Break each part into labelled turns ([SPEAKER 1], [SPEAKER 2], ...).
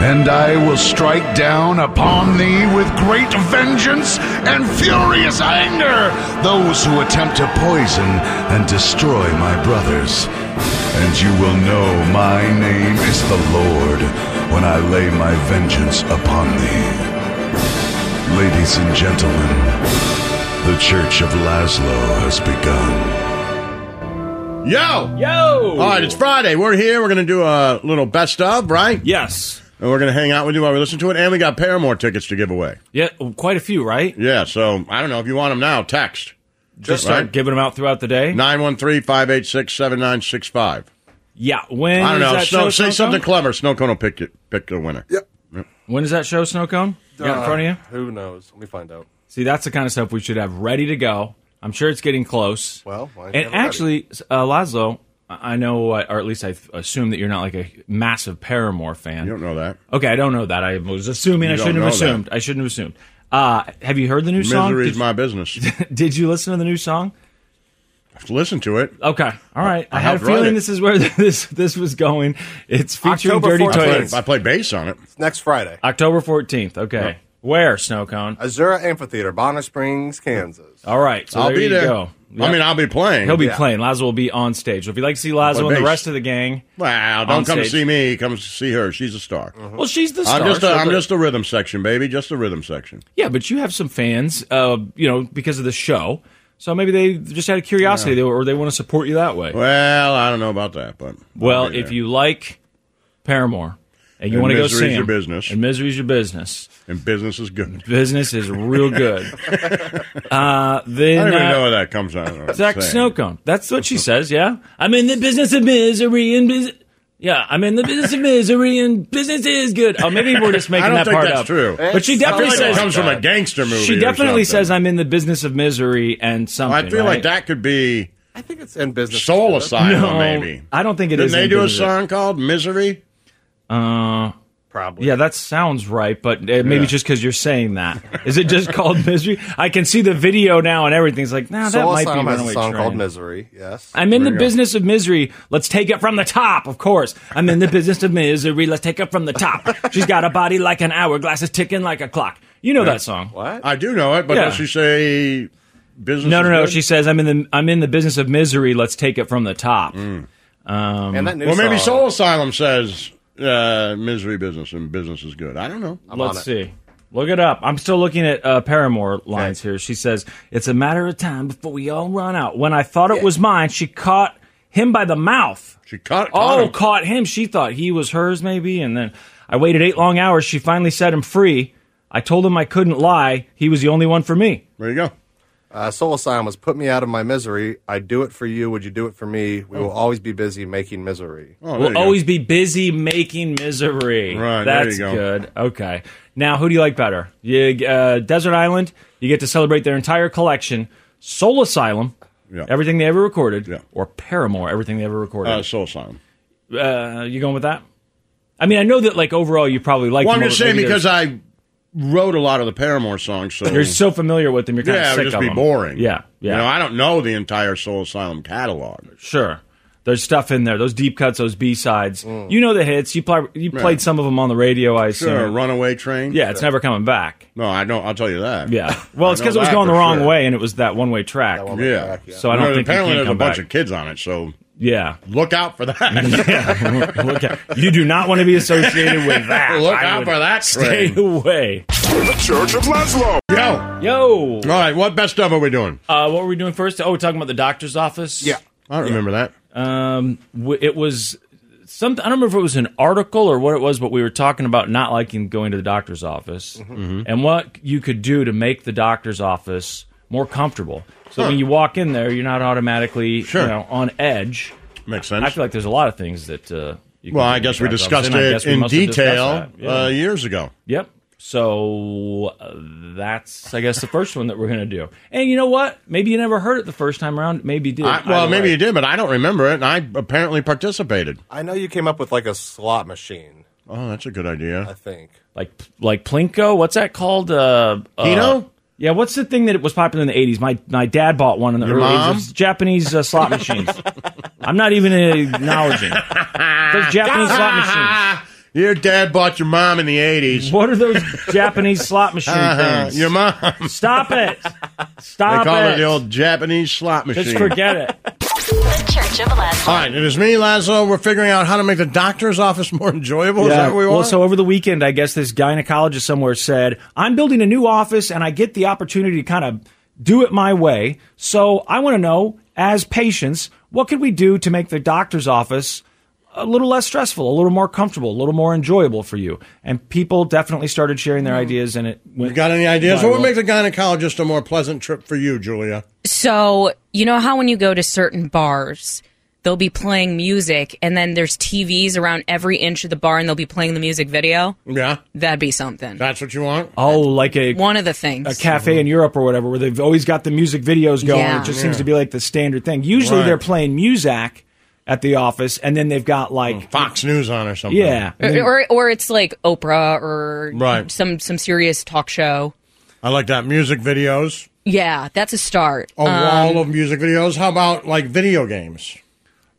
[SPEAKER 1] And I will strike down upon thee with great vengeance and furious anger those who attempt to poison and destroy my brothers. And you will know my name is the Lord when I lay my vengeance upon thee. Ladies and gentlemen, the Church of Laszlo has begun.
[SPEAKER 2] Yo!
[SPEAKER 3] Yo!
[SPEAKER 2] All right, it's Friday. We're here. We're going to do a little best of, right?
[SPEAKER 3] Yes.
[SPEAKER 2] And we're going to hang out with you while we listen to it. And we got Paramore tickets to give away.
[SPEAKER 3] Yeah, quite a few, right?
[SPEAKER 2] Yeah, so I don't know. If you want them now, text
[SPEAKER 3] Just start
[SPEAKER 2] right.
[SPEAKER 3] giving them out throughout the day.
[SPEAKER 2] 913 586 7965.
[SPEAKER 3] yeah. When
[SPEAKER 2] I don't
[SPEAKER 3] is
[SPEAKER 2] know.
[SPEAKER 3] that
[SPEAKER 2] Snow,
[SPEAKER 3] show,
[SPEAKER 2] say
[SPEAKER 3] Snow
[SPEAKER 2] something
[SPEAKER 3] Cone?
[SPEAKER 2] clever. Snow Cone will pick, it, pick the winner.
[SPEAKER 4] Yep.
[SPEAKER 3] when is that show, Snow Cone? You got it in front of you?
[SPEAKER 4] Who knows? Let me find out.
[SPEAKER 3] See, that's the kind of stuff we should have ready to go. I'm sure it's getting close.
[SPEAKER 4] Well, why
[SPEAKER 3] and
[SPEAKER 4] haven't I?
[SPEAKER 3] actually, uh, Laszlo, I I know, uh, or at least I th- assume that you're not like a massive Paramore fan.
[SPEAKER 2] You don't know that.
[SPEAKER 3] Okay, I don't know that. I was assuming. I
[SPEAKER 2] don't
[SPEAKER 3] shouldn't have
[SPEAKER 2] know that.
[SPEAKER 3] assumed. I shouldn't have assumed. Uh, have you heard the new song?
[SPEAKER 2] Misery's
[SPEAKER 3] Did,
[SPEAKER 2] my business.
[SPEAKER 3] did you listen to the new song?
[SPEAKER 2] listen to it.
[SPEAKER 3] Okay, all right. I, had a
[SPEAKER 2] helped write
[SPEAKER 3] feeling
[SPEAKER 2] it.
[SPEAKER 3] this is where this this was going. It's featuring
[SPEAKER 4] October
[SPEAKER 3] Dirty
[SPEAKER 4] 14th.
[SPEAKER 2] I
[SPEAKER 3] Toilets.
[SPEAKER 2] play, I play bass on it.
[SPEAKER 4] It's next Friday.
[SPEAKER 3] October 14th. Okay. Where, Snow Cone?
[SPEAKER 4] Azura Amphitheater, Bonner Springs, Kansas.
[SPEAKER 3] All right. So
[SPEAKER 2] I'll
[SPEAKER 3] there
[SPEAKER 2] be
[SPEAKER 3] you
[SPEAKER 2] there.
[SPEAKER 3] go.
[SPEAKER 2] I
[SPEAKER 3] Yep.
[SPEAKER 2] mean, I'll be playing.
[SPEAKER 3] he'll be
[SPEAKER 4] yeah.
[SPEAKER 3] playing. Lazo will be on stage. So if you'd like to see Lazo
[SPEAKER 2] Play
[SPEAKER 3] and the
[SPEAKER 2] bass.
[SPEAKER 3] rest of the gang,
[SPEAKER 2] Wow!
[SPEAKER 3] on
[SPEAKER 2] Don't come
[SPEAKER 3] stage.
[SPEAKER 2] see me. Come see her. She's a star.
[SPEAKER 3] well, she's the star.
[SPEAKER 2] I'm just a,
[SPEAKER 3] so-
[SPEAKER 2] I'm just a rhythm section, baby. Just a rhythm section.
[SPEAKER 3] yeah, but you have some fans, uh, you know, because of the show. So maybe they just had a curiosity, they, or they want to support you that way.
[SPEAKER 2] Well, I don't know about that, but
[SPEAKER 3] Well,
[SPEAKER 2] I'll be
[SPEAKER 3] if
[SPEAKER 2] there.
[SPEAKER 3] you like Paramore and you
[SPEAKER 2] And
[SPEAKER 3] want to go
[SPEAKER 2] misery's
[SPEAKER 3] see 'em,
[SPEAKER 2] your business.
[SPEAKER 3] and misery's your business,
[SPEAKER 2] and business is good,
[SPEAKER 3] business is real good. uh, then
[SPEAKER 2] I don't even
[SPEAKER 3] uh,
[SPEAKER 2] know where that comes out.
[SPEAKER 3] Zach Snowcone. That's what she says. Yeah, I'm in the business of misery and business. Yeah, I'm in the business of misery and business is good. Oh, maybe we're just making
[SPEAKER 2] I don't
[SPEAKER 3] that
[SPEAKER 2] think
[SPEAKER 3] part
[SPEAKER 2] that's
[SPEAKER 3] up.
[SPEAKER 2] true.
[SPEAKER 3] But she
[SPEAKER 4] It's- I
[SPEAKER 2] I feel
[SPEAKER 3] definitely
[SPEAKER 2] like
[SPEAKER 3] says
[SPEAKER 2] it comes from a
[SPEAKER 4] that.
[SPEAKER 2] gangster movie.
[SPEAKER 3] she
[SPEAKER 2] or
[SPEAKER 3] definitely
[SPEAKER 2] something.
[SPEAKER 3] says I'm in the business of misery and something.
[SPEAKER 2] I feel like
[SPEAKER 3] right?
[SPEAKER 2] that could be
[SPEAKER 4] I think it's in business.
[SPEAKER 2] Soul Asylum,
[SPEAKER 3] No,
[SPEAKER 2] maybe.
[SPEAKER 3] I don't think it
[SPEAKER 2] Didn't
[SPEAKER 3] is
[SPEAKER 2] they
[SPEAKER 3] in
[SPEAKER 2] do a
[SPEAKER 3] business of-
[SPEAKER 2] song called Misery?
[SPEAKER 4] Probably.
[SPEAKER 3] Yeah, that sounds right, but uh, maybe
[SPEAKER 2] Yeah.
[SPEAKER 3] just because you're saying that. Is it just called misery? I can see the video now and everything's like, nah, that
[SPEAKER 4] Soul
[SPEAKER 3] might
[SPEAKER 4] Asylum
[SPEAKER 3] be
[SPEAKER 4] has a
[SPEAKER 3] Runaway
[SPEAKER 4] song
[SPEAKER 3] Train.
[SPEAKER 4] called Misery. Yes.
[SPEAKER 3] I'm in the
[SPEAKER 2] you go.
[SPEAKER 3] business of misery. Let's take it from the top, of course. I'm in the business of misery. Let's take it from the top. She's got a body like an hourglass, is ticking like a clock. You know that song.
[SPEAKER 4] what?
[SPEAKER 2] I do know it, but
[SPEAKER 3] Yeah.
[SPEAKER 2] does she say business?
[SPEAKER 3] No,
[SPEAKER 2] is
[SPEAKER 3] no, no.
[SPEAKER 2] good?
[SPEAKER 3] She says, "I'm in the I'm in the business of misery. Let's take it from the top."
[SPEAKER 2] Mm,
[SPEAKER 3] Um,
[SPEAKER 4] and that new
[SPEAKER 2] Well, maybe Soul
[SPEAKER 4] song.
[SPEAKER 2] Asylum says uh, misery business and business is good. I don't know.
[SPEAKER 4] I'm on
[SPEAKER 3] Let's
[SPEAKER 4] it.
[SPEAKER 3] see. Look it up. I'm still looking at uh, Paramore lines here. She says, It's a matter of time before we all run out. When I thought it was mine, she caught him by the mouth.
[SPEAKER 2] She caught, caught
[SPEAKER 3] Oh,
[SPEAKER 2] him.
[SPEAKER 3] caught him. She thought he was hers, maybe. And then I waited eight long hours. She finally set him free. I told him I couldn't lie. He was the only one for me.
[SPEAKER 2] There you go.
[SPEAKER 4] Uh, Soul Asylum was put me out of my misery. I do it for you. Would you do it for me? We will always be busy making misery.
[SPEAKER 2] Oh, there
[SPEAKER 3] We'll
[SPEAKER 2] you go.
[SPEAKER 3] always be busy making misery.
[SPEAKER 2] Right, there
[SPEAKER 3] That's
[SPEAKER 2] you go.
[SPEAKER 3] good. Okay. Now, who do you like better? You, uh, Desert Island, you get to celebrate their entire collection. Soul Asylum,
[SPEAKER 2] Yeah.
[SPEAKER 3] everything they ever recorded.
[SPEAKER 2] Yeah.
[SPEAKER 3] Or Paramore, everything they ever
[SPEAKER 2] uh,
[SPEAKER 3] recorded.
[SPEAKER 2] Soul Asylum.
[SPEAKER 3] Uh, you going with that? I mean, I know that, like, overall, you probably like
[SPEAKER 2] Well, I'm
[SPEAKER 3] them
[SPEAKER 2] just
[SPEAKER 3] over-
[SPEAKER 2] saying
[SPEAKER 3] maybe
[SPEAKER 2] because
[SPEAKER 3] there's-
[SPEAKER 2] I wrote a lot of the Paramore songs, so
[SPEAKER 3] You're so familiar with them, you're kind
[SPEAKER 2] yeah,
[SPEAKER 3] of
[SPEAKER 2] it
[SPEAKER 3] sick
[SPEAKER 2] would just
[SPEAKER 3] of
[SPEAKER 2] be
[SPEAKER 3] them.
[SPEAKER 2] boring.
[SPEAKER 3] Yeah, yeah.
[SPEAKER 2] You know, I don't know the entire Soul Asylum catalog.
[SPEAKER 3] Sure. There's stuff in there. Those deep cuts, those B sides. You know the hits. You, pl- you played some of them on the radio. I assume.
[SPEAKER 2] Mm. Sure, Runaway Train.
[SPEAKER 3] Yeah, it's never coming back.
[SPEAKER 2] No, I don't. I'll tell you that.
[SPEAKER 3] Yeah. Well, it's
[SPEAKER 2] know
[SPEAKER 3] because it was
[SPEAKER 2] that
[SPEAKER 3] going the
[SPEAKER 2] for
[SPEAKER 3] wrong
[SPEAKER 2] sure.
[SPEAKER 3] way, and it was that one way track.
[SPEAKER 4] one-way
[SPEAKER 2] Yeah.
[SPEAKER 3] So I don't
[SPEAKER 2] No,
[SPEAKER 3] think you
[SPEAKER 2] apparently
[SPEAKER 3] can
[SPEAKER 2] there's
[SPEAKER 3] come
[SPEAKER 2] a bunch
[SPEAKER 3] back.
[SPEAKER 2] of kids on it, so
[SPEAKER 3] Yeah.
[SPEAKER 2] look out for that.
[SPEAKER 3] Look at, you do not want to be associated with that.
[SPEAKER 2] Look
[SPEAKER 3] I
[SPEAKER 2] out
[SPEAKER 3] would
[SPEAKER 2] for that
[SPEAKER 3] Stay
[SPEAKER 2] train.
[SPEAKER 3] away.
[SPEAKER 5] The Church of Laszlo.
[SPEAKER 2] Yo.
[SPEAKER 3] Yo.
[SPEAKER 2] All right, what best of are we doing?
[SPEAKER 3] Uh, what were we doing first? Oh, we're talking about the doctor's office.
[SPEAKER 4] Yeah.
[SPEAKER 2] I don't remember that.
[SPEAKER 3] Um, w- it was some. I don't remember if it was an article or what it was, but we were talking about not liking going to the doctor's office
[SPEAKER 2] Mm-hmm.
[SPEAKER 3] and what you could do to make the doctor's office more comfortable. So when you walk in there, you're not automatically
[SPEAKER 2] Sure.
[SPEAKER 3] you know, on edge.
[SPEAKER 2] Makes sense.
[SPEAKER 3] I feel like there's a lot of things that. Uh, you can
[SPEAKER 2] well,
[SPEAKER 3] do
[SPEAKER 2] I
[SPEAKER 3] in
[SPEAKER 2] guess
[SPEAKER 3] the
[SPEAKER 2] we
[SPEAKER 3] doctor's office,
[SPEAKER 2] discussed
[SPEAKER 3] and I
[SPEAKER 2] it
[SPEAKER 3] guess we
[SPEAKER 2] in
[SPEAKER 3] must have discussed
[SPEAKER 2] detail
[SPEAKER 3] that. Yeah.
[SPEAKER 2] uh, years ago.
[SPEAKER 3] yep. So uh, that's, I guess, the first one that we're going to do. And you know what? Maybe you never heard it the first time around. Maybe you did.
[SPEAKER 2] I, well,
[SPEAKER 3] Either
[SPEAKER 2] maybe
[SPEAKER 3] way.
[SPEAKER 2] you did, but I don't remember it, and I apparently participated.
[SPEAKER 4] I know you came up with like a slot machine.
[SPEAKER 2] Oh, that's a good
[SPEAKER 4] I
[SPEAKER 2] idea.
[SPEAKER 4] think
[SPEAKER 3] like like Plinko. What's that called? Uh, uh,
[SPEAKER 2] Hino?
[SPEAKER 3] Yeah, what's the thing that was popular in the eighties? My my dad bought one in the early
[SPEAKER 2] mom?
[SPEAKER 3] eighties. Japanese uh, slot machines. I'm not even acknowledging those Japanese slot machines.
[SPEAKER 2] Your dad bought your mom in the 80s.
[SPEAKER 3] What are those Japanese slot machine
[SPEAKER 2] Uh,
[SPEAKER 3] things?
[SPEAKER 2] your mom. They
[SPEAKER 3] Stop it! Stop
[SPEAKER 2] call
[SPEAKER 3] it!
[SPEAKER 2] it the old Japanese slot machine.
[SPEAKER 3] Just forget it.
[SPEAKER 6] The Church of Laszlo.
[SPEAKER 2] All right, it is me, Lazo. We're figuring out how to make the doctor's office more enjoyable. Is that what we want?
[SPEAKER 3] Well, so over the weekend, I guess this gynecologist somewhere said, "I'm building a new office, and I get the opportunity to kind of do it my way." So I want to know, as patients, what could we do to make the doctor's office a little less stressful, a little more comfortable, a little more enjoyable for you? And people definitely started sharing
[SPEAKER 2] Mm.
[SPEAKER 3] their ideas, and it went.
[SPEAKER 2] you got any ideas? What would
[SPEAKER 3] Viral.
[SPEAKER 2] make the gynecologist a more pleasant trip for you, Julia?
[SPEAKER 7] So, you know how when you go to certain bars, they'll be playing music and then there's TVs around every inch of the bar and they'll be playing the music video?
[SPEAKER 2] Yeah,
[SPEAKER 7] That'd be something.
[SPEAKER 2] that's what you want.
[SPEAKER 3] Oh, like a
[SPEAKER 7] One of the things.
[SPEAKER 3] a cafe in Europe or whatever where they've always got the music videos going.
[SPEAKER 7] Yeah.
[SPEAKER 3] It just seems to be like the standard thing. Usually
[SPEAKER 2] Right.
[SPEAKER 3] they're playing Muzak at the office and then they've got like
[SPEAKER 2] Fox News on or something.
[SPEAKER 3] yeah. And then-
[SPEAKER 7] or, or it's like Oprah or
[SPEAKER 2] Right.
[SPEAKER 7] some, some serious talk show.
[SPEAKER 2] I like that. Music videos,
[SPEAKER 7] Yeah, that's a start.
[SPEAKER 3] Oh,
[SPEAKER 2] a
[SPEAKER 3] Um,
[SPEAKER 2] wall of music videos. How about like video games?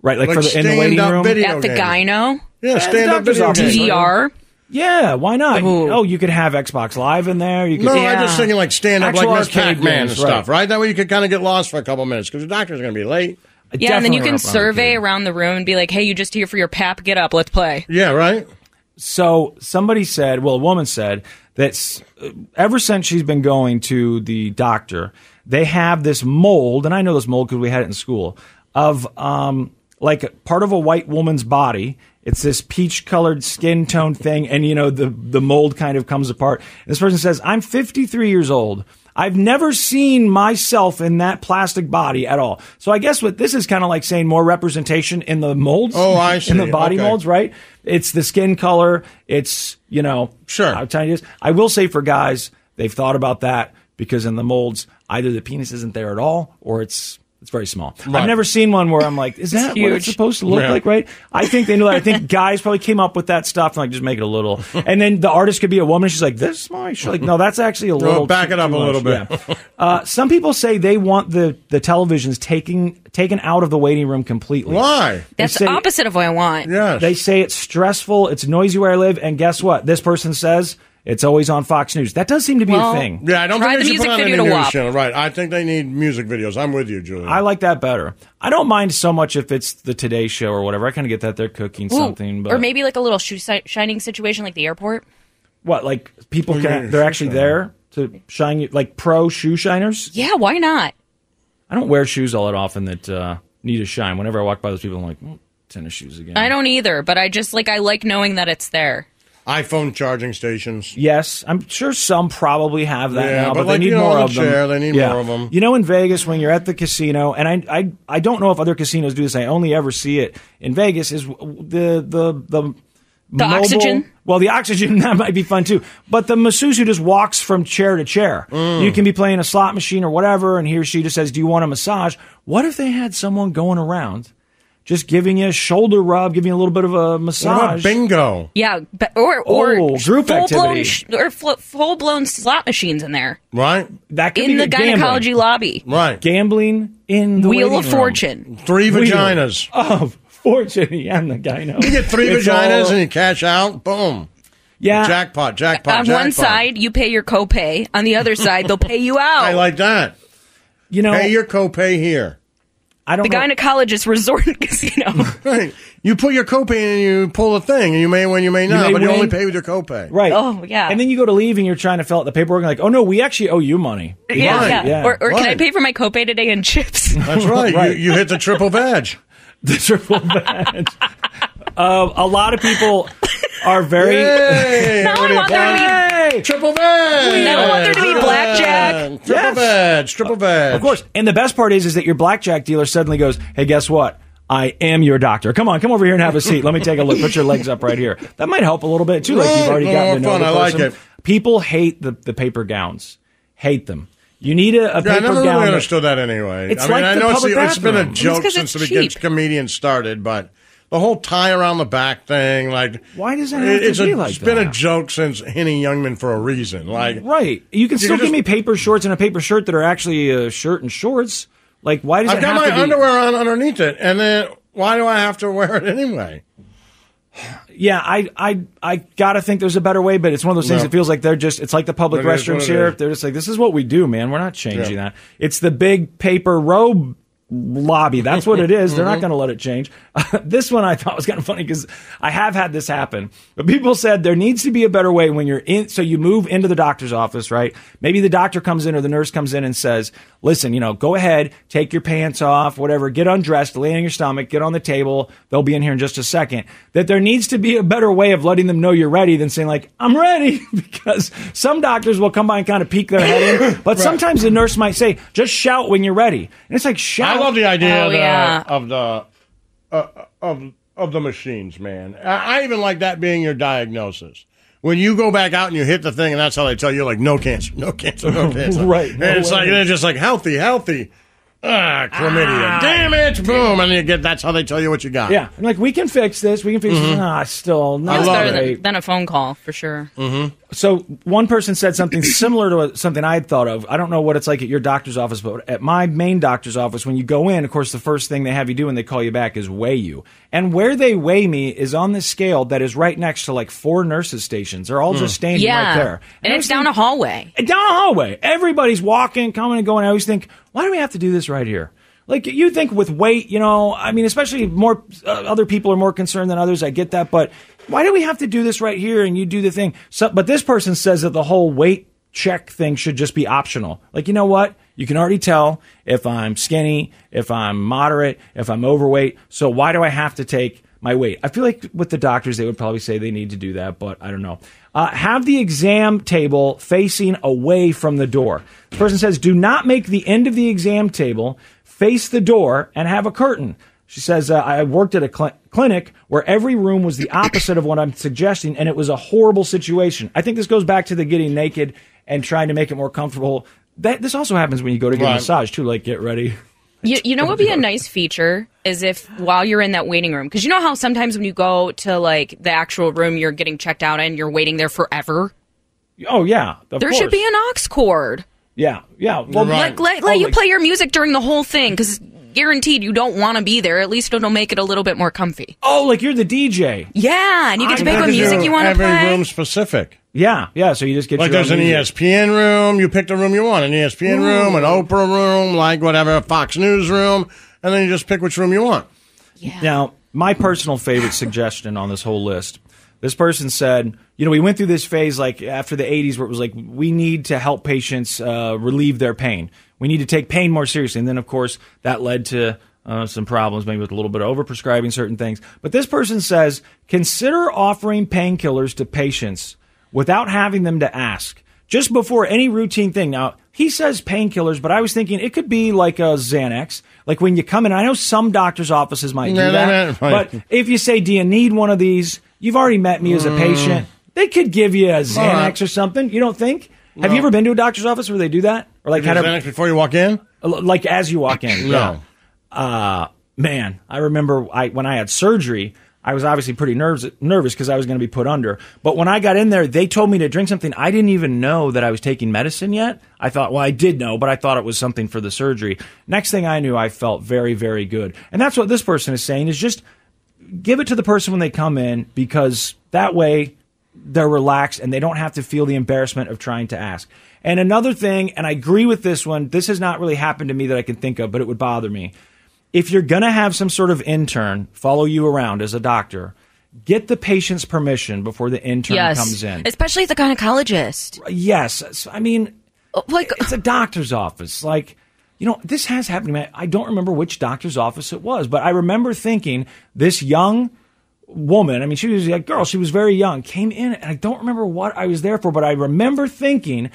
[SPEAKER 3] right like,
[SPEAKER 2] Like
[SPEAKER 3] for the, in the waiting
[SPEAKER 2] stand-up
[SPEAKER 3] room.
[SPEAKER 2] video-
[SPEAKER 7] At the
[SPEAKER 2] game.
[SPEAKER 7] gyno,
[SPEAKER 2] Yeah, stand up
[SPEAKER 3] doctor's
[SPEAKER 2] video
[SPEAKER 3] office.
[SPEAKER 2] games.
[SPEAKER 7] DVR.
[SPEAKER 3] Yeah, why not?
[SPEAKER 7] Ooh.
[SPEAKER 3] Oh, you could have Xbox Live in there. You could
[SPEAKER 2] No, I'm
[SPEAKER 7] Yeah.
[SPEAKER 2] just thinking like stand up, like
[SPEAKER 3] Actual
[SPEAKER 2] Miss
[SPEAKER 3] arcade
[SPEAKER 2] Pac Man and
[SPEAKER 3] games,
[SPEAKER 2] stuff,
[SPEAKER 3] right.
[SPEAKER 2] right? That way you could kind of get lost for a couple minutes because the doctor's going to be late.
[SPEAKER 7] Yeah, and then
[SPEAKER 3] Definitely
[SPEAKER 7] you can
[SPEAKER 3] up on the
[SPEAKER 7] survey
[SPEAKER 3] kid.
[SPEAKER 7] around the room and be like, hey, you just here for your pap? Get up, let's play.
[SPEAKER 2] Yeah, right?
[SPEAKER 3] So somebody said, well, a woman said that s- ever since she's been going to the doctor, they have this mold, and I know this mold because we had it in school, of um, like part of a white woman's body. It's this peach colored skin tone thing, and you know, the, the mold kind of comes apart. And this person says, I'm 53 years old. I've never seen myself in that plastic body at all. So I guess what this is kind of like saying more representation in the molds.
[SPEAKER 2] Oh, I see.
[SPEAKER 3] In the body
[SPEAKER 2] Okay.
[SPEAKER 3] molds, right? It's the skin color. It's you know,
[SPEAKER 2] Sure.
[SPEAKER 3] How tiny it is. I will say for guys, they've thought about that because in the molds, either the penis isn't there at all, or it's it's very small.
[SPEAKER 2] Right.
[SPEAKER 3] I've never seen one where I'm like, is that what it's
[SPEAKER 7] huge.
[SPEAKER 3] supposed to look
[SPEAKER 2] Yeah.
[SPEAKER 3] like? Right? I think they knew that. I think guys probably came up with that stuff and like just make it a little. And then the artist could be a woman. She's like, this is small. She's like, no, that's actually a little.
[SPEAKER 2] Oh, back
[SPEAKER 3] too-
[SPEAKER 2] it up a
[SPEAKER 3] too
[SPEAKER 2] little
[SPEAKER 3] much."
[SPEAKER 2] bit.
[SPEAKER 3] Yeah. Uh, some people say they want the the televisions taking taken out of the waiting room completely.
[SPEAKER 2] Why?
[SPEAKER 7] That's
[SPEAKER 3] say-
[SPEAKER 7] the opposite of what I want.
[SPEAKER 2] Yes.
[SPEAKER 3] They say it's stressful, it's noisy where I live, and guess what? This person says it's always on Fox News. That does seem to be
[SPEAKER 7] Well,
[SPEAKER 3] a thing.
[SPEAKER 2] yeah, I don't
[SPEAKER 7] Try
[SPEAKER 2] think
[SPEAKER 7] the
[SPEAKER 2] they should put
[SPEAKER 7] music
[SPEAKER 2] on any
[SPEAKER 7] video to
[SPEAKER 2] news
[SPEAKER 7] WAP.
[SPEAKER 2] channel. Right. I think they need music videos. I'm with you, Julia.
[SPEAKER 3] I like that better. I don't mind so much if it's the Today Show or whatever. I kind of get that they're cooking
[SPEAKER 7] Ooh,
[SPEAKER 3] something, but
[SPEAKER 7] Or maybe like a little shoe si- shining situation like the airport.
[SPEAKER 3] what? Like people
[SPEAKER 2] Well, yeah,
[SPEAKER 3] can they're
[SPEAKER 2] shoe
[SPEAKER 3] actually
[SPEAKER 2] shiner.
[SPEAKER 3] there to shine you like pro shoe shiners.
[SPEAKER 7] Yeah, why not?
[SPEAKER 3] I don't wear shoes all that often that uh, need a shine. Whenever I walk by those people, I'm like "Mm, tennis shoes again.
[SPEAKER 7] I don't either, but I just like I like knowing that it's there.
[SPEAKER 2] iPhone charging stations.
[SPEAKER 3] Yes, I'm sure some probably have that
[SPEAKER 2] Yeah,
[SPEAKER 3] now,
[SPEAKER 2] but
[SPEAKER 3] but,
[SPEAKER 2] like,
[SPEAKER 3] they need
[SPEAKER 2] you know,
[SPEAKER 3] more
[SPEAKER 2] the
[SPEAKER 3] of them.
[SPEAKER 2] chair, they need more of 'em.
[SPEAKER 3] You know, in Vegas, when you're at the casino, and I, I, I don't know if other casinos do this. I only ever see it in Vegas. Is the the the the mobile,
[SPEAKER 7] oxygen?
[SPEAKER 3] Well, the oxygen that might be fun too. But the masseuse who just walks from chair to chair,
[SPEAKER 2] Mm.
[SPEAKER 3] you can be playing a slot machine or whatever, and he or she just says, "Do you want a massage?" What if they had someone going around? Just giving you a shoulder rub, giving you a little bit of a
[SPEAKER 2] What about
[SPEAKER 3] massage.
[SPEAKER 2] bingo?
[SPEAKER 7] Yeah, but, or or
[SPEAKER 3] Oh, group
[SPEAKER 7] full
[SPEAKER 3] activity.
[SPEAKER 7] blown sh- or fl- full blown slot machines in there
[SPEAKER 2] Right?
[SPEAKER 3] that could be
[SPEAKER 7] in the
[SPEAKER 3] good gambling.
[SPEAKER 7] gynecology lobby.
[SPEAKER 2] Right.
[SPEAKER 3] Gambling in the
[SPEAKER 7] Wheel of
[SPEAKER 3] waiting room.
[SPEAKER 7] Fortune.
[SPEAKER 2] Three
[SPEAKER 3] Wheel
[SPEAKER 2] vaginas.
[SPEAKER 3] of fortune. Yeah, I'm the guy now.
[SPEAKER 2] You get three vaginas and you cash out. Boom.
[SPEAKER 3] yeah,
[SPEAKER 2] Jackpot, jackpot,
[SPEAKER 7] on
[SPEAKER 2] jackpot.
[SPEAKER 7] one side, you pay your copay. On the other side, they'll pay you out.
[SPEAKER 2] I like that.
[SPEAKER 3] you know,
[SPEAKER 2] Pay your copay here.
[SPEAKER 3] I don't
[SPEAKER 7] the
[SPEAKER 3] know.
[SPEAKER 7] gynecologist resort and casino.
[SPEAKER 2] Right. You put your copay in and you pull the thing, and you may win, you may not,
[SPEAKER 3] may
[SPEAKER 2] but you
[SPEAKER 3] win.
[SPEAKER 2] only pay with your copay.
[SPEAKER 3] right.
[SPEAKER 7] Oh, yeah.
[SPEAKER 3] And then you go to leave and you're trying to fill out the paperwork and like, oh no, we actually owe you money.
[SPEAKER 7] yeah,
[SPEAKER 2] Right,
[SPEAKER 7] yeah.
[SPEAKER 3] yeah.
[SPEAKER 7] Or, or can I
[SPEAKER 2] Right.
[SPEAKER 7] pay for my copay today in chips?
[SPEAKER 2] That's right.
[SPEAKER 3] Right.
[SPEAKER 2] You, you hit the triple veg.
[SPEAKER 3] The triple badge. um, a lot of people are very.
[SPEAKER 2] Hey,
[SPEAKER 7] Now I want there to be
[SPEAKER 3] Hey!
[SPEAKER 2] triple veg.
[SPEAKER 7] Now I want there to be blackjack.
[SPEAKER 2] Triple
[SPEAKER 3] Yes.
[SPEAKER 2] veg, triple veg.
[SPEAKER 3] Of course. And the best part is, is that your blackjack dealer suddenly goes, "Hey, guess what? I am your doctor. Come on, come over here and have a seat. Let me take a look. Put your legs up right here. That might help a little bit too. Like you've
[SPEAKER 2] Right.
[SPEAKER 3] already
[SPEAKER 2] No,
[SPEAKER 3] gotten to know
[SPEAKER 2] fun.
[SPEAKER 3] the
[SPEAKER 2] I like
[SPEAKER 3] person.
[SPEAKER 2] it.
[SPEAKER 3] People hate the, the paper gowns. Hate them. You need a, a
[SPEAKER 2] Yeah, I never
[SPEAKER 3] paper gown.
[SPEAKER 2] really
[SPEAKER 3] that-
[SPEAKER 2] understood that anyway.
[SPEAKER 3] It's
[SPEAKER 2] I mean,
[SPEAKER 3] like
[SPEAKER 2] I
[SPEAKER 3] the
[SPEAKER 2] know it's,
[SPEAKER 3] public
[SPEAKER 2] the, it's been a
[SPEAKER 3] bathroom.
[SPEAKER 2] joke
[SPEAKER 7] 'cause
[SPEAKER 2] since
[SPEAKER 7] it's
[SPEAKER 2] the beginning
[SPEAKER 7] cheap.
[SPEAKER 2] comedian started, but the whole tie around the back thing, like
[SPEAKER 3] Why does it have to
[SPEAKER 2] it's
[SPEAKER 3] be
[SPEAKER 2] a,
[SPEAKER 3] like
[SPEAKER 2] It's been a
[SPEAKER 3] that?
[SPEAKER 2] joke since Henny Youngman for a reason. Like
[SPEAKER 3] right. You can still
[SPEAKER 2] can just-
[SPEAKER 3] give me paper shorts and a paper shirt that are actually a shirt and shorts. Like why does
[SPEAKER 2] I've
[SPEAKER 3] it
[SPEAKER 2] got
[SPEAKER 3] have
[SPEAKER 2] my
[SPEAKER 3] to be?
[SPEAKER 2] underwear on underneath it, and then why do I have to wear it anyway?
[SPEAKER 3] Yeah, I I I gotta think there's a better way, but it's one of those things
[SPEAKER 2] No.
[SPEAKER 3] that feels like they're just it's like the public
[SPEAKER 2] It is what
[SPEAKER 3] restrooms
[SPEAKER 2] it
[SPEAKER 3] here.
[SPEAKER 2] is.
[SPEAKER 3] They're just like, This is what we do, man. We're not changing
[SPEAKER 2] Yeah.
[SPEAKER 3] that. It's the big paper robe lobby. That's what it is. They're
[SPEAKER 2] Mm-hmm.
[SPEAKER 3] not gonna let it change. this one I thought was kind of funny because I have had this happen. But people said there needs to be a better way when you're in so you move into the doctor's office, right? Maybe the doctor comes in or the nurse comes in and says, Listen, you know, go ahead, take your pants off, whatever, get undressed, lay on your stomach, get on the table. They'll be in here in just a second. That there needs to be a better way of letting them know you're ready than saying, like, I'm ready, because some doctors will come by and kind of peek their head in. But sometimes the nurse might say, just shout when you're ready. And it's like, shout.
[SPEAKER 2] I love the idea
[SPEAKER 7] Oh,
[SPEAKER 2] of the-
[SPEAKER 7] yeah.
[SPEAKER 2] of the uh, of of the machines, man. I, I even like that being your diagnosis. When you go back out and you hit the thing, and that's how they tell you, like, no cancer, no cancer, no cancer.
[SPEAKER 3] Right,
[SPEAKER 2] And
[SPEAKER 3] no
[SPEAKER 2] it's like,
[SPEAKER 3] way.
[SPEAKER 2] they're just like, healthy, healthy. Ah, chlamydia. Damn it. Boom. And you get, that's how they tell you what you got.
[SPEAKER 3] Yeah. I'm like, we can fix this. We can fix this. Nah, still
[SPEAKER 2] Mm-hmm.
[SPEAKER 3] not
[SPEAKER 2] I
[SPEAKER 7] That's
[SPEAKER 2] love
[SPEAKER 7] better
[SPEAKER 3] great.
[SPEAKER 7] than, than a phone call for sure.
[SPEAKER 3] So one person said something similar to what- something I had thought of. I don't know what it's like at your doctor's office, but at my main doctor's office, when you go in, of course, the first thing they have you do when they call you back is weigh you. And where they weigh me is on this scale that is right next to like four nurses' stations. They're all just standing
[SPEAKER 7] Yeah,
[SPEAKER 3] right there.
[SPEAKER 7] and
[SPEAKER 3] I
[SPEAKER 7] it's
[SPEAKER 3] was
[SPEAKER 7] down a hallway.
[SPEAKER 3] down a hallway. Everybody's walking, coming and going. I always think, why do we have to do this right here? Like you think with weight, you know, I mean, especially more uh, other people are more concerned than others. I get that, but why do we have to do this right here? And you do the thing. So, but this person says that the whole weight check thing should just be optional. Like you know what? You can already tell if I'm skinny, if I'm moderate, if I'm overweight. So why do I have to take my weight. I feel like with the doctors, they would probably say they need to do that, but I don't know. Uh, have the exam table facing away from the door. This person says, do not make the end of the exam table face the door and have a curtain. She says, uh, I worked at a cl- clinic where every room was the opposite of what I'm suggesting, and it was a horrible situation. I think this goes back to the getting naked and trying to make it more comfortable. That this also happens when you go to get a
[SPEAKER 2] Right.
[SPEAKER 3] massage too, like get ready.
[SPEAKER 7] You, you know what would be a nice feature is if while you're in that waiting room, because you know how sometimes when you go to like the actual room you're getting checked out and you're waiting there forever?
[SPEAKER 3] Oh yeah, of
[SPEAKER 7] There
[SPEAKER 3] course.
[SPEAKER 7] should be an aux cord.
[SPEAKER 3] yeah, yeah. Well, Oh,
[SPEAKER 2] Right.
[SPEAKER 7] Oh, Like, let, let you play your music during the whole thing because guaranteed you don't want to be there. At least it'll make it a little bit more comfy.
[SPEAKER 3] Oh, like you're the DJ.
[SPEAKER 7] Yeah, and you get to
[SPEAKER 3] I
[SPEAKER 7] pick
[SPEAKER 3] got
[SPEAKER 7] what
[SPEAKER 3] to
[SPEAKER 7] music
[SPEAKER 2] do
[SPEAKER 7] you want to
[SPEAKER 2] Every
[SPEAKER 7] play.
[SPEAKER 2] room specific.
[SPEAKER 3] Yeah, yeah. So you just get
[SPEAKER 2] Like
[SPEAKER 3] your
[SPEAKER 2] there's
[SPEAKER 3] own
[SPEAKER 2] an
[SPEAKER 8] E
[SPEAKER 3] music.
[SPEAKER 2] ESPN room. You pick the room you want. An ESPN room, an Oprah room, like whatever, a Fox News room. And then you just pick which room you want.
[SPEAKER 3] Now, my personal favorite suggestion on this whole list. This person said, you know, we went through this phase like after the 80s where it was like, we need to help patients uh, relieve their pain. We need to take pain more seriously. And then, of course, that led to uh, some problems, maybe with a little bit of overprescribing certain things. But this person says, consider offering painkillers to patients without having them to ask. just before any routine thing. Now, he says painkillers, but I was thinking it could be like a Xanax. Like when you come in, I know some doctors' offices might do
[SPEAKER 2] No, no,
[SPEAKER 3] that.
[SPEAKER 2] no, right. Mm.
[SPEAKER 3] But if you say, Do you need one of these? You've already met me as a patient. They could give you a Xanax or something. You don't think? Have you ever been to a doctor's office where they do that? Or like
[SPEAKER 2] Is
[SPEAKER 3] had a,
[SPEAKER 2] that before you walk in?
[SPEAKER 3] like as you walk
[SPEAKER 2] No.
[SPEAKER 3] in. Yeah. Uh, man, I remember I when I had surgery, I was obviously pretty nerves, nervous because I was going to be put under. But when I got in there, they told me to drink something. I didn't even know that I was taking medicine yet. I thought, well, I did know, but I thought it was something for the surgery. Next thing I knew, I felt very, very good. And that's what this person is saying is just give it to the person when they come in because that way they're relaxed and they don't have to feel the embarrassment of trying to ask. And another thing, and I agree with this one, this has not really happened to me that I can think of, but it would bother me. If you're going to have some sort of intern follow you around as a doctor, get the patient's permission before the intern
[SPEAKER 7] yes,
[SPEAKER 3] comes in.
[SPEAKER 7] especially the gynecologist. Oh,
[SPEAKER 3] yes. it's- I mean,
[SPEAKER 7] Like,
[SPEAKER 3] it's a doctor's office. Like, you know, this has happened to me. I don't remember which doctor's office it was, but I remember thinking this young woman, I mean, she was a girl, she was very young, came in, and I don't remember what I was there for, but I remember thinking,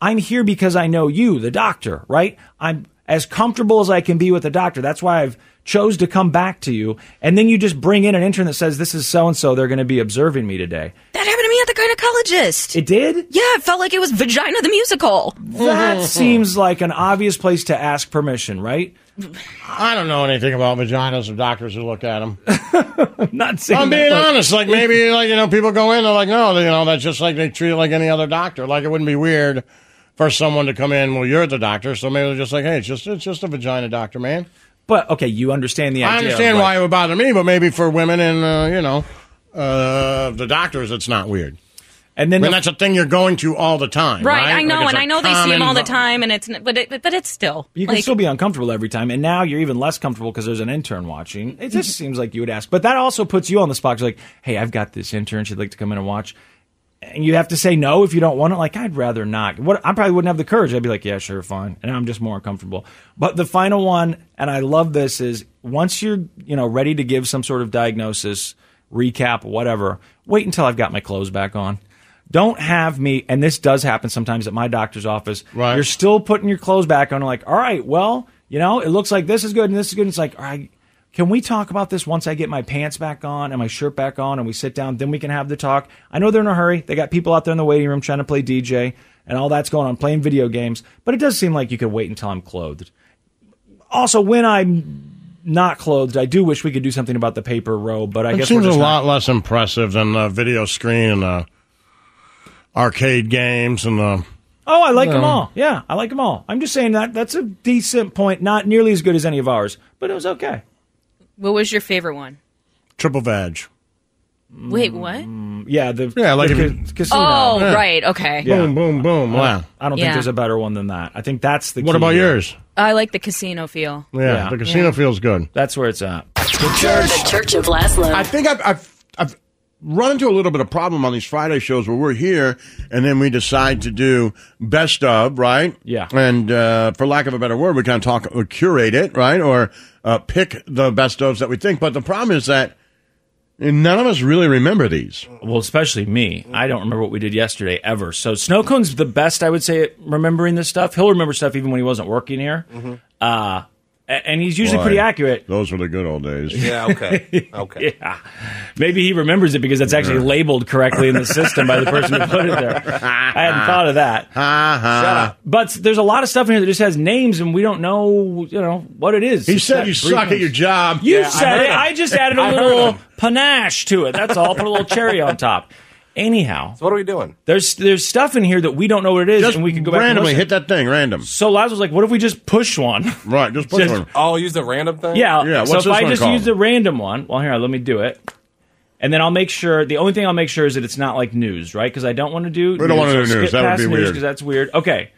[SPEAKER 3] I'm here because I know you, the doctor, right? I'm as comfortable as I can be with the doctor. That's why I've chose to come back to you. And then you just bring in an intern that says, this is so-and-so. They're going to be observing me today.
[SPEAKER 7] that happened to me at at the gynecologist.
[SPEAKER 9] It did?
[SPEAKER 7] yeah, it felt like it was Vagina the Musical.
[SPEAKER 9] That seems like an obvious place to ask permission, right?
[SPEAKER 8] I don't know anything about vaginas or doctors who look at them.
[SPEAKER 9] Not saying
[SPEAKER 8] I'm
[SPEAKER 9] that,
[SPEAKER 8] being
[SPEAKER 9] like-
[SPEAKER 8] honest. Like maybe like you know people go in they're like no you know that's just like they treat it like any other doctor. Like it wouldn't be weird for someone to come in. Well, you're the doctor, so maybe they're just like hey, it's just it's just a vagina doctor, man.
[SPEAKER 9] But okay, you understand the idea.
[SPEAKER 8] I
[SPEAKER 9] of,
[SPEAKER 8] understand
[SPEAKER 9] like-
[SPEAKER 8] why it would bother me, but maybe for women and uh, you know uh, the doctors, it's not weird.
[SPEAKER 9] And then
[SPEAKER 8] I mean,
[SPEAKER 9] the-
[SPEAKER 8] that's a thing you're going to all the time, right?
[SPEAKER 7] Right, I know,
[SPEAKER 8] Like, it's
[SPEAKER 7] and
[SPEAKER 8] a
[SPEAKER 7] I know they see him
[SPEAKER 8] common
[SPEAKER 7] all the
[SPEAKER 8] vo-
[SPEAKER 7] time, and it's n- but it, but it's still
[SPEAKER 9] you can
[SPEAKER 7] like,
[SPEAKER 9] still be uncomfortable every time, and now you're even less comfortable because there's an intern watching. It just seems like you would ask, but that also puts you on the spot. 'cause You're like, hey, I've got this intern; she'd like to come in and watch, and you have to say no if you don't want it. Like, I'd rather not. What I probably wouldn't have the courage. I'd be like, yeah, sure, fine, and I'm just more uncomfortable. But the final one, and I love this, is once you're you know ready to give some sort of diagnosis, recap, whatever. Wait until I've got my clothes back on. Don't have me, and this does happen sometimes at my doctor's office.
[SPEAKER 8] Right.
[SPEAKER 9] You're still putting your clothes back on. Like, all right, well, you know, it looks like this is good and this is good. And it's like, all right, can we talk about this once I get my pants back on and my shirt back on and we sit down? Then we can have the talk. I know they're in a hurry. They got people out there in the waiting room trying to play DJ and all that's going on, playing video games. But it does seem like you could wait until I'm clothed. Also, when I'm not clothed, I do wish we could do something about the paper robe, but I
[SPEAKER 8] It
[SPEAKER 9] guess
[SPEAKER 8] seems a
[SPEAKER 9] we're just
[SPEAKER 8] lot
[SPEAKER 9] not-
[SPEAKER 8] less impressive than the video screen and the arcade games and the.
[SPEAKER 9] Oh, I like them all. Yeah, I like them all. I'm just saying that that's a decent point. Not nearly as good as any of ours, but it was okay.
[SPEAKER 7] what was your favorite one?
[SPEAKER 8] Triple veg.
[SPEAKER 7] Wait, what?
[SPEAKER 9] Yeah, the
[SPEAKER 8] Yeah, like
[SPEAKER 9] the
[SPEAKER 8] if
[SPEAKER 9] ca-
[SPEAKER 8] you-
[SPEAKER 9] casino.
[SPEAKER 7] Oh, right, okay.
[SPEAKER 9] Yeah.
[SPEAKER 8] Boom, boom, boom. Wow.
[SPEAKER 9] I don't
[SPEAKER 7] Yeah.
[SPEAKER 9] think there's a better one than that. I think that's the.
[SPEAKER 8] What
[SPEAKER 9] key
[SPEAKER 8] about
[SPEAKER 9] here.
[SPEAKER 8] yours?
[SPEAKER 7] I like the casino feel.
[SPEAKER 8] Yeah,
[SPEAKER 9] Yeah.
[SPEAKER 8] the casino feels good.
[SPEAKER 9] That's where it's at.
[SPEAKER 6] The Church of Laszlo.
[SPEAKER 2] I think I've, I've, I've run into a little bit of problem on these Friday shows where we're here and then we decide to do best of, right?
[SPEAKER 9] Yeah.
[SPEAKER 2] And uh, for lack of a better word, we kind of talk or curate it, right? Or uh, pick the best ofs that we think. But the problem is that none of us really remember these.
[SPEAKER 3] Well, especially me. I don't remember what we did yesterday ever. So Snow Cone's the best, I would say, at remembering this stuff. He'll remember stuff even when he wasn't working here. Uh, a- and he's usually
[SPEAKER 2] Boy,
[SPEAKER 3] pretty accurate.
[SPEAKER 2] Those were the good old days.
[SPEAKER 4] Yeah, okay. Okay.
[SPEAKER 3] Yeah. Maybe he remembers it because it's actually labeled correctly in the system by the person who put it there. I hadn't thought of that. But there's a lot of stuff in here that just has names and we don't know, you know, what it is.
[SPEAKER 2] He
[SPEAKER 3] It's
[SPEAKER 2] said
[SPEAKER 3] got
[SPEAKER 2] you
[SPEAKER 3] brief
[SPEAKER 2] suck at
[SPEAKER 3] names.
[SPEAKER 2] your job.
[SPEAKER 3] You
[SPEAKER 2] I
[SPEAKER 3] said
[SPEAKER 2] heard
[SPEAKER 3] it.
[SPEAKER 2] him.
[SPEAKER 3] I just added a
[SPEAKER 2] I heard
[SPEAKER 3] little
[SPEAKER 2] him.
[SPEAKER 3] panache to it. That's all. Put a little cherry on top. Anyhow,
[SPEAKER 4] So what are we doing?
[SPEAKER 3] there's there's stuff in here that we don't know what it is,
[SPEAKER 2] Just
[SPEAKER 3] and we can go back
[SPEAKER 2] randomly
[SPEAKER 3] and
[SPEAKER 2] hit
[SPEAKER 3] listen.
[SPEAKER 2] that thing, random.
[SPEAKER 3] So Laz was like, "What if we just push one?"
[SPEAKER 2] Right, just push
[SPEAKER 3] Just-
[SPEAKER 2] one.
[SPEAKER 4] Oh, use the random thing?
[SPEAKER 3] yeah.
[SPEAKER 2] Yeah,
[SPEAKER 3] So
[SPEAKER 2] what's
[SPEAKER 3] if
[SPEAKER 2] this
[SPEAKER 3] I
[SPEAKER 2] one
[SPEAKER 3] just
[SPEAKER 2] called?
[SPEAKER 3] use the random one, well, here let me do it, and then I'll make sure. The only thing I'll make sure is that it's not like news, right? Because I don't want to do. We
[SPEAKER 2] don't wanna do news. That would be weird.
[SPEAKER 3] Because that's weird. Okay.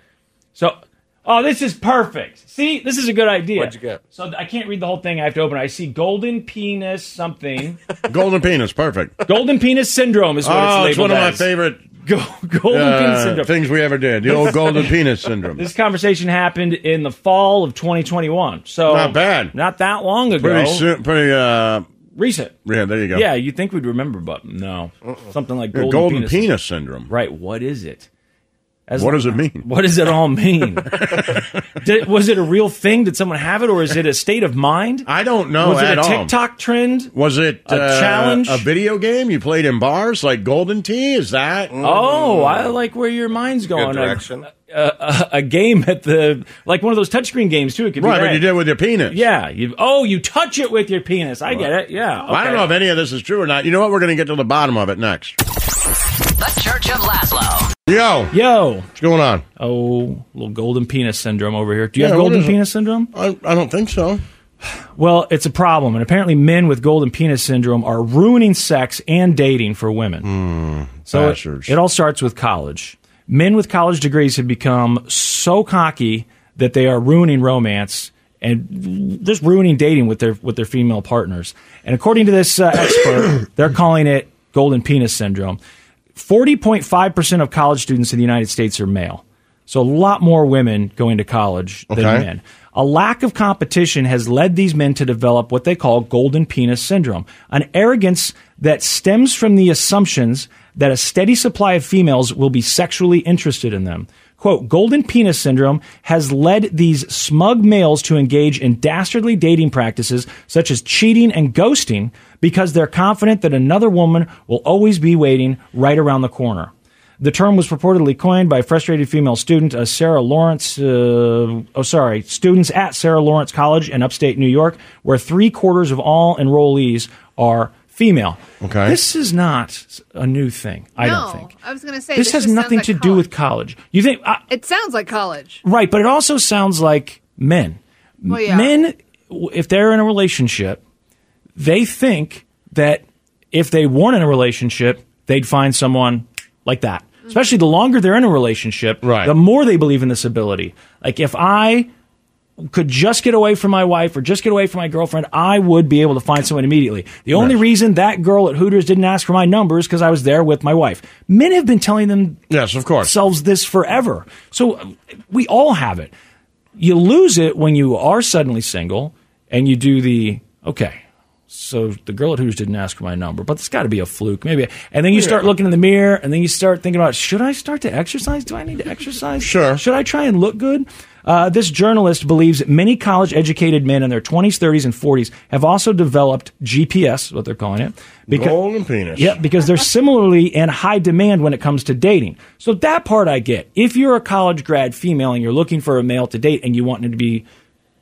[SPEAKER 3] So, oh, this is perfect. See, this is a good idea.
[SPEAKER 4] What'd you get?
[SPEAKER 3] So I can't read the whole thing. I have to open. it. I see golden penis something.
[SPEAKER 2] Golden penis, perfect.
[SPEAKER 3] golden penis syndrome is what
[SPEAKER 2] oh,
[SPEAKER 3] it's labeled
[SPEAKER 2] it's one of my
[SPEAKER 3] as.
[SPEAKER 2] favorite
[SPEAKER 3] Go- golden penis
[SPEAKER 2] uh,
[SPEAKER 3] syndrome.
[SPEAKER 2] things we ever did. The old golden penis syndrome.
[SPEAKER 3] This conversation happened in the fall of 2021. So
[SPEAKER 2] Not bad.
[SPEAKER 3] Not that long ago.
[SPEAKER 2] Pretty soon, pretty uh,
[SPEAKER 3] Recent.
[SPEAKER 2] yeah. There you go.
[SPEAKER 3] Yeah, you think we'd remember, but no. Something like
[SPEAKER 2] Yeah,
[SPEAKER 3] golden,
[SPEAKER 2] golden
[SPEAKER 3] penis.
[SPEAKER 2] penis, syndrome.
[SPEAKER 3] Right. What is it? As-
[SPEAKER 2] What does it mean?
[SPEAKER 3] What does it all mean? Did, was it a real thing? Did someone have it, or is it a state of mind?
[SPEAKER 2] I don't know
[SPEAKER 3] was
[SPEAKER 2] at
[SPEAKER 3] it a
[SPEAKER 2] all.
[SPEAKER 3] TikTok trend?
[SPEAKER 2] Was it
[SPEAKER 3] A
[SPEAKER 2] uh,
[SPEAKER 3] challenge?
[SPEAKER 2] A video game you played in bars like Golden Tea? Is that?
[SPEAKER 3] Oh, I like where your mind's going. A-
[SPEAKER 4] direction.
[SPEAKER 3] A, a, a game at the like one of those touchscreen games too. It could be
[SPEAKER 2] right,
[SPEAKER 3] that.
[SPEAKER 2] but you did with your penis.
[SPEAKER 3] Yeah. You, oh, you touch it with your penis. I get it. Yeah.
[SPEAKER 2] I don't
[SPEAKER 3] okay.
[SPEAKER 2] know if any of this is true or not. You know what? We're going to get to the bottom of it next.
[SPEAKER 6] The Church of Laszlo.
[SPEAKER 2] Yo,
[SPEAKER 3] Yo.
[SPEAKER 2] what's going on?
[SPEAKER 3] Oh, little golden penis syndrome over here. Do you
[SPEAKER 2] Yeah,
[SPEAKER 3] have
[SPEAKER 2] what
[SPEAKER 3] golden
[SPEAKER 2] is it?
[SPEAKER 3] penis syndrome?
[SPEAKER 2] I, I don't think so.
[SPEAKER 3] Well, it's a problem, and apparently, men with golden penis syndrome are ruining sex and dating for women. so it,
[SPEAKER 2] bastards.
[SPEAKER 3] it all starts with college. Men with college degrees have become so cocky that they are ruining romance and just ruining dating with their with their female partners. And according to this uh, expert, they're calling it golden penis syndrome. Forty point five percent of college students in the United States are male, so a lot more women going to college than
[SPEAKER 2] Okay.
[SPEAKER 3] men. A lack of competition has led these men to develop what they call golden penis syndrome, an arrogance that stems from the assumptions that a steady supply of females will be sexually interested in them. Quote, golden penis syndrome has led these smug males to engage in dastardly dating practices such as cheating and ghosting because they're confident that another woman will always be waiting right around the corner. The term was purportedly coined by frustrated female student uh, Sarah Lawrence. Uh, oh, sorry, students at Sarah Lawrence College in upstate New York, where three quarters of all enrollees are female.
[SPEAKER 10] Okay.
[SPEAKER 3] this is not a new thing. I
[SPEAKER 11] no,
[SPEAKER 3] don't think
[SPEAKER 11] I was gonna say
[SPEAKER 3] this, has
[SPEAKER 11] just sounds
[SPEAKER 3] nothing
[SPEAKER 11] like
[SPEAKER 3] to do
[SPEAKER 11] college.
[SPEAKER 3] with college. You think I,
[SPEAKER 11] It sounds like college.
[SPEAKER 3] right, but it also sounds like men.
[SPEAKER 11] Well, yeah.
[SPEAKER 3] Men, w- if they're in a relationship, they think that if they weren't in a relationship, they'd find someone like that. Especially the longer they're in a relationship,
[SPEAKER 10] Right.
[SPEAKER 3] the more they believe in this ability. Like if I could just get away from my wife or just get away from my girlfriend, I would be able to find someone immediately. The only reason that girl at Hooters didn't ask for my number is because I was there with my wife. Men have been telling them
[SPEAKER 10] Yes, of course.
[SPEAKER 3] solves this forever. So uh, we all have it. You lose it when you are suddenly single and you do the okay. So the girl at Hooters didn't ask for my number, but it's got to be a fluke, maybe. And then you start looking in the mirror, and then you start thinking about should I start to exercise? Do I need to exercise?
[SPEAKER 10] Sure.
[SPEAKER 3] Should I try and look good? Uh, this journalist believes that many college-educated men in their 20s, 30s, and 40s have also developed GPS, what they're calling it, because
[SPEAKER 10] Golden penis.
[SPEAKER 3] yeah, because they're similarly in high demand when it comes to dating. So that part I get. If you're a college grad female and you're looking for a male to date and you want him to be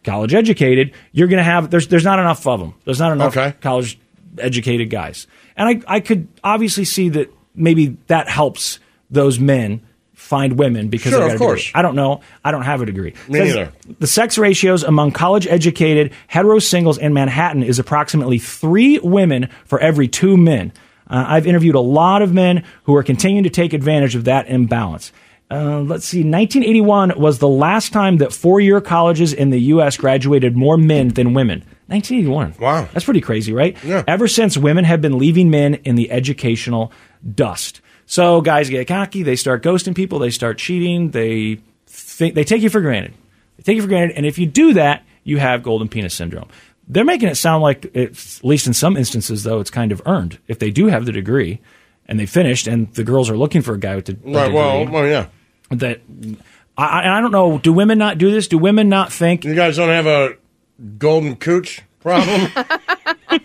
[SPEAKER 3] college educated, you're going to have there's there's not enough of them. There's not enough
[SPEAKER 10] Okay.
[SPEAKER 3] college educated guys. And I I could obviously see that maybe that helps those men find women because
[SPEAKER 10] Sure,
[SPEAKER 3] they got
[SPEAKER 10] of
[SPEAKER 3] a degree.
[SPEAKER 10] course.
[SPEAKER 3] I don't know. I don't have a degree.
[SPEAKER 10] Me
[SPEAKER 3] Says
[SPEAKER 10] neither.
[SPEAKER 3] The sex ratios among college educated hetero singles in Manhattan is approximately three women for every two men. Uh, I've interviewed a lot of men who are continuing to take advantage of that imbalance. Uh, let's see, 1981 was the last time that four year colleges in the U.S. graduated more men than women. 1981.
[SPEAKER 10] Wow.
[SPEAKER 3] That's pretty crazy, right?
[SPEAKER 10] Yeah.
[SPEAKER 3] Ever since women have been leaving men in the educational dust. So guys get cocky, they start ghosting people, they start cheating, they think they take you for granted. They take you for granted, and if you do that, you have golden penis syndrome. They're making it sound like it's, at least in some instances though, it's kind of earned. If they do have the degree and they finished and the girls are looking for a guy with the a
[SPEAKER 10] Right. Well,
[SPEAKER 3] degree,
[SPEAKER 10] well, yeah.
[SPEAKER 3] that I, I and I don't know, do women not do this? Do women not think
[SPEAKER 10] You guys don't have a golden cooch problem?
[SPEAKER 3] you,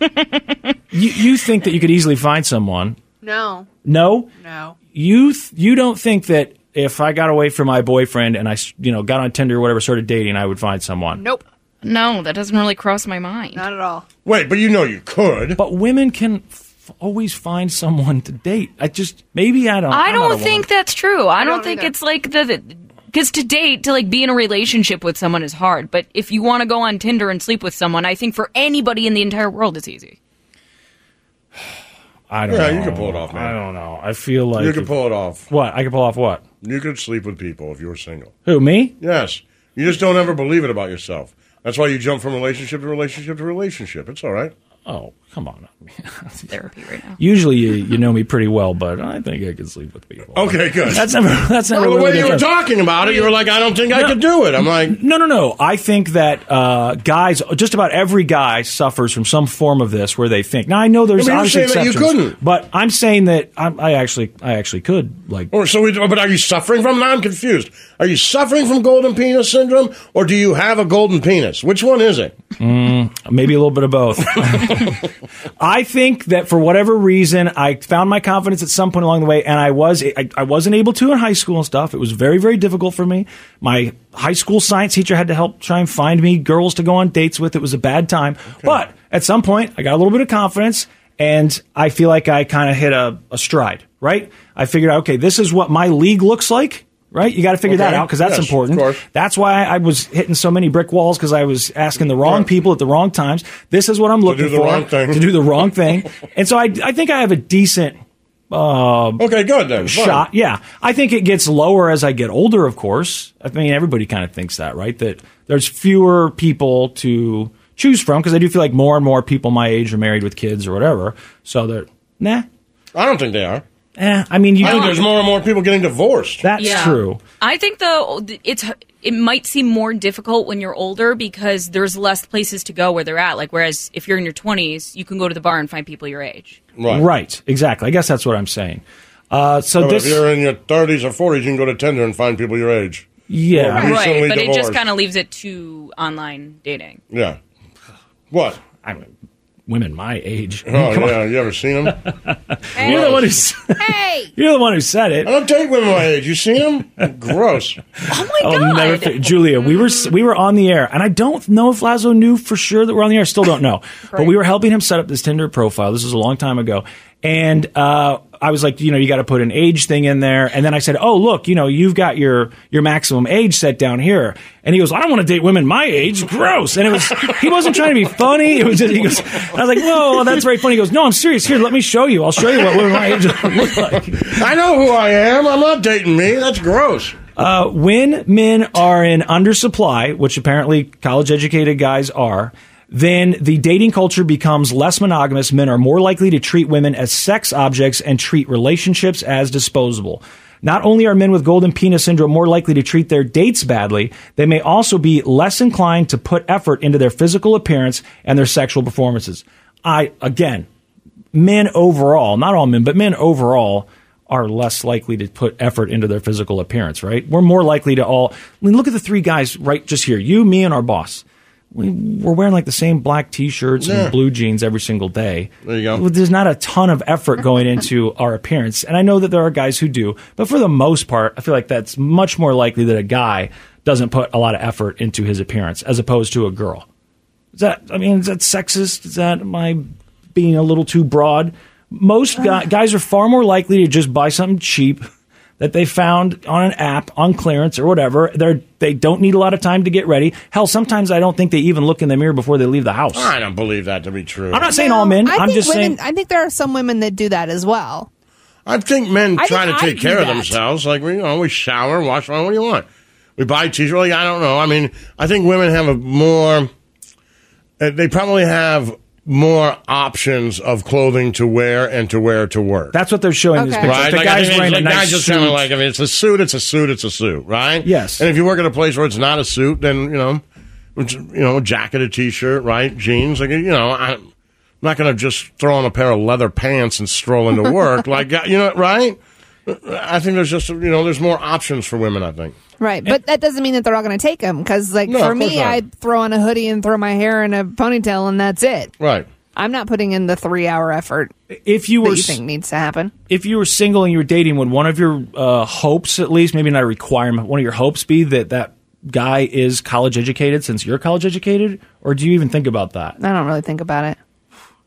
[SPEAKER 3] you think that you could easily find someone?
[SPEAKER 11] No,
[SPEAKER 3] No?
[SPEAKER 11] no.
[SPEAKER 3] you th- you don't think that if I got away from my boyfriend and I s- you know got on Tinder or whatever started dating, I would find someone.
[SPEAKER 11] Nope.
[SPEAKER 7] No, that doesn't really cross my mind.
[SPEAKER 11] Not at all.
[SPEAKER 10] Wait, but you know you could.
[SPEAKER 3] But women can f- always find someone to date. I just maybe I don't.
[SPEAKER 7] I
[SPEAKER 3] I'm not
[SPEAKER 7] don't
[SPEAKER 3] a
[SPEAKER 7] think that's true. I, don't,
[SPEAKER 11] don't
[SPEAKER 7] think
[SPEAKER 11] either.
[SPEAKER 7] it's like the because to date to like be in a relationship with someone is hard. But if you want to go on Tinder and sleep with someone, I think for anybody in the entire world, it's easy.
[SPEAKER 3] woman. I don't.
[SPEAKER 10] Yeah,
[SPEAKER 3] know.
[SPEAKER 10] you can pull it off, man.
[SPEAKER 3] I don't know. I feel like
[SPEAKER 10] You could pull it off.
[SPEAKER 3] what I could pull off. What
[SPEAKER 10] You could sleep with people if you were single.
[SPEAKER 3] who me?
[SPEAKER 10] Yes. You just don't ever believe it about yourself. That's why you jump from relationship to relationship to relationship. It's all right.
[SPEAKER 3] Oh come on.
[SPEAKER 7] Therapy right now.
[SPEAKER 3] Usually you, you know me pretty well, but I think I could sleep with people.
[SPEAKER 10] Okay, good.
[SPEAKER 3] That's never. That's never.
[SPEAKER 10] Well, the
[SPEAKER 3] really
[SPEAKER 10] way you
[SPEAKER 3] been-
[SPEAKER 10] were talking about it, you were like, I don't think I could do it. I'm like,
[SPEAKER 3] No, no, no. I think that uh, guys, just about every guy suffers from some form of this, where they think. Now, I know there's
[SPEAKER 10] Yeah, but you're
[SPEAKER 3] obviously
[SPEAKER 10] saying that you
[SPEAKER 3] exceptions,
[SPEAKER 10] couldn't.
[SPEAKER 3] but I'm saying that I'm, I actually, I actually could. Like,
[SPEAKER 10] or "Oh, so. We, but are you suffering from? Now I'm confused. Are you suffering from golden penis syndrome, or do you have a golden penis? Which one is it?
[SPEAKER 3] maybe a little bit of both. I think that for whatever reason, I found my confidence at some point along the way, and I was I, I wasn't able to in high school and stuff. It was very very difficult for me. My high school science teacher had to help try and find me girls to go on dates with. It was a bad time, but at some point, I got a little bit of confidence, and I feel like I kind of hit a, a stride. Right? I figured out okay, this is what my league looks like. Right? You got to figure that
[SPEAKER 10] Okay.
[SPEAKER 3] out because that's
[SPEAKER 10] Yes, of
[SPEAKER 3] important.
[SPEAKER 10] course.
[SPEAKER 3] That's why I was hitting so many brick walls because I was asking the wrong
[SPEAKER 10] Right.
[SPEAKER 3] people at the wrong times. This is what I'm looking
[SPEAKER 10] the
[SPEAKER 3] for
[SPEAKER 10] wrong thing.
[SPEAKER 3] to do the wrong thing. and so I, I think I have a decent
[SPEAKER 10] Okay, good then. Fine.
[SPEAKER 3] shot. Yeah, I think it gets lower as I get older. Of course, I mean everybody kind of thinks that, right? That there's fewer people to choose from because I do feel like more and more people my age are married with kids or whatever. So they're nah.
[SPEAKER 10] I don't think they are.
[SPEAKER 3] Eh, I mean, you
[SPEAKER 10] I
[SPEAKER 3] do
[SPEAKER 10] think there's more and more people getting divorced.
[SPEAKER 3] That's true.
[SPEAKER 7] I think though it's it might seem more difficult when you're older because there's less places to go where they're at. Like whereas if you're in your 20s, you can go to the bar and find people your age.
[SPEAKER 10] right.
[SPEAKER 3] Right. Exactly. I guess that's what I'm saying. Uh, so
[SPEAKER 2] But
[SPEAKER 3] this,
[SPEAKER 2] if you're in your 30s or 40s, you can go to Tinder and find people your age.
[SPEAKER 3] Yeah.
[SPEAKER 2] Or recently
[SPEAKER 7] right, but it just
[SPEAKER 2] divorced.
[SPEAKER 7] kind of leaves it to online dating.
[SPEAKER 2] Yeah. What?
[SPEAKER 3] I mean, women my age.
[SPEAKER 2] Oh,
[SPEAKER 3] Come on.
[SPEAKER 2] yeah. You ever seen them?
[SPEAKER 3] You're the one who's. You're the one who said it.
[SPEAKER 2] I don't date women my age. You seen them? Gross.
[SPEAKER 7] Oh
[SPEAKER 3] I'll never fi- Julia, we were s- we were on the air, and I don't know if Lazo knew for sure that we're on the air. Still don't know, but we were helping him set up this Tinder profile. This was a long time ago, and uh, I was like, you know, you got to put an age thing in there, and then I said, oh look, you know, you've got your your maximum age set down here, and he goes, I don't want to date women my age, gross. And it was he wasn't trying to be funny. It was just he goes, I was like, whoa, that's very funny. He goes, no, I'm serious. Here, let me show you. I'll show you what women my age look like.
[SPEAKER 2] I know who I am. I'm not dating me. That's gross.
[SPEAKER 3] Uh, when men are in undersupply, which apparently college educated guys are, then the dating culture becomes less monogamous. Men are more likely to treat women as sex objects and treat relationships as disposable. Not only are men with golden penis syndrome more likely to treat their dates badly, they may also be less inclined to put effort into their physical appearance and their sexual performances. I, again, men overall, not all men, but men overall are less likely to put effort into their physical appearance, right? We're more likely to all I mean, look at the three guys right just here, you, me, and our boss. We, we're wearing like the same black t-shirts
[SPEAKER 2] Yeah.
[SPEAKER 3] and blue jeans every single day.
[SPEAKER 2] There you go.
[SPEAKER 3] Well, There's not a ton of effort going into our appearance, and I know that there are guys who do, but for the most part, I feel like that's much more likely that a guy doesn't put a lot of effort into his appearance as opposed to a girl. Is that I mean, is that sexist? Is that my being a little too broad? Most
[SPEAKER 12] Uh.
[SPEAKER 3] guy, guys are far more likely to just buy something cheap that they found on an app on clearance or whatever. They're they don't need a lot of time to get ready. Hell, sometimes I don't think they even look in the mirror before they leave the house.
[SPEAKER 2] I don't believe that to be true.
[SPEAKER 3] I'm not saying all men.
[SPEAKER 12] I
[SPEAKER 3] I'm
[SPEAKER 12] think
[SPEAKER 3] just
[SPEAKER 12] women,
[SPEAKER 3] saying
[SPEAKER 12] I think there are some women that do that as well.
[SPEAKER 2] I think men
[SPEAKER 12] I
[SPEAKER 2] try to
[SPEAKER 12] think I
[SPEAKER 2] take
[SPEAKER 12] do
[SPEAKER 2] care of
[SPEAKER 12] that.
[SPEAKER 2] themselves. Like we, you know, we shower, wash our. What do you want? We buy t-shirts. Like, I don't know. I mean, I think women have a more. uh, They probably have more options of clothing to wear and to wear to work.
[SPEAKER 3] that's what they're showing in this
[SPEAKER 2] Right,
[SPEAKER 3] picture. The
[SPEAKER 2] like, I
[SPEAKER 3] guy's
[SPEAKER 2] think it's
[SPEAKER 3] wearing a
[SPEAKER 2] like,
[SPEAKER 3] nice
[SPEAKER 2] guys just
[SPEAKER 3] suit.
[SPEAKER 2] kinda like, I mean, it's a suit, it's a suit, it's a suit, right?
[SPEAKER 3] Yes.
[SPEAKER 2] And if you work at a place where it's not a suit, then you know, it's, you know, a jacket, a t-shirt, right, jeans. Like you know, I'm not going to just throw on a pair of leather pants and stroll into work, like uh, you know, right? I think there's just you know, there's more options for women. I think.
[SPEAKER 12] Right, but that doesn't mean that they're all going to take them. Because, like,
[SPEAKER 2] No,
[SPEAKER 12] for
[SPEAKER 2] of course
[SPEAKER 12] me,
[SPEAKER 2] not.
[SPEAKER 12] I throw on a hoodie and throw my hair in a ponytail, and that's it.
[SPEAKER 2] Right.
[SPEAKER 12] I'm not putting in the three hour effort.
[SPEAKER 3] If you
[SPEAKER 12] that
[SPEAKER 3] were
[SPEAKER 12] you
[SPEAKER 3] s-
[SPEAKER 12] think needs to happen,
[SPEAKER 3] if you were single and you were dating, would one of your uh, hopes, at least maybe not a requirement, one of your hopes be that that guy is college educated since you're college educated, or do you even think about that?
[SPEAKER 12] I don't really think about it.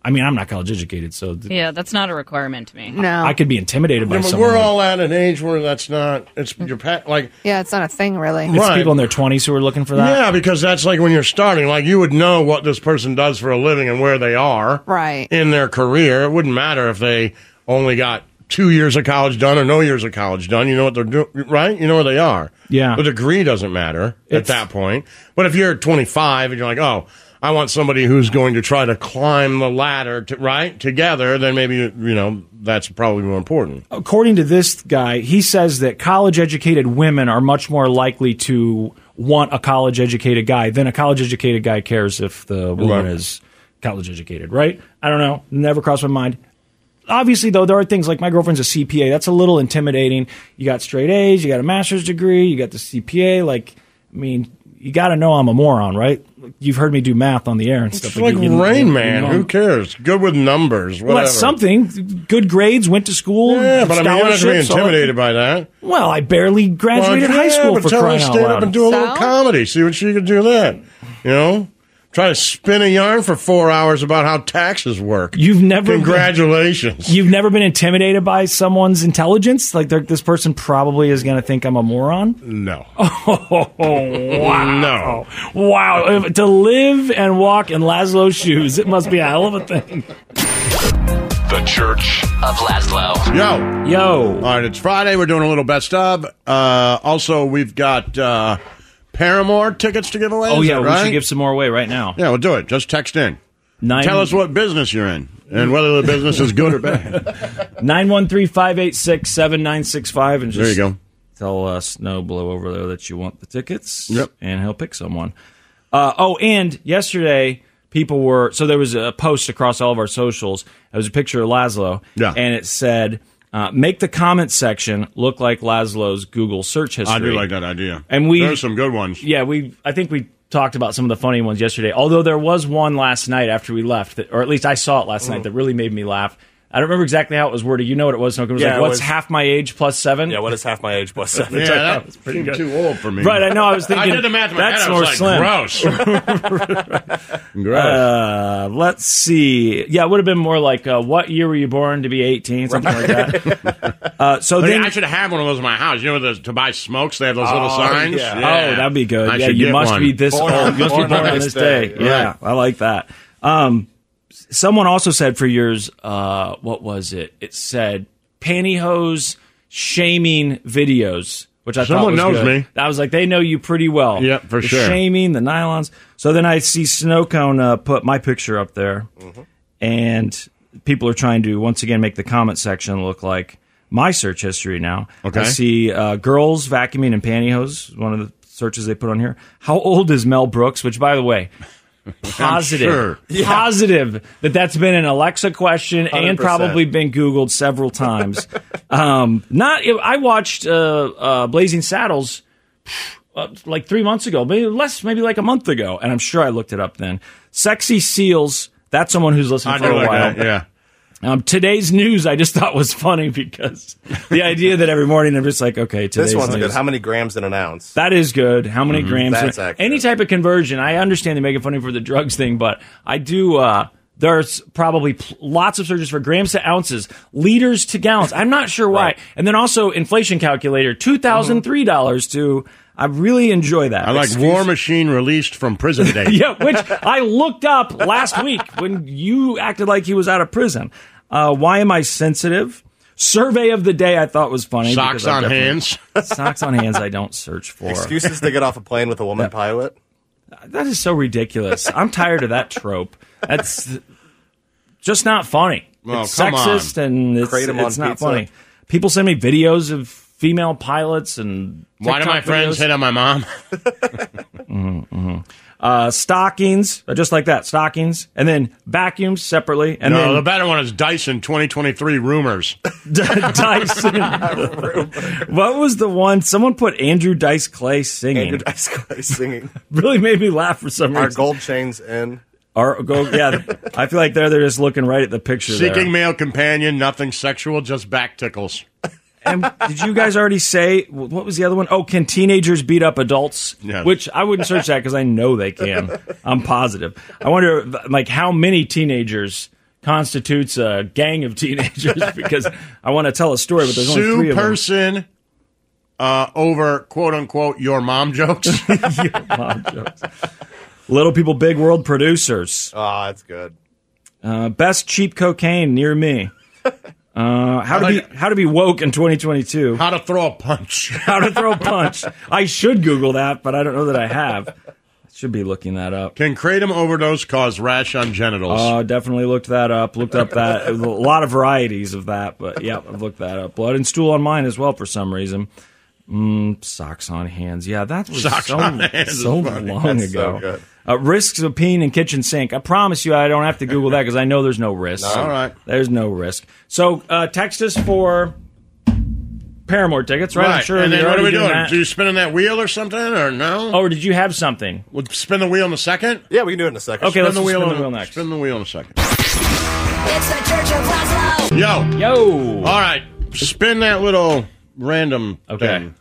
[SPEAKER 3] I mean, I'm not college educated, so th-
[SPEAKER 7] Yeah, that's not a requirement to me.
[SPEAKER 12] No,
[SPEAKER 3] I could be intimidated by Mm.
[SPEAKER 2] Yeah, but
[SPEAKER 3] someone.
[SPEAKER 2] we're all at an age where that's not. It's your pet. Like
[SPEAKER 12] yeah, it's not a thing really.
[SPEAKER 3] it's
[SPEAKER 2] Right.
[SPEAKER 3] people in their 20s who are looking for that.
[SPEAKER 2] yeah, because that's like when you're starting. Like you would know what this person does for a living and where they are.
[SPEAKER 12] Right.
[SPEAKER 2] in their career. It wouldn't matter if they only got two years of college done or no years of college done. You know what they're doing, right? You know where they are.
[SPEAKER 3] Yeah.
[SPEAKER 2] The degree doesn't matter at
[SPEAKER 3] It's-
[SPEAKER 2] that point. But if you're 25 and you're like, oh, I want somebody who's going to try to climb the ladder, to, right? Together, then maybe, you know, that's probably more important.
[SPEAKER 3] According to this guy, he says that college educated women are much more likely to want a college educated guy than a college educated guy cares if the woman
[SPEAKER 2] Right.
[SPEAKER 3] is college educated, right? I don't know. Never crossed my mind. obviously though there are things like my girlfriend's a CPA. That's a little intimidating. You got straight A's, you got a master's degree, you got the CPA. Like, I mean, you got to know I'm a moron, right? You've heard me do math on the air and
[SPEAKER 2] It's
[SPEAKER 3] stuff.
[SPEAKER 2] like
[SPEAKER 3] you- you- you
[SPEAKER 2] Rain Man.
[SPEAKER 3] know.
[SPEAKER 2] Who cares? Good with numbers, whatever.
[SPEAKER 3] Well, that's something. Good grades, went to school.
[SPEAKER 2] Yeah, but I mean, you don't have to be
[SPEAKER 3] scholarships, all that-
[SPEAKER 2] intimidated by that.
[SPEAKER 3] Well, I barely graduated
[SPEAKER 2] Well,
[SPEAKER 3] high
[SPEAKER 2] yeah,
[SPEAKER 3] school
[SPEAKER 2] but
[SPEAKER 3] for
[SPEAKER 2] tell her
[SPEAKER 3] crying
[SPEAKER 2] to
[SPEAKER 3] out
[SPEAKER 2] stand up and
[SPEAKER 3] loud.
[SPEAKER 2] do a little
[SPEAKER 12] So?
[SPEAKER 2] comedy. See what she can do then. You know, try to spin a yarn for four hours about how taxes work.
[SPEAKER 3] You've never been-
[SPEAKER 2] congratulations.
[SPEAKER 3] You've never been intimidated by someone's intelligence. Like they're- this person probably is going to think I'm a moron.
[SPEAKER 2] no,
[SPEAKER 3] Oh, wow.
[SPEAKER 2] No.
[SPEAKER 3] Wow. If- To live and walk in Laszlo's shoes, it must be a hell of a thing.
[SPEAKER 5] The Church
[SPEAKER 6] Of Laszlo.
[SPEAKER 2] yo,
[SPEAKER 3] Yo.
[SPEAKER 2] all right. It's Friday. We're doing a little best of. Uh, also, we've got uh, Paramore tickets to give away.
[SPEAKER 13] Oh
[SPEAKER 2] is
[SPEAKER 13] yeah,
[SPEAKER 2] that
[SPEAKER 13] we
[SPEAKER 2] right?
[SPEAKER 13] should give some more away right now.
[SPEAKER 2] yeah, we'll do it. Just text in.
[SPEAKER 3] Nine,
[SPEAKER 2] Tell us what business you're in and whether the business is good or bad.
[SPEAKER 13] 913-586-7965 and just
[SPEAKER 2] There you go.
[SPEAKER 13] tell uh, Snowblow over there that you want the tickets.
[SPEAKER 2] Yep.
[SPEAKER 13] And he'll pick someone. Uh, oh, and yesterday people were so there was a post across all of our socials. It was a picture of Laszlo.
[SPEAKER 2] Yeah.
[SPEAKER 13] And it said
[SPEAKER 3] Uh, make the comment section look like Laszlo's Google search history.
[SPEAKER 2] I do like that idea.
[SPEAKER 3] And we
[SPEAKER 2] There's some good ones.
[SPEAKER 3] Yeah, we I think we talked about some of the funny ones yesterday. Although there was one last night after we left, that, or at least I saw it last night
[SPEAKER 2] Mm.
[SPEAKER 3] that really made me laugh. I don't remember exactly how it was worded. You know what it was, Snoke. It was
[SPEAKER 4] Yeah,
[SPEAKER 3] like,
[SPEAKER 4] it
[SPEAKER 3] "What's
[SPEAKER 4] was-
[SPEAKER 3] half my age plus seven?
[SPEAKER 4] Yeah, what is half my age plus seven?
[SPEAKER 3] Yeah, that
[SPEAKER 2] was pretty good. too old for me.
[SPEAKER 3] Right, I know. I was thinking
[SPEAKER 2] I did the math in my
[SPEAKER 3] that's
[SPEAKER 2] head.
[SPEAKER 3] more slim.
[SPEAKER 2] I was like, gross. Gross.
[SPEAKER 3] Uh, let's see. Yeah, it would have been more like, uh, "What year were you born to be 18? Something like that. uh, so
[SPEAKER 2] Like,
[SPEAKER 3] then
[SPEAKER 2] I should have one of those in my house. You know, those, to buy smokes, they have those little
[SPEAKER 3] Oh,
[SPEAKER 2] signs.
[SPEAKER 3] yeah. Oh, that'd be good.
[SPEAKER 2] I
[SPEAKER 3] yeah,
[SPEAKER 2] should
[SPEAKER 3] you
[SPEAKER 2] get
[SPEAKER 3] must
[SPEAKER 2] one.
[SPEAKER 3] be this old. You must be born on this day. Yeah,
[SPEAKER 2] Right.
[SPEAKER 3] I like that. Um, s- someone also said for years, uh, what was it? It said pantyhose shaming videos, which I
[SPEAKER 2] Someone
[SPEAKER 3] thought was
[SPEAKER 2] knows
[SPEAKER 3] good.
[SPEAKER 2] me.
[SPEAKER 3] I was like, they know you pretty well.
[SPEAKER 2] Yeah, for
[SPEAKER 3] The
[SPEAKER 2] sure.
[SPEAKER 3] Shaming the nylons. So then I see Snow Cone uh, put my picture up there, and people are trying to once again make the comment section look like my search history now.
[SPEAKER 2] Okay.
[SPEAKER 3] I see uh, girls vacuuming in pantyhose. One of the searches they put on here. How old is Mel Brooks? Which, by the way, positive,
[SPEAKER 2] sure. Yeah.
[SPEAKER 3] positive that that's been an Alexa question and
[SPEAKER 2] 100%.
[SPEAKER 3] probably been Googled several times. um, not I watched uh, uh, Blazing Saddles uh, like three months ago, maybe less, maybe like a month ago, and I'm sure I looked it up then. Sexy Seals. That's someone who's listened
[SPEAKER 2] I
[SPEAKER 3] for
[SPEAKER 2] do
[SPEAKER 3] a
[SPEAKER 2] like
[SPEAKER 3] while.
[SPEAKER 2] that, yeah.
[SPEAKER 3] Um, today's news I just thought was funny because the idea that every morning they're just like, okay, today's
[SPEAKER 4] This one's
[SPEAKER 3] news.
[SPEAKER 4] good. How many grams in an ounce?
[SPEAKER 3] That is good. How many
[SPEAKER 4] Mhm.
[SPEAKER 3] grams?
[SPEAKER 4] That's accurate.
[SPEAKER 3] Any type of conversion. I understand they're making fun of you for the drugs thing, but I do. Uh, there's probably pl- lots of searches for grams to ounces, liters to gallons. I'm not sure why. And then also inflation calculator, two thousand three dollars to. I really enjoy that.
[SPEAKER 2] I like War Machine released from prison today.
[SPEAKER 3] yeah, which I looked up last week when you acted like he was out of prison. Uh, why am I sensitive? Survey of the day I thought was funny.
[SPEAKER 2] Socks
[SPEAKER 3] because I
[SPEAKER 2] on
[SPEAKER 3] definitely-
[SPEAKER 2] hands.
[SPEAKER 3] Socks on hands. I don't search for
[SPEAKER 4] Excuses to get off a plane with a woman pilot.
[SPEAKER 3] That is so ridiculous. I'm tired of that trope. That's just not funny.
[SPEAKER 4] Well,
[SPEAKER 3] it's
[SPEAKER 4] come on.
[SPEAKER 3] sexist and it's,
[SPEAKER 4] Kratom on
[SPEAKER 3] it's not
[SPEAKER 4] pizza.
[SPEAKER 3] funny. People send me videos of female pilots and
[SPEAKER 2] Why do
[SPEAKER 3] TikTok
[SPEAKER 2] my friends
[SPEAKER 3] videos.
[SPEAKER 2] hit on my mom?
[SPEAKER 3] Mhm, mhm. Uh, stockings, uh, just like that, stockings, and then vacuums separately, and
[SPEAKER 2] no,
[SPEAKER 3] then
[SPEAKER 2] the better one is Dyson 2023 rumors.
[SPEAKER 3] Dyson. what was the one? Someone put Andrew Dice Clay singing.
[SPEAKER 4] Andrew Dice Clay singing.
[SPEAKER 3] really made me laugh for some
[SPEAKER 4] Our
[SPEAKER 3] reason.
[SPEAKER 4] gold chains in.
[SPEAKER 3] Our go, yeah. I feel like they're they're just looking right at the picture. there.
[SPEAKER 2] Seeking male companion, nothing sexual, just back tickles.
[SPEAKER 3] and did you guys already say wh- what was the other one? Oh, can teenagers beat up adults?
[SPEAKER 2] Yes.
[SPEAKER 3] Which I wouldn't search that because I know they can. I'm positive. I wonder, like, how many teenagers constitutes a gang of teenagers? Because I want to tell a story, but there's only three
[SPEAKER 2] Sue
[SPEAKER 3] of them.
[SPEAKER 2] person uh, over quote unquote your mom jokes.
[SPEAKER 3] Little people, big world producers.
[SPEAKER 4] Ah, that's good.
[SPEAKER 3] Uh, best cheap cocaine near me. Uh, how to be how to be woke in 2022?
[SPEAKER 2] How to throw a punch?
[SPEAKER 3] how to throw a punch? I should Google that, but I don't know that I have. Should be looking that up.
[SPEAKER 2] Can kratom overdose cause rash on genitals?
[SPEAKER 3] Oh, definitely looked that up. Looked up that a lot of varieties of that, but yeah, I've looked that up. Blood and stool on mine as well for some reason. Mm, socks on hands. Yeah, that was
[SPEAKER 2] Socks
[SPEAKER 3] so,
[SPEAKER 2] on hands is
[SPEAKER 3] so
[SPEAKER 2] funny.
[SPEAKER 3] long
[SPEAKER 2] That's so
[SPEAKER 3] ago.
[SPEAKER 2] good.
[SPEAKER 3] uh, risks of peeing in kitchen sink. I promise you, I don't have to Google that because I know there's no risk.
[SPEAKER 2] No. All right.
[SPEAKER 3] there's no risk. So uh, text us for Paramore tickets, right? I'm sure.
[SPEAKER 2] And then
[SPEAKER 3] you're
[SPEAKER 2] what are we
[SPEAKER 3] already
[SPEAKER 2] doing?
[SPEAKER 3] that.
[SPEAKER 2] Do you spinning that wheel or something or no?
[SPEAKER 3] Oh, or did you have something?
[SPEAKER 2] We'll spin the wheel in a second.
[SPEAKER 4] Yeah, we can do it in a second.
[SPEAKER 3] Okay,
[SPEAKER 2] spin
[SPEAKER 3] let's
[SPEAKER 2] the
[SPEAKER 3] just
[SPEAKER 2] wheel
[SPEAKER 3] spin
[SPEAKER 2] in
[SPEAKER 3] the
[SPEAKER 2] a-
[SPEAKER 3] wheel next.
[SPEAKER 2] Spin the wheel in a second.
[SPEAKER 6] It's the Church of Laszlo.
[SPEAKER 2] Yo.
[SPEAKER 3] Yo.
[SPEAKER 2] All right. Spin that little random
[SPEAKER 3] Okay.
[SPEAKER 2] thing.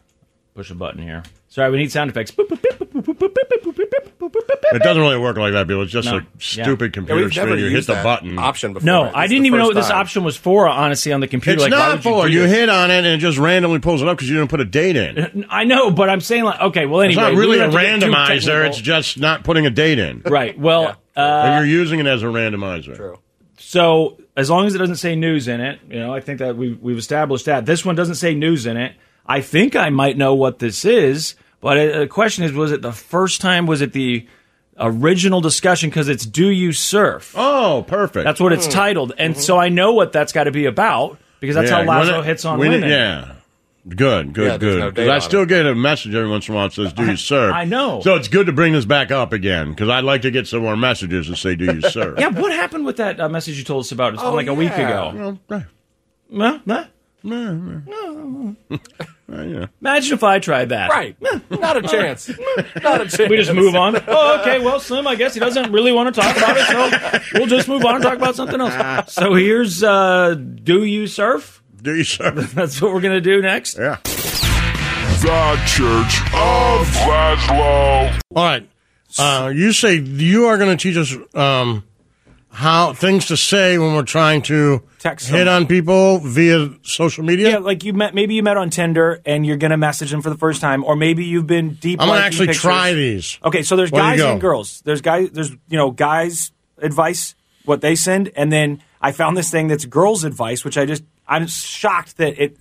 [SPEAKER 3] Push a button here. Sorry, we need sound effects. Boop, boop,
[SPEAKER 2] It doesn't really work like that, Bill. It's just
[SPEAKER 3] No.
[SPEAKER 2] a
[SPEAKER 3] Yeah.
[SPEAKER 2] stupid computer
[SPEAKER 4] we've never
[SPEAKER 2] screen. You hit
[SPEAKER 4] used
[SPEAKER 2] the
[SPEAKER 4] that
[SPEAKER 2] button.
[SPEAKER 4] option before.
[SPEAKER 3] No,
[SPEAKER 4] This
[SPEAKER 3] I
[SPEAKER 4] is the
[SPEAKER 3] didn't even know
[SPEAKER 4] first
[SPEAKER 3] what this
[SPEAKER 4] time.
[SPEAKER 3] option was for, honestly, on the computer.
[SPEAKER 2] It's
[SPEAKER 3] like, why
[SPEAKER 2] not
[SPEAKER 3] would you
[SPEAKER 2] for
[SPEAKER 3] do
[SPEAKER 2] you.
[SPEAKER 3] this?
[SPEAKER 2] hit on it and it just randomly pulls it up because you didn't put a date in. It's
[SPEAKER 3] I know, but I'm saying, like, okay, well, anyway.
[SPEAKER 2] not
[SPEAKER 3] we
[SPEAKER 2] really a
[SPEAKER 3] don't have to get too
[SPEAKER 2] randomizer. It's
[SPEAKER 3] technical.
[SPEAKER 2] just not putting a date in.
[SPEAKER 3] Right. Well,
[SPEAKER 2] And
[SPEAKER 3] uh,
[SPEAKER 2] you're using it as a randomizer. True.
[SPEAKER 3] so as long as it doesn't say news in it, you know, I think that we've, we've established that. This one doesn't say news in it. I think I might know what this is, but uh, the question is was it the first time? Was it the original discussion? Because it's Do You Surf?
[SPEAKER 2] Oh, perfect.
[SPEAKER 3] That's what it's titled. And so I know what that's got to be about because that's
[SPEAKER 2] Yeah,
[SPEAKER 3] how Lazo
[SPEAKER 2] when it-
[SPEAKER 3] hits on
[SPEAKER 2] when it-
[SPEAKER 3] women.
[SPEAKER 2] yeah. Good, good,
[SPEAKER 4] Yeah, there's
[SPEAKER 2] good.
[SPEAKER 4] no
[SPEAKER 2] 'Cause
[SPEAKER 4] date
[SPEAKER 2] I
[SPEAKER 4] on
[SPEAKER 2] still get a message every once in a while that says, Do you serve?
[SPEAKER 3] I know.
[SPEAKER 2] So it's good to bring this back up again because I'd like to get some more messages that say, Do you serve?
[SPEAKER 4] Oh,
[SPEAKER 3] Yeah, what happened with that uh, message you told us about? It's been like a week
[SPEAKER 4] yeah.
[SPEAKER 3] ago. Well, nah.
[SPEAKER 13] Imagine if I tried that.
[SPEAKER 4] Right. Not a chance. Not a chance.
[SPEAKER 13] We just move on. Oh, okay. Well, Slim, I guess he doesn't really want to talk about it, so we'll just move on and talk about something else. So here's uh, Do You Surf?
[SPEAKER 10] Do You Surf?
[SPEAKER 13] That's what we're going to do next.
[SPEAKER 10] Yeah.
[SPEAKER 5] The Church of Laszlo.
[SPEAKER 2] All right. Uh, you say you are going to teach us um, how things to say when we're trying to
[SPEAKER 3] Text
[SPEAKER 2] hit
[SPEAKER 3] someone.
[SPEAKER 2] on people via social media.
[SPEAKER 3] Yeah, like you met. Maybe you met on Tinder and you're gonna message them for the first time, or maybe you've been deep.
[SPEAKER 2] I'm gonna
[SPEAKER 3] liking
[SPEAKER 2] actually
[SPEAKER 3] pictures. Oh.
[SPEAKER 2] try these.
[SPEAKER 3] Okay, so there's
[SPEAKER 2] Where do you
[SPEAKER 3] guys
[SPEAKER 2] go?
[SPEAKER 3] and girls. There's guys. There's you know guys advice what they send, and then I found this thing that's girls advice, which I just I'm shocked that it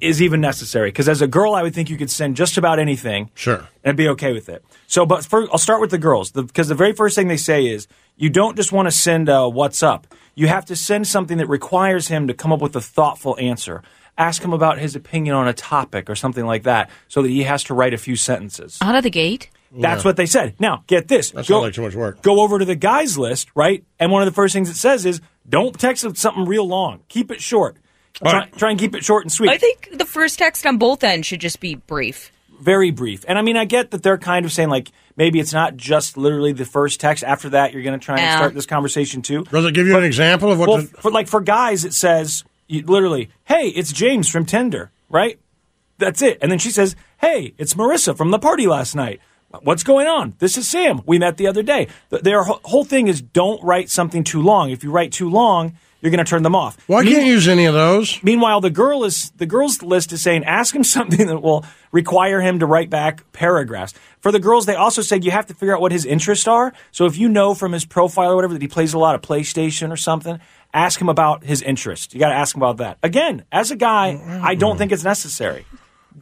[SPEAKER 3] is even necessary because as a girl, I would think you could send just about anything.
[SPEAKER 2] Sure.
[SPEAKER 3] and be okay with it. So, but for, I'll start with the girls because the, very first thing they say is you don't just want to send a "What's up." You have to send something that requires him to come up with a thoughtful answer. Ask him about his opinion on a topic or something like that, so that he has to write a few sentences.
[SPEAKER 7] Out of the gate?
[SPEAKER 3] That's what they said. Now, get this.
[SPEAKER 2] That
[SPEAKER 3] Go-
[SPEAKER 2] sounds like too much work.
[SPEAKER 3] go over to the guys list, right? And one of the first things it says is don't text them something real long. Keep it short. Try, try and keep it short and sweet.
[SPEAKER 7] I think the first text on both ends should just be brief.
[SPEAKER 3] very brief. And I mean, I get that they're kind of saying like maybe it's not just literally the first text. After that, you're going to try and
[SPEAKER 7] Yeah.
[SPEAKER 3] start this conversation too.
[SPEAKER 2] Does it give you an example of what?
[SPEAKER 3] Well,
[SPEAKER 2] to-
[SPEAKER 3] for, like for guys, it says you, literally, "Hey, it's James from Tinder," right? That's it. And then she says, "Hey, it's Marissa from the party last night." What's going on? This is Sam. We met the other day. Th- Their wh- whole thing is don't write something too long. If you write too long, you're going to turn them off.
[SPEAKER 2] Well, I can't use any of those.
[SPEAKER 3] Meanwhile, the girl is the girls list is saying ask him something that will require him to write back paragraphs. For the girls, they also said you have to figure out what his interests are. So if you know from his profile or whatever that he plays a lot of PlayStation or something, ask him about his interests. You got to ask him about that. Again, as a guy, I don't think it's necessary.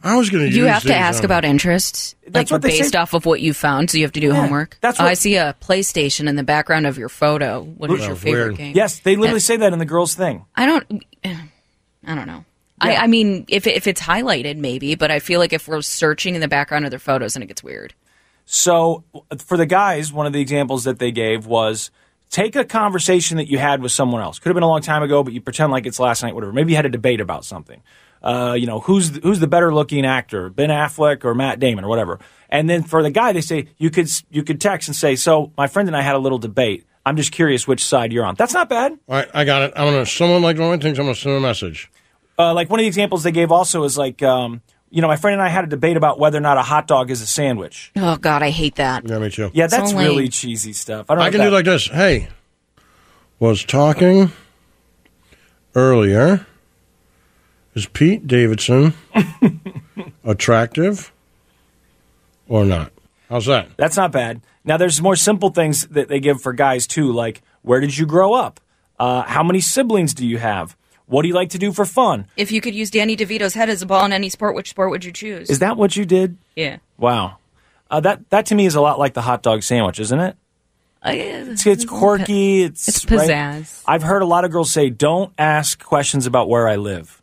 [SPEAKER 2] I was going to.
[SPEAKER 7] You have to
[SPEAKER 2] um,
[SPEAKER 7] ask about interests, like
[SPEAKER 3] um, what they
[SPEAKER 7] based
[SPEAKER 3] say.
[SPEAKER 7] off of what you found. So you have to do homework.
[SPEAKER 3] that's
[SPEAKER 7] oh,
[SPEAKER 3] what-
[SPEAKER 7] I see a PlayStation in the background of your photo. What is your favorite game?
[SPEAKER 3] Yes, they literally say that in the girls' thing.
[SPEAKER 7] I don't. I don't know. I, I mean, if it- if it's highlighted, maybe, but I feel like if we're searching in the background of their photos, and it gets weird.
[SPEAKER 3] So for the guys, one of the examples that they gave was take a conversation that you had with someone else. Could have been a long time ago, but you pretend like it's last night, whatever. Maybe you had a debate about something. Uh, you know, who's the, who's the better looking actor, Ben Affleck or Matt Damon or whatever. And then for the guy, they say you could s- you could text and say, "So my friend and I had a little debate. I'm just curious which side you're on." That's not bad.
[SPEAKER 2] All right, I got it. I'm going to. Someone like one thinks I'm going to send a message.
[SPEAKER 3] Uh, like one of the examples they gave also is like, um, you know, my friend and I had a debate about whether or not a hot dog is a sandwich.
[SPEAKER 7] Oh God, I hate that.
[SPEAKER 2] Yeah, me too.
[SPEAKER 3] Yeah, that's
[SPEAKER 7] So lame.
[SPEAKER 3] really cheesy stuff. I don't.
[SPEAKER 2] I
[SPEAKER 3] know
[SPEAKER 2] can
[SPEAKER 3] that-
[SPEAKER 2] do like this. Hey, was talking earlier. Is Pete Davidson attractive or not? How's that?
[SPEAKER 3] That's not bad. Now, there's more simple things that they give for guys too, like where did you grow up? Uh, how many siblings do you have? What do you like to do for fun?
[SPEAKER 7] If you could use Danny DeVito's head as a ball in any sport, which sport would you choose?
[SPEAKER 3] Is that what you did?
[SPEAKER 7] yeah.
[SPEAKER 3] Wow, uh, that that to me is a lot like the hot dog sandwich, isn't it? It's, it's quirky. It's
[SPEAKER 7] Mm-hmm. It's
[SPEAKER 3] right?
[SPEAKER 7] pizzazz.
[SPEAKER 3] I've heard a lot of girls say, "Don't ask questions about where I live.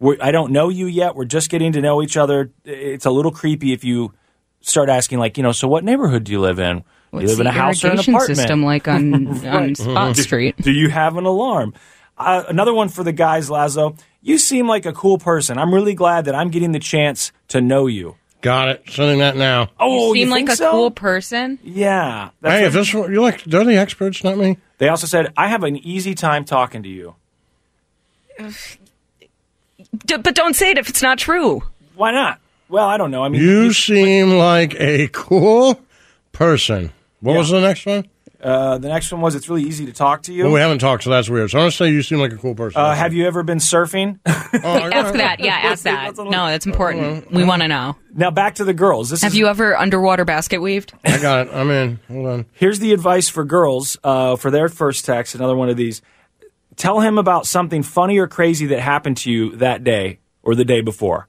[SPEAKER 3] We're, I don't know you yet. We're just getting to know each other. It's a little creepy if you start asking, like, you know, so what neighborhood do you live in? Do you
[SPEAKER 7] What's
[SPEAKER 3] live in
[SPEAKER 7] the
[SPEAKER 3] a house or an
[SPEAKER 7] irrigation
[SPEAKER 3] apartment?
[SPEAKER 7] system like on, on Spot Street?
[SPEAKER 3] Mm-hmm. Do you have an alarm? Uh, another one for the guys, Lazo. You seem like a cool person. I'm really glad that I'm getting the chance to know you.
[SPEAKER 2] Got it. Sending that now.
[SPEAKER 3] Oh,
[SPEAKER 7] you seem like
[SPEAKER 3] think
[SPEAKER 7] a
[SPEAKER 3] so?
[SPEAKER 7] cool person.
[SPEAKER 3] Yeah. That's
[SPEAKER 2] Hey,
[SPEAKER 3] what-
[SPEAKER 2] if this were- you're like, they're the experts, not me.
[SPEAKER 3] they also said, I have an easy time talking to you.
[SPEAKER 7] D- but don't say it if it's not true.
[SPEAKER 3] Why not? Well, I don't know. I mean,
[SPEAKER 2] You seem like a cool person. What was the next one?
[SPEAKER 3] uh, the next one was, it's really easy to talk to you.
[SPEAKER 2] Well, we haven't talked, so that's weird. So I'm gonna say you seem like a cool person. Oh,
[SPEAKER 3] uh, have you ever been surfing?
[SPEAKER 7] Ask that. Yeah, ask that. No, that's important. We want to know.
[SPEAKER 3] now, back to the girls. This
[SPEAKER 7] Have
[SPEAKER 3] is,
[SPEAKER 7] you ever underwater basket weaved?
[SPEAKER 2] I got it. I'm in. Hold on.
[SPEAKER 3] Here's the advice for girls uh, for their first text. Another one of these. Tell him about something funny or crazy that happened to you that day or the day before.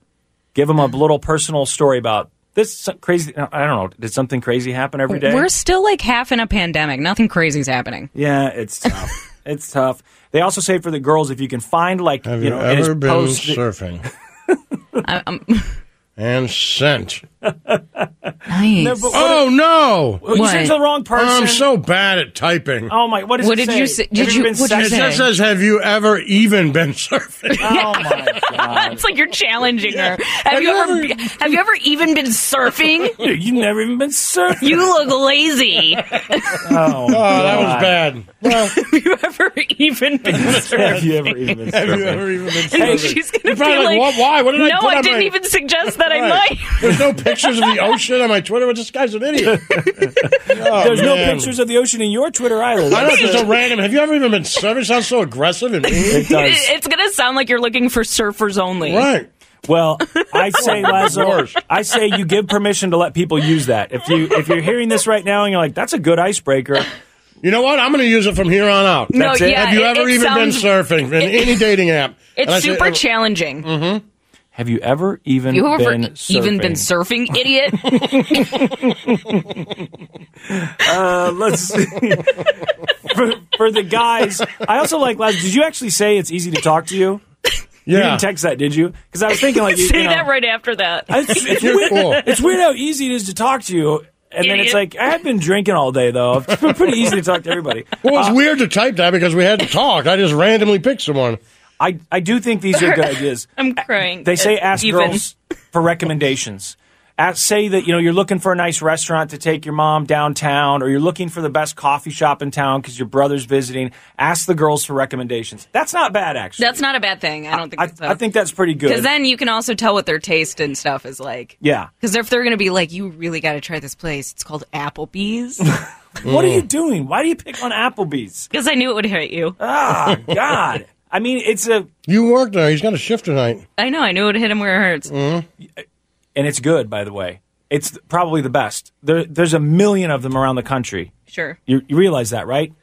[SPEAKER 3] Give him a
[SPEAKER 7] Mm.
[SPEAKER 3] little personal story about this is some- crazy. I don't know. Did something crazy happen every day?
[SPEAKER 7] We're still like half in a pandemic. Nothing crazy's happening.
[SPEAKER 3] yeah, it's tough. it's tough. They also say for the girls, if you can find like
[SPEAKER 2] Have
[SPEAKER 3] you
[SPEAKER 2] you,
[SPEAKER 3] know, in his
[SPEAKER 2] ever been
[SPEAKER 3] post-
[SPEAKER 2] surfing?
[SPEAKER 7] I, I'm,
[SPEAKER 2] and sent.
[SPEAKER 7] Nice.
[SPEAKER 3] No, but what-
[SPEAKER 2] oh no!
[SPEAKER 3] You What? sent to the wrong person.
[SPEAKER 2] I'm so bad at typing.
[SPEAKER 3] Oh my! What, does
[SPEAKER 7] What
[SPEAKER 3] it
[SPEAKER 7] did
[SPEAKER 3] say?
[SPEAKER 7] you say-
[SPEAKER 3] Have
[SPEAKER 7] did you-
[SPEAKER 3] been
[SPEAKER 7] what'd you
[SPEAKER 3] sexual?
[SPEAKER 2] It just says, "Have you ever even been surfing?"
[SPEAKER 3] Oh
[SPEAKER 7] it's like you're challenging her. Have, you ever, have you ever even been surfing?
[SPEAKER 3] You've never even been surfing.
[SPEAKER 7] You look lazy.
[SPEAKER 3] Oh,
[SPEAKER 2] that was bad.
[SPEAKER 7] have you ever even been surfing?
[SPEAKER 3] Have you ever even been
[SPEAKER 2] Have you
[SPEAKER 3] surfing?
[SPEAKER 2] ever even been surfing?
[SPEAKER 7] And she's
[SPEAKER 2] You're
[SPEAKER 7] gonna
[SPEAKER 2] probably
[SPEAKER 7] be like,
[SPEAKER 2] "What? Why? What did I
[SPEAKER 7] no,
[SPEAKER 2] put on
[SPEAKER 7] didn't
[SPEAKER 2] my-"
[SPEAKER 7] even suggest that I
[SPEAKER 2] Right.
[SPEAKER 7] might.
[SPEAKER 2] There's no pictures of the ocean on my Twitter. But this guy's an idiot. Oh,
[SPEAKER 3] There's no
[SPEAKER 2] man.
[SPEAKER 3] pictures of the ocean in your Twitter either.
[SPEAKER 2] I don't. Just a random. Have you ever even been surfing? Sounds so aggressive and mean.
[SPEAKER 3] It does.
[SPEAKER 7] It's gonna sound like you're looking for surfers only.
[SPEAKER 2] Right.
[SPEAKER 3] Well, I say Lazo,
[SPEAKER 2] Worse.
[SPEAKER 3] I say you give permission to let people use that. If you if you're hearing this right now and you're like, that's a good icebreaker.
[SPEAKER 2] You know what? I'm going to use it from here on out.
[SPEAKER 7] No,
[SPEAKER 2] That's it.
[SPEAKER 7] yeah,
[SPEAKER 2] Have you
[SPEAKER 7] it-
[SPEAKER 2] ever
[SPEAKER 7] it
[SPEAKER 2] even
[SPEAKER 7] sounds-
[SPEAKER 2] been surfing in
[SPEAKER 7] it-
[SPEAKER 2] any dating app? And I
[SPEAKER 7] It's
[SPEAKER 2] say,
[SPEAKER 7] super
[SPEAKER 2] "Oh,
[SPEAKER 7] challenging.
[SPEAKER 3] Have you ever even
[SPEAKER 7] You ever
[SPEAKER 3] been
[SPEAKER 7] even Mm-hmm. been surfing, idiot?
[SPEAKER 3] Uh, let's see. for, for the guys, I also like Lazo. Did you actually say it's easy to talk to you? You
[SPEAKER 2] Yeah.
[SPEAKER 3] didn't text that, did you? Because I was thinking like you,
[SPEAKER 7] Say
[SPEAKER 3] you know,
[SPEAKER 7] that right after that.
[SPEAKER 3] It's, it's
[SPEAKER 2] You're
[SPEAKER 3] weird,
[SPEAKER 2] cool.
[SPEAKER 3] it's weird how easy it is to talk to you. And then it's
[SPEAKER 7] Idiot.
[SPEAKER 3] like, I have been drinking all day, though. It's been pretty easy to talk to everybody.
[SPEAKER 2] Well,
[SPEAKER 7] uh,
[SPEAKER 2] it's weird to type that because we had to talk. I just randomly picked someone.
[SPEAKER 3] I, I do think these are good ideas.
[SPEAKER 7] I'm crying.
[SPEAKER 3] They say
[SPEAKER 7] It's
[SPEAKER 3] ask
[SPEAKER 7] even.
[SPEAKER 3] girls for recommendations. Ask, say that you know you're looking for a nice restaurant to take your mom downtown, or you're looking for the best coffee shop in town because your brother's visiting. Ask the girls for recommendations. That's not bad, actually.
[SPEAKER 7] That's not a bad thing. I don't think
[SPEAKER 3] I,
[SPEAKER 7] so.
[SPEAKER 3] I think that's pretty good.
[SPEAKER 7] because then you can also tell what their taste and stuff is like.
[SPEAKER 3] yeah.
[SPEAKER 7] Because if they're gonna be like, you really got to try this place. It's called Applebee's.
[SPEAKER 3] What are you doing? Why do you pick on Applebee's?
[SPEAKER 7] Because I knew it would hurt you.
[SPEAKER 3] Ah, God. I mean, it's a
[SPEAKER 2] You work there. He's got a shift tonight.
[SPEAKER 7] I know. I knew it would hit him where it hurts.
[SPEAKER 3] and it's good, by the way. It's probably the best. There, there's a million of them around the country.
[SPEAKER 7] Sure.
[SPEAKER 3] You, you realize that, right?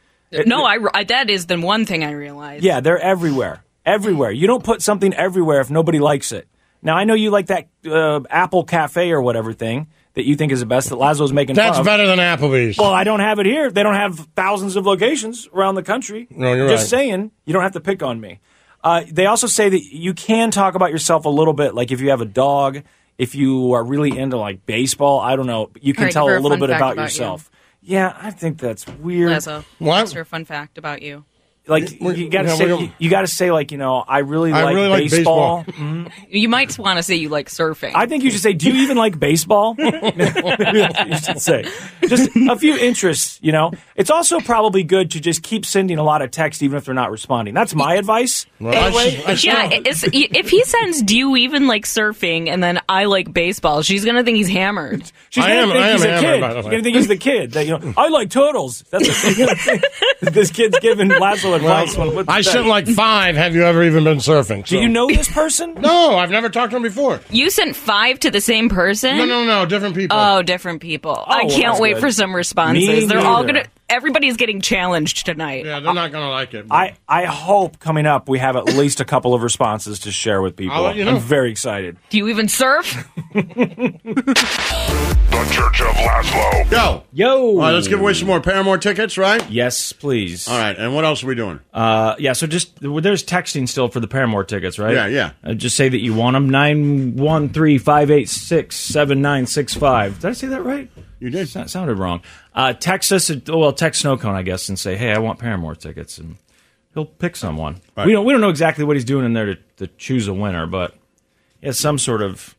[SPEAKER 7] no, I, I. That is the one thing I realized.
[SPEAKER 3] Yeah, they're everywhere. Everywhere. You don't put something everywhere if nobody likes it. Now, I know you like that uh, Apple Cafe or whatever thing that you think is the best that Lazo's making
[SPEAKER 2] That's
[SPEAKER 3] fun of.
[SPEAKER 2] better than Applebee's.
[SPEAKER 3] Well, I don't have it here. They don't have thousands of locations around the country.
[SPEAKER 2] No, you're
[SPEAKER 3] Just
[SPEAKER 2] right.
[SPEAKER 3] saying, you don't have to pick on me. Uh, they also say that you can talk about yourself a little bit, like if you have a dog, if you are really into like baseball. I don't know. You can
[SPEAKER 7] All right,
[SPEAKER 3] tell
[SPEAKER 7] for
[SPEAKER 3] a
[SPEAKER 7] a
[SPEAKER 3] little
[SPEAKER 7] fun
[SPEAKER 3] bit
[SPEAKER 7] fact
[SPEAKER 3] about,
[SPEAKER 7] about
[SPEAKER 3] yourself. Yeah, I think that's weird.
[SPEAKER 7] Lazo,
[SPEAKER 2] What?
[SPEAKER 7] what's your fun fact about you?
[SPEAKER 3] Like
[SPEAKER 2] We're-
[SPEAKER 3] you gotta
[SPEAKER 2] yeah,
[SPEAKER 3] say,
[SPEAKER 2] we don't-
[SPEAKER 3] you, you gotta say like you know, I really
[SPEAKER 2] I
[SPEAKER 3] like
[SPEAKER 2] really like
[SPEAKER 3] baseball.
[SPEAKER 2] baseball.
[SPEAKER 7] You might want to say you like surfing.
[SPEAKER 3] I think you should say, "Do you even like baseball?" you should say just a few interests. You know, it's also probably good to just keep sending a lot of texts, even if they're not responding. That's my advice.
[SPEAKER 2] I s- I
[SPEAKER 7] yeah,
[SPEAKER 2] saw-
[SPEAKER 7] it's, if he sends, do you even like surfing? And then I like baseball. She's gonna think he's hammered.
[SPEAKER 3] She's
[SPEAKER 2] I
[SPEAKER 3] gonna
[SPEAKER 2] am-
[SPEAKER 3] think
[SPEAKER 2] I am
[SPEAKER 3] he's a
[SPEAKER 2] hammered,
[SPEAKER 3] kid.
[SPEAKER 2] by the
[SPEAKER 3] She's
[SPEAKER 2] way.
[SPEAKER 3] gonna think he's the kid. That you know, I like turtles. That's what she's gonna think. this kid's giving Lazo advice. on what to
[SPEAKER 2] I
[SPEAKER 3] say.
[SPEAKER 2] sent like five. Have you ever even been surfing?
[SPEAKER 3] Do
[SPEAKER 2] So-
[SPEAKER 3] you know this person?
[SPEAKER 2] No, I've never talked to him before.
[SPEAKER 7] You sent five to the same person.
[SPEAKER 2] No, no, no, different people.
[SPEAKER 7] Oh, different people. I
[SPEAKER 3] well,
[SPEAKER 7] can't
[SPEAKER 3] that's
[SPEAKER 7] wait
[SPEAKER 3] good.
[SPEAKER 7] for some responses.
[SPEAKER 3] Me
[SPEAKER 7] They're all
[SPEAKER 3] neither.
[SPEAKER 7] gonna. Everybody's getting challenged tonight.
[SPEAKER 2] yeah, they're not gonna like it. but-
[SPEAKER 3] I, I hope coming up we have at least a couple of responses to share with people.
[SPEAKER 2] I'll let you know.
[SPEAKER 3] I'm very excited.
[SPEAKER 7] Do you even surf?
[SPEAKER 5] The Church of Laszlo.
[SPEAKER 10] Yo.
[SPEAKER 3] Yo,
[SPEAKER 10] All right, let's give away some more Paramore tickets, right?
[SPEAKER 13] Yes, please.
[SPEAKER 10] All right, and what else are we doing?
[SPEAKER 13] Uh, yeah, so just there's texting still for the Paramore tickets, right?
[SPEAKER 10] Yeah, yeah.
[SPEAKER 13] Uh, just say that you want them nine one three five eight six seven nine six five. Did I say that right?
[SPEAKER 10] you did.
[SPEAKER 13] That sounded wrong. Uh, text us, at, well, text Snowcone, I guess, and say, hey, I want Paramore tickets, and he'll pick someone.
[SPEAKER 10] Right.
[SPEAKER 13] We don't we don't know exactly what he's doing in there to, to choose a winner, but he has some sort of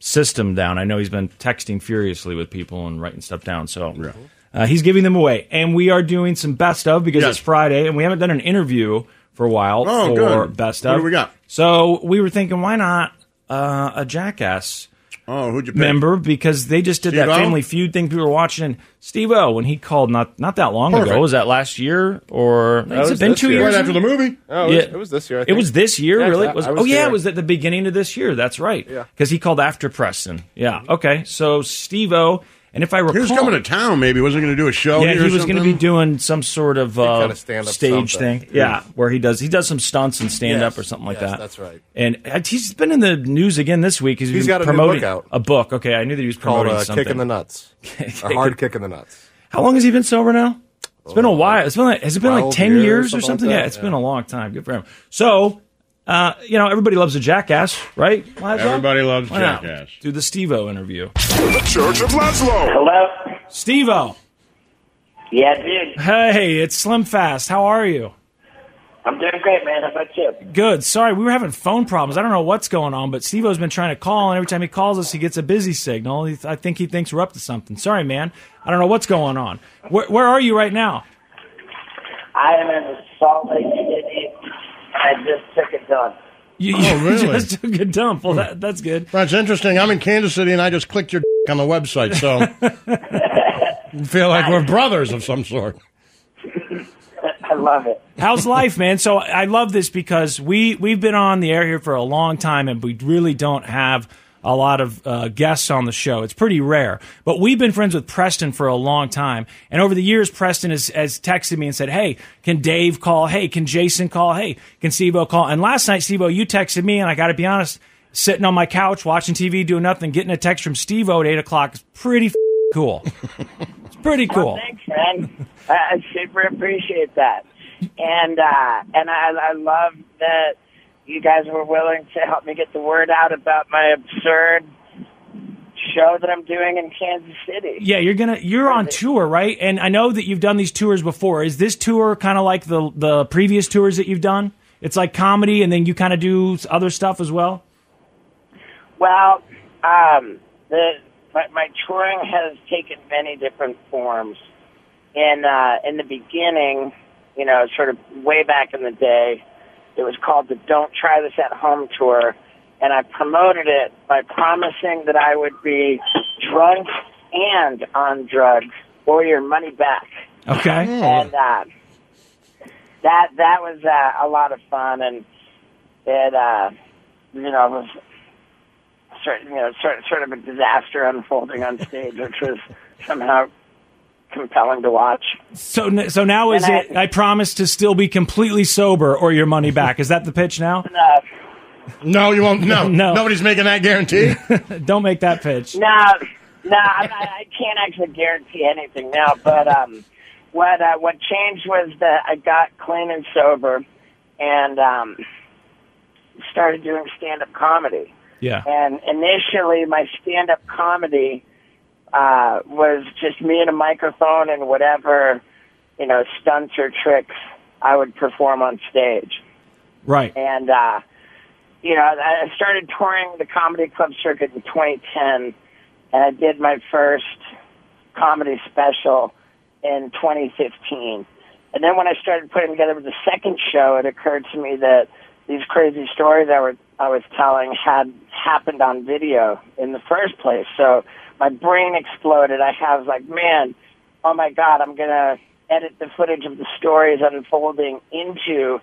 [SPEAKER 13] system down. I know he's been texting furiously with people and writing stuff down, so uh, he's giving them away. And we are doing some best of because
[SPEAKER 10] Yes.
[SPEAKER 13] it's Friday, and we haven't done an interview for a while
[SPEAKER 10] Oh,
[SPEAKER 13] for
[SPEAKER 10] good.
[SPEAKER 13] best of.
[SPEAKER 10] What do we got?
[SPEAKER 13] So we were thinking, why not uh, a Jackass?
[SPEAKER 10] Oh, who'd you pick?
[SPEAKER 13] member because they just did that
[SPEAKER 10] Steve-O?
[SPEAKER 13] Family Feud thing people were watching. And Steve O, when he called not not that long
[SPEAKER 10] Perfect.
[SPEAKER 13] ago, was that last year or has it
[SPEAKER 4] was
[SPEAKER 13] been
[SPEAKER 4] this
[SPEAKER 13] two
[SPEAKER 4] year.
[SPEAKER 10] Right
[SPEAKER 13] years?
[SPEAKER 10] after the movie.
[SPEAKER 4] Oh, it, was, it was this year. I
[SPEAKER 13] It
[SPEAKER 4] think.
[SPEAKER 13] was this year,
[SPEAKER 4] Yeah,
[SPEAKER 13] really?
[SPEAKER 4] I-
[SPEAKER 13] Was-
[SPEAKER 4] I was
[SPEAKER 13] oh yeah,
[SPEAKER 4] here.
[SPEAKER 13] it was at the beginning of this year. That's right. Yeah, because he called after Preston. Yeah.
[SPEAKER 4] Mm-hmm.
[SPEAKER 13] Okay. So Steve O, and if I recall,
[SPEAKER 10] He was coming to town. Maybe wasn't going to do a show.
[SPEAKER 13] yeah,
[SPEAKER 10] here
[SPEAKER 13] he
[SPEAKER 10] or
[SPEAKER 13] was going to be
[SPEAKER 10] something?
[SPEAKER 13] doing some sort of uh,
[SPEAKER 4] kinda stand up
[SPEAKER 13] stage
[SPEAKER 4] something.
[SPEAKER 13] thing. Yeah, where he does he does some stunts and stand
[SPEAKER 4] Yes,
[SPEAKER 13] up or something like
[SPEAKER 4] yes,
[SPEAKER 13] that.
[SPEAKER 4] that's right.
[SPEAKER 13] And uh, he's been in the news again this week.
[SPEAKER 4] He's
[SPEAKER 13] been
[SPEAKER 4] got a new book
[SPEAKER 13] promoting
[SPEAKER 4] out.
[SPEAKER 13] A book. Okay, I knew that he was
[SPEAKER 4] called
[SPEAKER 13] promoting
[SPEAKER 4] uh,
[SPEAKER 13] something.
[SPEAKER 4] kick in the nuts. a hard kick in the nuts.
[SPEAKER 13] How long has he been sober now? It's been a while. It's been like, has it been like
[SPEAKER 4] 12
[SPEAKER 13] 10 years,
[SPEAKER 4] years,
[SPEAKER 13] or
[SPEAKER 4] something
[SPEAKER 13] something?
[SPEAKER 4] like
[SPEAKER 13] yeah,
[SPEAKER 4] that,
[SPEAKER 13] it's
[SPEAKER 4] yeah.
[SPEAKER 13] been a long time. Good for him. So
[SPEAKER 3] Uh, you know, everybody loves a jackass, right? Laszlo?
[SPEAKER 2] Everybody loves
[SPEAKER 3] Why not?
[SPEAKER 2] jackass.
[SPEAKER 3] Do the Stevo interview.
[SPEAKER 1] The Church of Laszlo. Hello.
[SPEAKER 3] Stevo.
[SPEAKER 14] Yeah, dude.
[SPEAKER 3] Hey, it's Slim Fast. How are you?
[SPEAKER 14] I'm doing great, man. How about you?
[SPEAKER 3] Good. Sorry, we were having phone problems. I don't know what's going on, but Stevo's been trying to call, and every time he calls us, he gets a busy signal. He, I think he thinks we're up to something. Sorry, man. I don't know what's going on. Where, where are you right now?
[SPEAKER 14] I am in Salt Lake City. I just took it done.
[SPEAKER 3] You,
[SPEAKER 2] Oh,
[SPEAKER 3] you
[SPEAKER 2] really?
[SPEAKER 3] just took a dump. Well, that, that's good.
[SPEAKER 2] That's interesting. I'm in Kansas City, and I just clicked your d- on the website, so I feel like we're brothers of some sort.
[SPEAKER 14] I love it.
[SPEAKER 3] How's life, man? So I love this because we we've been on the air here for a long time, and we really don't have a lot of uh, guests on the show. It's pretty rare, but we've been friends with Preston for a long time, and over the years, Preston has, has texted me and said, "Hey, can Dave call? Hey, can Jason call? Hey, can Stevo call?" And last night, Stevo, you texted me, and I got to be honest, sitting on my couch watching TV, doing nothing, getting a text from Stevo at eight o'clock is pretty f- cool. it's pretty cool.
[SPEAKER 14] Well, thanks, man. I, I super appreciate that, and uh, and I, I love that you guys were willing to help me get the word out about my absurd show that I'm doing in Kansas City.
[SPEAKER 3] Yeah, you're gonna you're on tour, right? And I know that you've done these tours before. Is this tour kind of like the the previous tours that you've done? It's like comedy, and then you kind of do s- other stuff as well.
[SPEAKER 14] Well, um, the my, my touring has taken many different forms. In uh, in the beginning, you know, sort of way back in the day, it was called the "Don't Try This at Home" tour, and I promoted it by promising that I would be drunk and on drugs or your money back.
[SPEAKER 3] Okay.
[SPEAKER 14] And uh, that that was uh, a lot of fun, and it uh, you know was sort you know sort sort of a disaster unfolding on stage, which was somehow compelling to watch.
[SPEAKER 3] So n- so now is
[SPEAKER 14] And I-
[SPEAKER 3] it? I promise to still be completely sober or your money back. Is that the pitch now?
[SPEAKER 14] Uh,
[SPEAKER 2] No, you won't. No,
[SPEAKER 3] No.
[SPEAKER 2] nobody's making that guarantee.
[SPEAKER 3] Don't make that pitch.
[SPEAKER 14] now, now I, I I can't actually guarantee anything now, but um, what uh, what changed was that I got clean and sober, and um, started doing stand up comedy.
[SPEAKER 3] Yeah.
[SPEAKER 14] And initially, my stand up comedy uh, was just me and a microphone and whatever, you know, stunts or tricks I would perform on stage.
[SPEAKER 3] Right.
[SPEAKER 14] And, uh, you know, I I started touring the comedy club circuit in 2010, and I did my first comedy special in 2015. And then when I started putting together the second show, it occurred to me that these crazy stories I, were, I was telling had happened on video in the first place. So my brain exploded. I have like, man, oh my God, I'm going to edit the footage of the stories unfolding into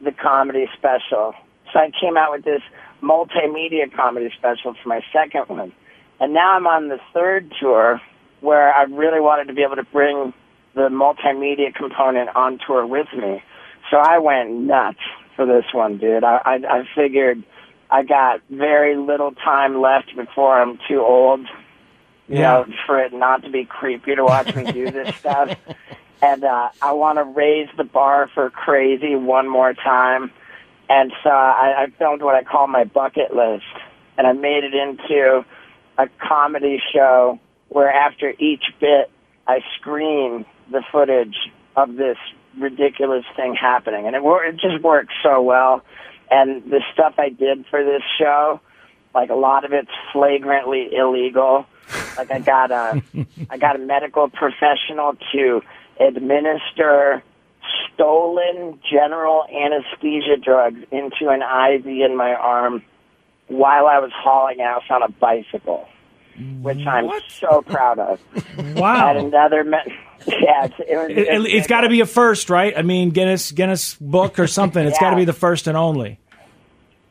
[SPEAKER 14] the comedy special. So I came out with this multimedia comedy special for my second one. And now I'm on the third tour where I really wanted to be able to bring the multimedia component on tour with me. So I went nuts for this one, dude. I, I, I figured I got very little time left before I'm too old, you know, for it not to be creepy to watch me do this stuff. And uh, I want to raise the bar for crazy one more time. And so I, I filmed what I call my bucket list, and I made it into a comedy show where after each bit, I screen the footage of this ridiculous thing happening, and it wor- it just works so well. And the stuff I did for this show, like a lot of it's flagrantly illegal. Like I got a I got a medical professional to administer stolen general anesthesia drugs into an IV in my arm while I was hauling ass on a bicycle, which I'm so proud of.
[SPEAKER 3] Wow.
[SPEAKER 14] And another, me- yeah, it's- it was,
[SPEAKER 3] It, has got to be a first, right? I mean, Guinness Guinness book or something. It's got to be the first and only.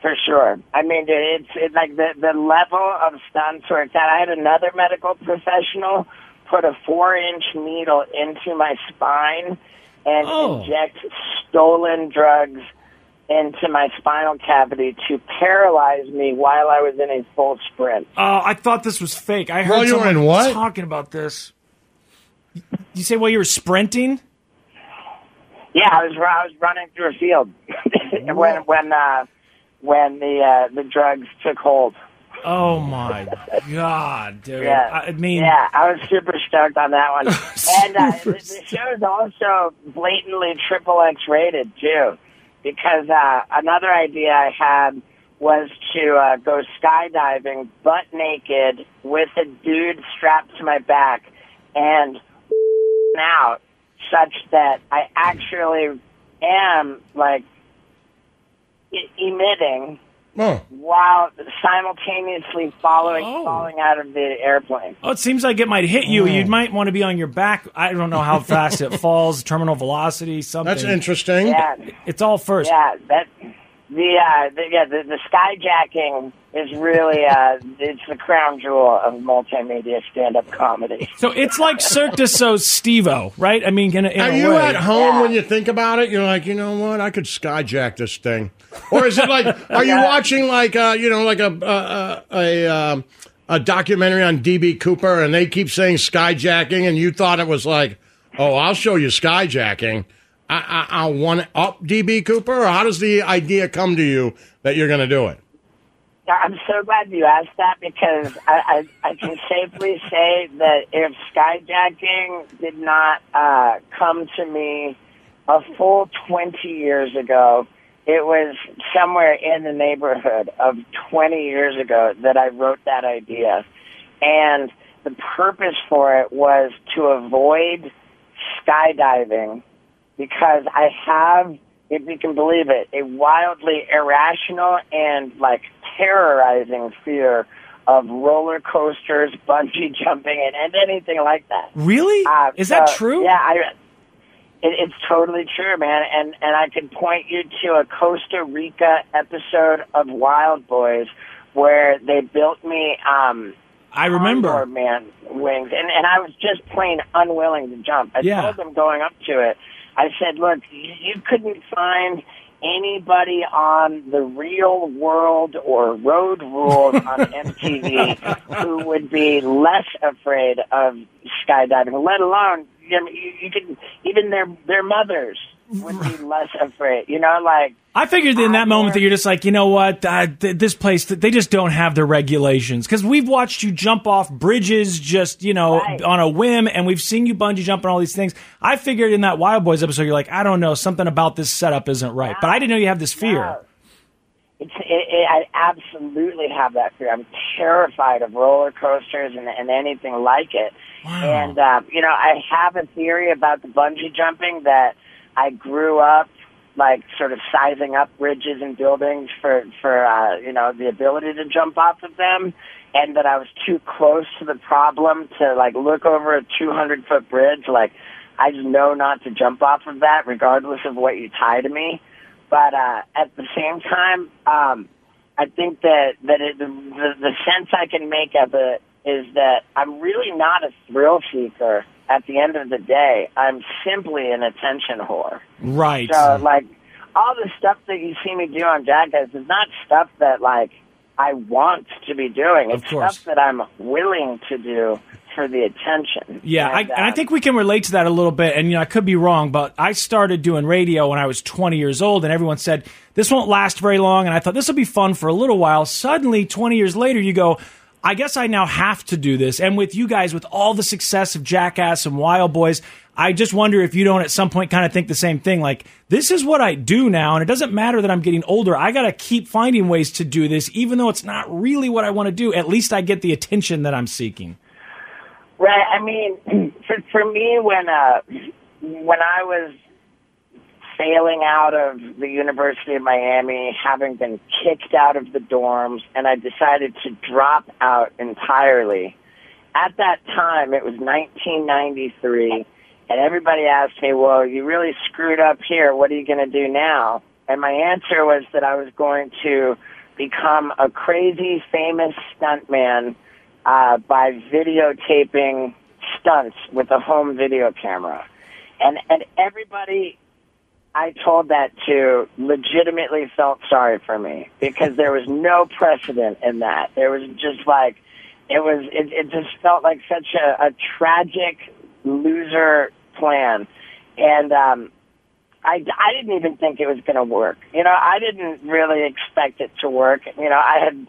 [SPEAKER 14] For sure. I mean, dude, it's it, like the the level of stunts where it's at. I had another medical professional put a four inch needle into my spine and inject stolen drugs into my spinal cavity to paralyze me while I was in a full sprint.
[SPEAKER 3] Oh, I thought this was fake. I heard
[SPEAKER 14] While you were
[SPEAKER 3] someone
[SPEAKER 14] in what?
[SPEAKER 3] talking about this. You say while you were sprinting?
[SPEAKER 14] Yeah, I was I was running through a field when when uh, when the uh, the drugs took hold.
[SPEAKER 3] Oh my god, dude!
[SPEAKER 14] Yeah.
[SPEAKER 3] I mean,
[SPEAKER 14] yeah, I was super stoked on that one. and uh, the, the show is also blatantly triple X rated too, because uh, another idea I had was to uh, go skydiving butt naked with a dude strapped to my back and out such that I actually am like e- emitting
[SPEAKER 2] Oh.
[SPEAKER 14] while simultaneously following falling out of the airplane.
[SPEAKER 3] Oh, it seems like it might hit you. You might want to be on your back. I don't know how fast it falls, terminal velocity, something.
[SPEAKER 14] That's interesting. Yeah.
[SPEAKER 3] It's all first.
[SPEAKER 14] Yeah, that the uh, the yeah the, the skyjacking is really uh, it's the crown jewel of multimedia stand up comedy.
[SPEAKER 3] So it's like Cirque du Soleil's Stevo, right? I mean, in a, in
[SPEAKER 2] Are
[SPEAKER 3] a
[SPEAKER 2] you
[SPEAKER 3] way.
[SPEAKER 2] at home when you think about it? You're like, you know what? I could skyjack this thing, or is it like? Are you watching like uh, you know like a a a, a, um, a documentary on DB Cooper, and they keep saying skyjacking, and you thought it was like, oh, I'll show you skyjacking. I, I, I one up DB Cooper, or how does the idea come to you that you're going to do it?
[SPEAKER 14] I'm so glad you asked that because I, I, I can safely say that if skyjacking did not uh, come to me a full 20 years ago, it was somewhere in the neighborhood of 20 years ago that I wrote that idea. And the purpose for it was to avoid skydiving because I have, if you can believe it, a wildly irrational and like terrorizing fear of roller coasters, bungee jumping, and, and anything like that.
[SPEAKER 3] Really?
[SPEAKER 14] Uh,
[SPEAKER 3] Is that
[SPEAKER 14] so,
[SPEAKER 3] true?
[SPEAKER 14] Yeah, I, it, it's totally true, man. And and I can point you to a Costa Rica episode of Wild Boys where they built me. Um,
[SPEAKER 3] I remember.
[SPEAKER 14] Onboard man wings, and and I was just plain unwilling to jump. I
[SPEAKER 3] Yeah.
[SPEAKER 14] told them going up to it. I said, "Look, you you couldn't find anybody on the Real World or Road Rules on MTV who would be less afraid of skydiving, let alone you, know, you, you could even their their mothers would be less afraid. You know, like."
[SPEAKER 3] I figured in that moment that you're just like, you know what, uh, th- this place, th- they just don't have the regulations. Because we've watched you jump off bridges just, you know, on a whim, and we've seen you bungee jump and all these things. I figured in that Wild Boys episode, you're like, I don't know, something about this setup isn't right. But I didn't know you have this fear.
[SPEAKER 14] It's, it, it, I absolutely have that fear. I'm terrified of roller coasters and, and anything like it. And uh, you know, I have a theory about the bungee jumping that I grew up like sort of sizing up bridges and buildings for for uh, you know the ability to jump off of them, and that I was too close to the problem to like look over a 200 foot bridge. Like I just know not to jump off of that, regardless of what you tie to me. But uh, at the same time, um, I think that that it, the, the the sense I can make of it is that I'm really not a thrill seeker. At the end of the day, I'm simply an attention whore.
[SPEAKER 3] Right.
[SPEAKER 14] So like all the stuff that you see me do on Jackass is not stuff that like I want to be doing. It's stuff that I'm willing to do for the attention. um,
[SPEAKER 3] Yeah, I, and I think we can relate to that a little bit. And you know, I could be wrong, but I started doing radio when I was 20 years old, and everyone said this won't last very long. And I thought this will be fun for a little while. Suddenly, 20 years later, you go. I guess I now have to do this. And with you guys, with all the success of Jackass and Wild Boys, I just wonder if you don't at some point kind of think the same thing. Like, this is what I do now. And it doesn't matter that I'm getting older. I got to keep finding ways to do this, even though it's not really what I want to do. At least I get the attention that I'm seeking.
[SPEAKER 14] Right. I mean, for for me, when uh, when I was failing out of the University of Miami, having been kicked out of the dorms, and I decided to drop out entirely. At that time, it was 1993, and everybody asked me, "Well, you really screwed up here. What are you going to do now?" And my answer was that I was going to become a crazy famous stuntman uh, by videotaping stunts with a home video camera. And and everybody I told that to legitimately felt sorry for me because there was no precedent in that. There was just like it was it, it just felt like such a, a tragic loser plan. And um I, I didn't even think it was going to work. You know, I didn't really expect it to work. You know, I had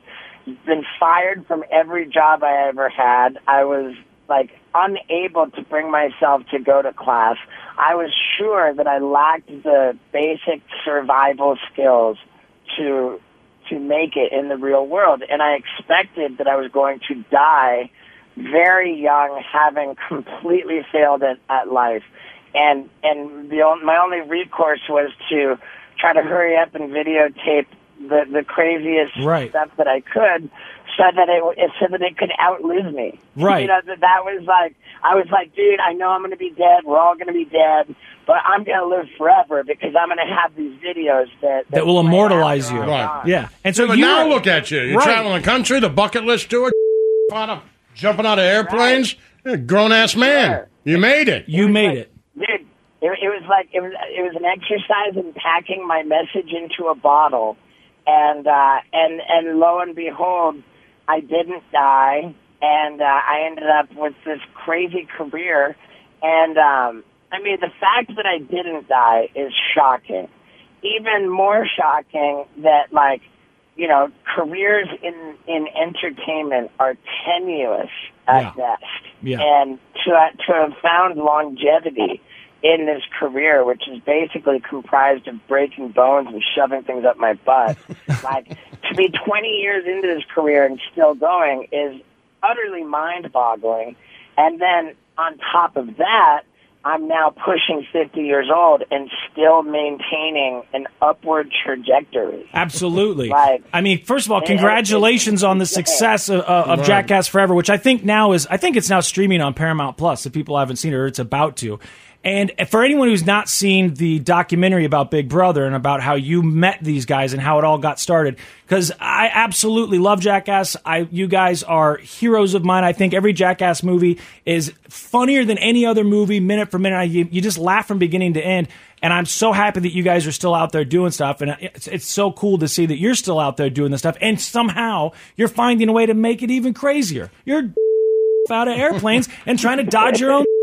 [SPEAKER 14] been fired from every job I ever had. I was like unable to bring myself to go to class. I was sure that I lacked the basic survival skills to to make it in the real world and I expected that I was going to die very young having completely failed at, at life and and the on, my only recourse was to try to hurry up and videotape the the craziest
[SPEAKER 3] Right.
[SPEAKER 14] stuff that I could so that it w- so that it could outlive me
[SPEAKER 3] Right.
[SPEAKER 14] you know that that was like I was like dude I know I'm going to be dead we're all going to be dead but I'm going to live forever because I'm going to have these videos that
[SPEAKER 3] that will immortalize you.
[SPEAKER 2] Right.
[SPEAKER 3] Yeah, and so
[SPEAKER 2] but
[SPEAKER 3] you
[SPEAKER 2] now look at you. You're
[SPEAKER 3] Right.
[SPEAKER 2] traveling the country, the bucket list tour, out of- jumping out of airplanes. You're a grown ass man. You made it.
[SPEAKER 3] You made it.
[SPEAKER 14] dude, it, it was like it was it was an exercise in packing my message into a bottle, and uh, and and lo and behold, I didn't die, and uh, I ended up with this crazy career, and um, I mean the fact that I didn't die is shocking, even more shocking that like you know careers in in entertainment are tenuous at best
[SPEAKER 15] Yeah.
[SPEAKER 14] and to to have found longevity in this career, which is basically comprised of breaking bones and shoving things up my butt, like to be 20 years into this career and still going is utterly mind-boggling. And then on top of that, I'm now pushing 50 years old and still maintaining an upward trajectory.
[SPEAKER 3] Absolutely.
[SPEAKER 14] Like-
[SPEAKER 3] I mean, first of all,
[SPEAKER 14] Yeah.
[SPEAKER 3] congratulations on the success of, uh, of
[SPEAKER 14] Right.
[SPEAKER 3] Jackass Forever, which I think now is I think it's now streaming on Paramount Plus. If people haven't seen it, or it's about to. And for anyone who's not seen the documentary about Big Brother and about how you met these guys and how it all got started, because I absolutely love Jackass. I you guys are heroes of mine. I think every Jackass movie is funnier than any other movie, minute for minute. I, you, you just laugh from beginning to end. And I'm so happy that you guys are still out there doing stuff. And it's, it's so cool to see that you're still out there doing this stuff. And somehow you're finding a way to make it even crazier. You're out of airplanes and trying to dodge your own.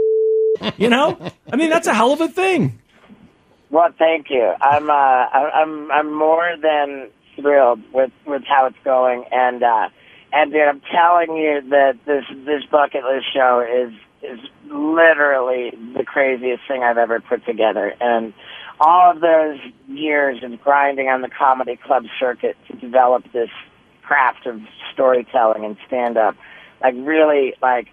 [SPEAKER 3] You know, I mean, that's a hell of a thing.
[SPEAKER 14] Well, thank you. I'm uh, I- I'm I'm more than thrilled with with how it's going, and uh, and dude, I'm telling you that this this bucket list show is is literally the craziest thing I've ever put together, and all of those years of grinding on the comedy club circuit to develop this craft of storytelling and stand up, like really like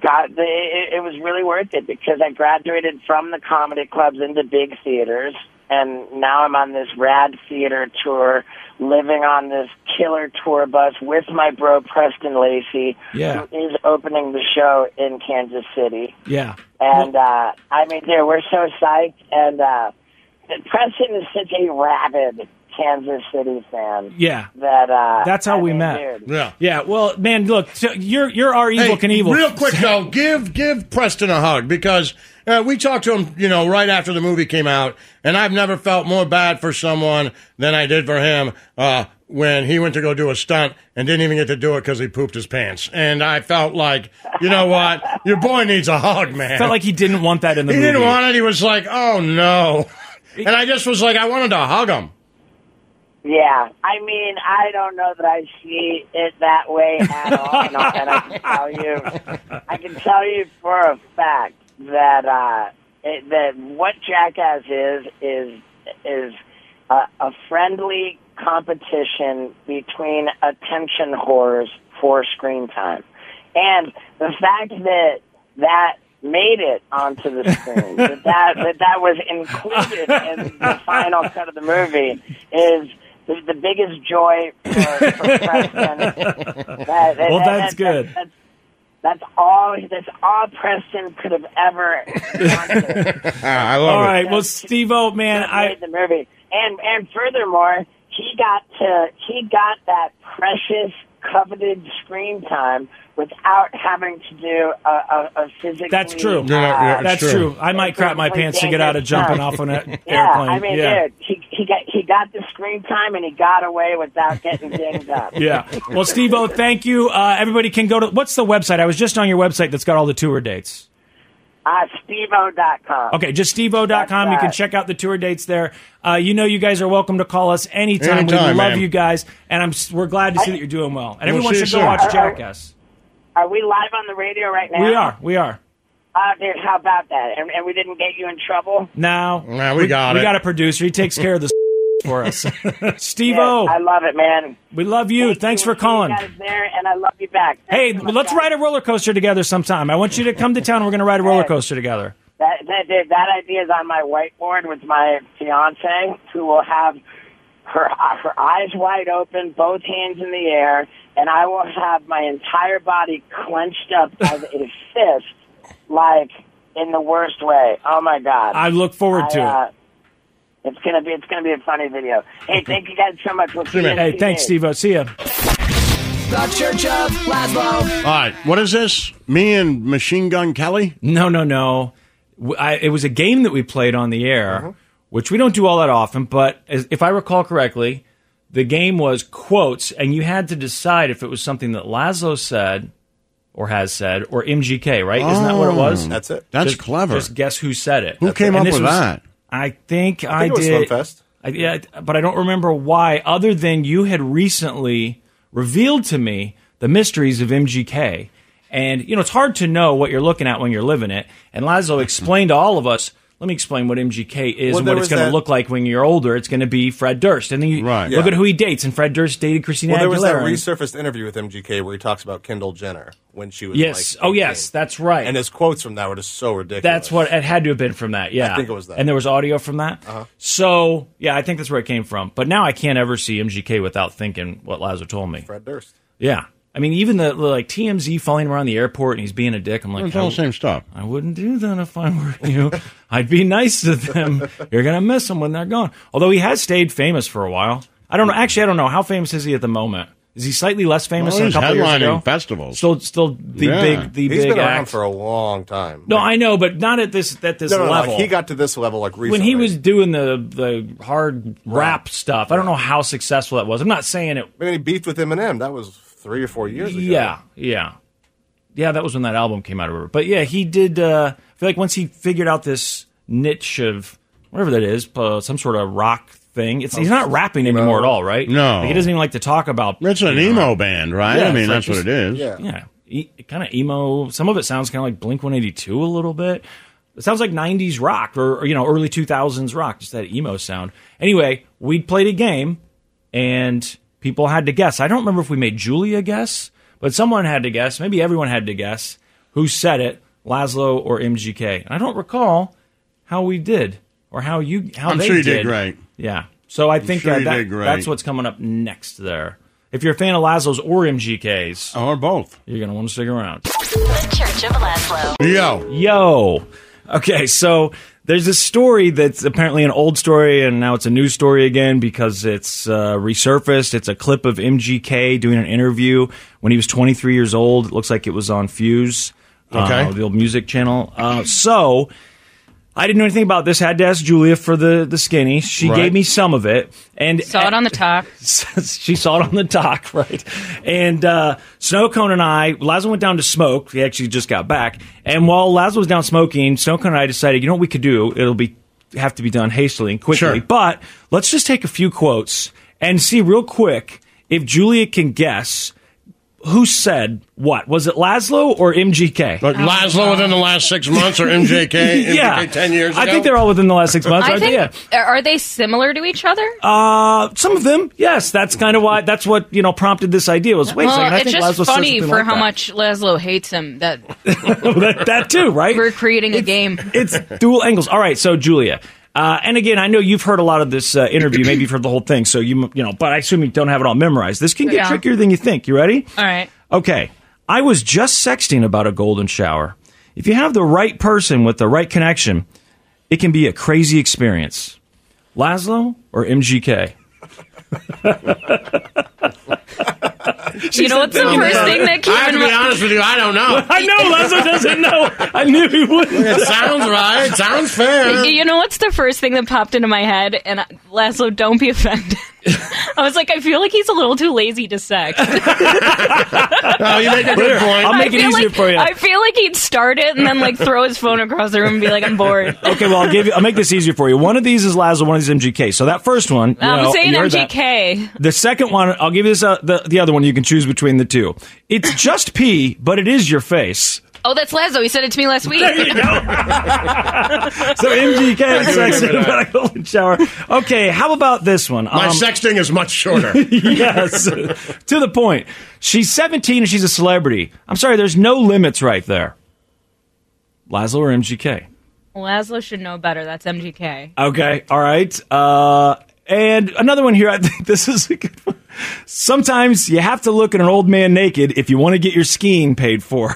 [SPEAKER 14] got the, it, it was really worth it because I graduated from the comedy clubs into big theaters, and now I'm on this rad theater tour, living on this killer tour bus with my bro Preston Lacey,
[SPEAKER 3] Yeah.
[SPEAKER 14] who is opening the show in Kansas City.
[SPEAKER 3] Yeah.
[SPEAKER 14] And uh, I mean, dude, we're so psyched. And uh, Preston is such a rabid Kansas City fan.
[SPEAKER 3] Yeah.
[SPEAKER 14] That uh,
[SPEAKER 3] That's how
[SPEAKER 14] I
[SPEAKER 3] we
[SPEAKER 14] mean,
[SPEAKER 3] met.
[SPEAKER 14] dude,
[SPEAKER 2] Yeah.
[SPEAKER 3] Yeah. Well, man, look, so you're, you're our
[SPEAKER 2] Hey,
[SPEAKER 3] evil Knievel.
[SPEAKER 2] Real quick though, give give Preston a hug because uh, we talked to him, you know, right after the movie came out, and I've never felt more bad for someone than I did for him uh, when he went to go do a stunt and didn't even get to do it because he pooped his pants, and I felt like, you know what, your boy needs a hug, man.
[SPEAKER 3] Felt like he didn't want that in the
[SPEAKER 2] he
[SPEAKER 3] movie.
[SPEAKER 2] didn't want it. He was like, oh no, and I just was like, I wanted to hug him.
[SPEAKER 14] Yeah, I mean, I don't know that I see it that way at all, and I and I can tell you, I can tell you for a fact that uh, it, that what Jackass is is is a, a friendly competition between attention whores for screen time, and the fact that that made it onto the screen, that, that that that was included in the final cut of the movie is the, the biggest joy for, for Preston. That- that-
[SPEAKER 3] Well,
[SPEAKER 14] that-
[SPEAKER 3] that's
[SPEAKER 14] that-
[SPEAKER 3] good.
[SPEAKER 14] That's, that's all. That's all Preston could have ever
[SPEAKER 2] Ah, I
[SPEAKER 3] All right. Well, Steve O, man, I,
[SPEAKER 14] made the movie. And and furthermore, he got to he got that precious coveted screen time without having to do a, a, a physically.
[SPEAKER 3] That's true.
[SPEAKER 14] uh,
[SPEAKER 3] That's true. I might crap my pants to get out of jumping off an a-
[SPEAKER 14] yeah,
[SPEAKER 3] airplane.
[SPEAKER 14] I mean,
[SPEAKER 3] yeah.
[SPEAKER 14] dude, he, he got he got the screen time and he got away without getting dinged up.
[SPEAKER 3] Yeah. Well, Steve O, thank you. Uh, everybody can go to what's the website? I was just on your website that's got all the tour dates.
[SPEAKER 14] Uh, stevo.com.
[SPEAKER 3] Okay, just stevo.com. You can check out the tour dates there. Uh, you know, you guys are welcome to call us anytime. we
[SPEAKER 14] Anytime,
[SPEAKER 3] love
[SPEAKER 14] man.
[SPEAKER 3] you guys, and I'm s- we're glad to see that you're doing well. And
[SPEAKER 14] We'll
[SPEAKER 3] everyone
[SPEAKER 14] see you
[SPEAKER 3] should go
[SPEAKER 14] soon.
[SPEAKER 3] watch Jackass.
[SPEAKER 14] Are we live on the radio right now?
[SPEAKER 3] We are, we are.
[SPEAKER 14] Uh, dude, how about that? And, and we didn't get you in trouble?
[SPEAKER 3] Now
[SPEAKER 10] we got
[SPEAKER 3] we
[SPEAKER 10] it.
[SPEAKER 3] got a producer. He takes care of the for us. Steve O,
[SPEAKER 14] I love it, man.
[SPEAKER 3] We love you. Thanks for calling.
[SPEAKER 14] You guys there, and I love you back.
[SPEAKER 3] Hey, let's ride a roller coaster together sometime. I want you to come to town. We're going to ride a roller coaster together.
[SPEAKER 14] That that dude, that idea is on my whiteboard with my fiance, who will have her her eyes wide open, both hands in the air, and I will have my entire body clenched up as a fist, like in the worst way. Oh my god!
[SPEAKER 3] I look forward to it.
[SPEAKER 14] it. It's gonna be it's gonna be a funny video. Hey, thank you guys so much. We'll see you in
[SPEAKER 3] Hey,
[SPEAKER 14] two
[SPEAKER 3] thanks,
[SPEAKER 14] days.
[SPEAKER 3] Steve O. See ya.
[SPEAKER 6] The Church of Laszlo.
[SPEAKER 10] All right, what is this? Me and Machine Gun Kelly?
[SPEAKER 3] No, no, no. W- I, it was a game that we played on the air, which we don't do all that often. But as, if I recall correctly, the game was quotes, and you had to decide if it was something that Laszlo said or has said or MGK. Right? Isn't that what it was?
[SPEAKER 10] Oh, that's it. That's
[SPEAKER 3] Just-
[SPEAKER 10] clever.
[SPEAKER 3] Just guess who said it.
[SPEAKER 10] Who
[SPEAKER 3] That's
[SPEAKER 10] came
[SPEAKER 3] it. And
[SPEAKER 10] up
[SPEAKER 3] this
[SPEAKER 10] with
[SPEAKER 3] was-
[SPEAKER 10] that?
[SPEAKER 3] I think I,
[SPEAKER 4] I think it was
[SPEAKER 3] did.
[SPEAKER 4] Slumfest.
[SPEAKER 3] I, yeah, I- but I don't remember why, other than you had recently revealed to me the mysteries of MGK. And, you know, it's hard to know what you're looking at when you're living it. And Lazo explained to all of us, let me explain what MGK is
[SPEAKER 4] Well,
[SPEAKER 3] and
[SPEAKER 4] there
[SPEAKER 3] what it's
[SPEAKER 4] was
[SPEAKER 3] going to
[SPEAKER 4] that-
[SPEAKER 3] look like when you're older. It's going to be Fred Durst. And then you look
[SPEAKER 4] Yeah.
[SPEAKER 3] at who he dates. And Fred Durst dated Christina
[SPEAKER 4] well, there was that
[SPEAKER 3] Aguilera.
[SPEAKER 4] resurfaced interview with MGK where he talks about Kendall Jenner when she was
[SPEAKER 3] Yes.
[SPEAKER 4] like,
[SPEAKER 3] Oh, yes. That's right.
[SPEAKER 4] and his quotes from that were just so ridiculous.
[SPEAKER 3] That's what it had to have been from that. Yeah,
[SPEAKER 4] I think it was that. Uh-huh.
[SPEAKER 3] And there was audio from that. So yeah, I think that's where it came from. But now I can't ever see MGK without thinking what Lazar told me.
[SPEAKER 4] Fred Durst.
[SPEAKER 3] Yeah, I mean even the, the, like TMZ following him around the airport and he's being a dick. I'm like,
[SPEAKER 10] It's all
[SPEAKER 3] I-
[SPEAKER 10] the same stuff.
[SPEAKER 3] I wouldn't do that if I were you. I'd be nice to them. You're gonna miss them when they're gone. Although he has stayed famous for a while. I don't know. Actually, I don't know how famous is he at the moment. Is he slightly less famous
[SPEAKER 10] Well,
[SPEAKER 3] than a
[SPEAKER 10] he's
[SPEAKER 3] couple years
[SPEAKER 10] headlining
[SPEAKER 3] ago?
[SPEAKER 10] festivals.
[SPEAKER 3] Still, still the
[SPEAKER 4] Yeah.
[SPEAKER 3] big, the
[SPEAKER 4] He's
[SPEAKER 3] big
[SPEAKER 4] been around
[SPEAKER 3] act.
[SPEAKER 4] for a long time.
[SPEAKER 3] No, I know, but not at this at this
[SPEAKER 4] no, no, no,
[SPEAKER 3] level.
[SPEAKER 4] like, he got to this level like recently.
[SPEAKER 3] when he was doing the the hard rap stuff. I don't know how successful that was. I'm not saying it.
[SPEAKER 4] I mean, he beefed with Eminem. That was three or four years ago.
[SPEAKER 3] Yeah, yeah, yeah. That was when that album came out. Or whatever. But yeah, he did. Uh, I feel like once he figured out this niche of whatever that is, uh, some sort of rock thing. It's
[SPEAKER 4] Oh.
[SPEAKER 3] he's not rapping anymore at all, right?
[SPEAKER 10] No.
[SPEAKER 3] Like, he doesn't even like to talk about.
[SPEAKER 10] It's an
[SPEAKER 3] you know,
[SPEAKER 10] emo band, right? I
[SPEAKER 3] Yeah,
[SPEAKER 10] mean,
[SPEAKER 3] it's
[SPEAKER 10] that's
[SPEAKER 3] like
[SPEAKER 10] what
[SPEAKER 3] just-
[SPEAKER 10] it is.
[SPEAKER 3] Yeah. kind of emo. Some of it sounds kind of like Blink 182 a little bit. It sounds like 90s rock or, or, you know, early 2000s rock, just that emo sound. Anyway, we played a game and people had to guess. I don't remember if we made Julia guess, but someone had to guess. Maybe everyone had to guess who said it, Laszlo or MGK. And I don't recall how we did or how you how
[SPEAKER 10] I'm
[SPEAKER 3] they
[SPEAKER 10] sure you
[SPEAKER 3] did.
[SPEAKER 10] did great.
[SPEAKER 3] Yeah. So I
[SPEAKER 10] I'm
[SPEAKER 3] think
[SPEAKER 10] sure
[SPEAKER 3] uh,
[SPEAKER 10] you
[SPEAKER 3] that-
[SPEAKER 10] did great.
[SPEAKER 3] that's what's coming up next there. If you're a fan of Lazlo's or MGK's,
[SPEAKER 2] Oh,
[SPEAKER 10] or both,
[SPEAKER 3] you're going to want to stick around.
[SPEAKER 15] The Church of Laszlo.
[SPEAKER 10] Yo.
[SPEAKER 3] Yo. Okay, so there's this story that's apparently an old story, and now it's a new story again because it's uh, resurfaced. It's a clip of MGK doing an interview when he was 23 years old. It looks like it was on Fuse,
[SPEAKER 10] Okay.
[SPEAKER 3] uh, the old music channel. Uh, so I didn't know anything about this. Had to ask Julia for the, the skinny. She
[SPEAKER 7] Right.
[SPEAKER 3] gave me some of it, and
[SPEAKER 7] Saw it on the top.
[SPEAKER 3] she saw it on the dock, right? And uh, Snow Cone and I, Lazo went down to smoke. He actually just got back. And while Lazo was down smoking, Snow Cone and I decided, you know what we could do? It'll be have to be done hastily and quickly.
[SPEAKER 10] Sure.
[SPEAKER 3] But let's just take a few quotes and see real quick if Julia can guess who said what. Was it Laszlo or MGK?
[SPEAKER 10] But Laszlo within the last six months or MJK?
[SPEAKER 3] Uh, yeah.
[SPEAKER 10] MJK 10 years
[SPEAKER 3] I
[SPEAKER 10] ago?
[SPEAKER 3] think they're all within the last six months,
[SPEAKER 7] I
[SPEAKER 3] aren't
[SPEAKER 7] think
[SPEAKER 3] they? Yeah.
[SPEAKER 7] are they similar to each other?
[SPEAKER 3] Uh, some of them, yes. That's kind of why. That's what you know prompted this idea. Was wait
[SPEAKER 7] well,
[SPEAKER 3] a second. I
[SPEAKER 7] it's
[SPEAKER 3] think
[SPEAKER 7] just
[SPEAKER 3] Laszlo said
[SPEAKER 7] funny
[SPEAKER 3] something
[SPEAKER 7] for
[SPEAKER 3] like
[SPEAKER 7] how
[SPEAKER 3] that.
[SPEAKER 7] much Laszlo hates him. That
[SPEAKER 3] that, that too, right?
[SPEAKER 7] we're creating a game.
[SPEAKER 3] It's dual angles. All right, so Julia. Uh, and again, I know you've heard a lot of this uh, interview. Maybe you've heard the whole thing, so you m- you know. But I assume you don't have it all memorized. This can get
[SPEAKER 7] Yeah.
[SPEAKER 3] trickier than you think. You ready?
[SPEAKER 7] all right.
[SPEAKER 3] Okay. I was just sexting about a golden shower. If you have the right person with the right connection, it can be a crazy experience. Laszlo or MGK?
[SPEAKER 7] you know what's the first thing that came
[SPEAKER 10] I have
[SPEAKER 7] in
[SPEAKER 10] to be
[SPEAKER 7] my
[SPEAKER 10] honest with you, I don't know.
[SPEAKER 3] I know Laszlo doesn't know. I knew he wouldn't.
[SPEAKER 10] It sounds right. It sounds fair.
[SPEAKER 7] You know what's the first thing that popped into my head? And uh, Laszlo, don't be offended. I was like, I feel like he's a little too lazy to sex.
[SPEAKER 2] Oh, you make a good point.
[SPEAKER 7] I feel like- I feel like he'd start it and then like throw his phone across the room and be like, I'm bored.
[SPEAKER 3] Okay, well, I'll give you. I'll make this easier for you. One of these is Laszlo, one of these is MGK. So that first one, you
[SPEAKER 7] I'm
[SPEAKER 3] know,
[SPEAKER 7] saying
[SPEAKER 3] you heard that.
[SPEAKER 7] MGK.
[SPEAKER 3] The second one, I'll give you this. Uh, the the other one, you can choose between the two. It's just pee, but it is your face.
[SPEAKER 7] Oh, that's Lazo. He said it to me last week.
[SPEAKER 3] So MGK
[SPEAKER 7] I
[SPEAKER 3] sex
[SPEAKER 7] remember
[SPEAKER 3] in
[SPEAKER 7] that.
[SPEAKER 3] a golden shower. Okay, how about this one? Um,
[SPEAKER 2] My sexting is much shorter.
[SPEAKER 3] yes, to the point. She's 17 and she's a celebrity. I'm sorry, there's no limits right there. Laszlo or MGK?
[SPEAKER 7] Laszlo should know better. That's MGK.
[SPEAKER 3] Okay, all right. Uh, and another one here. I think this is a good one. Sometimes you have to look at an old man naked if you want to get your skiing paid for.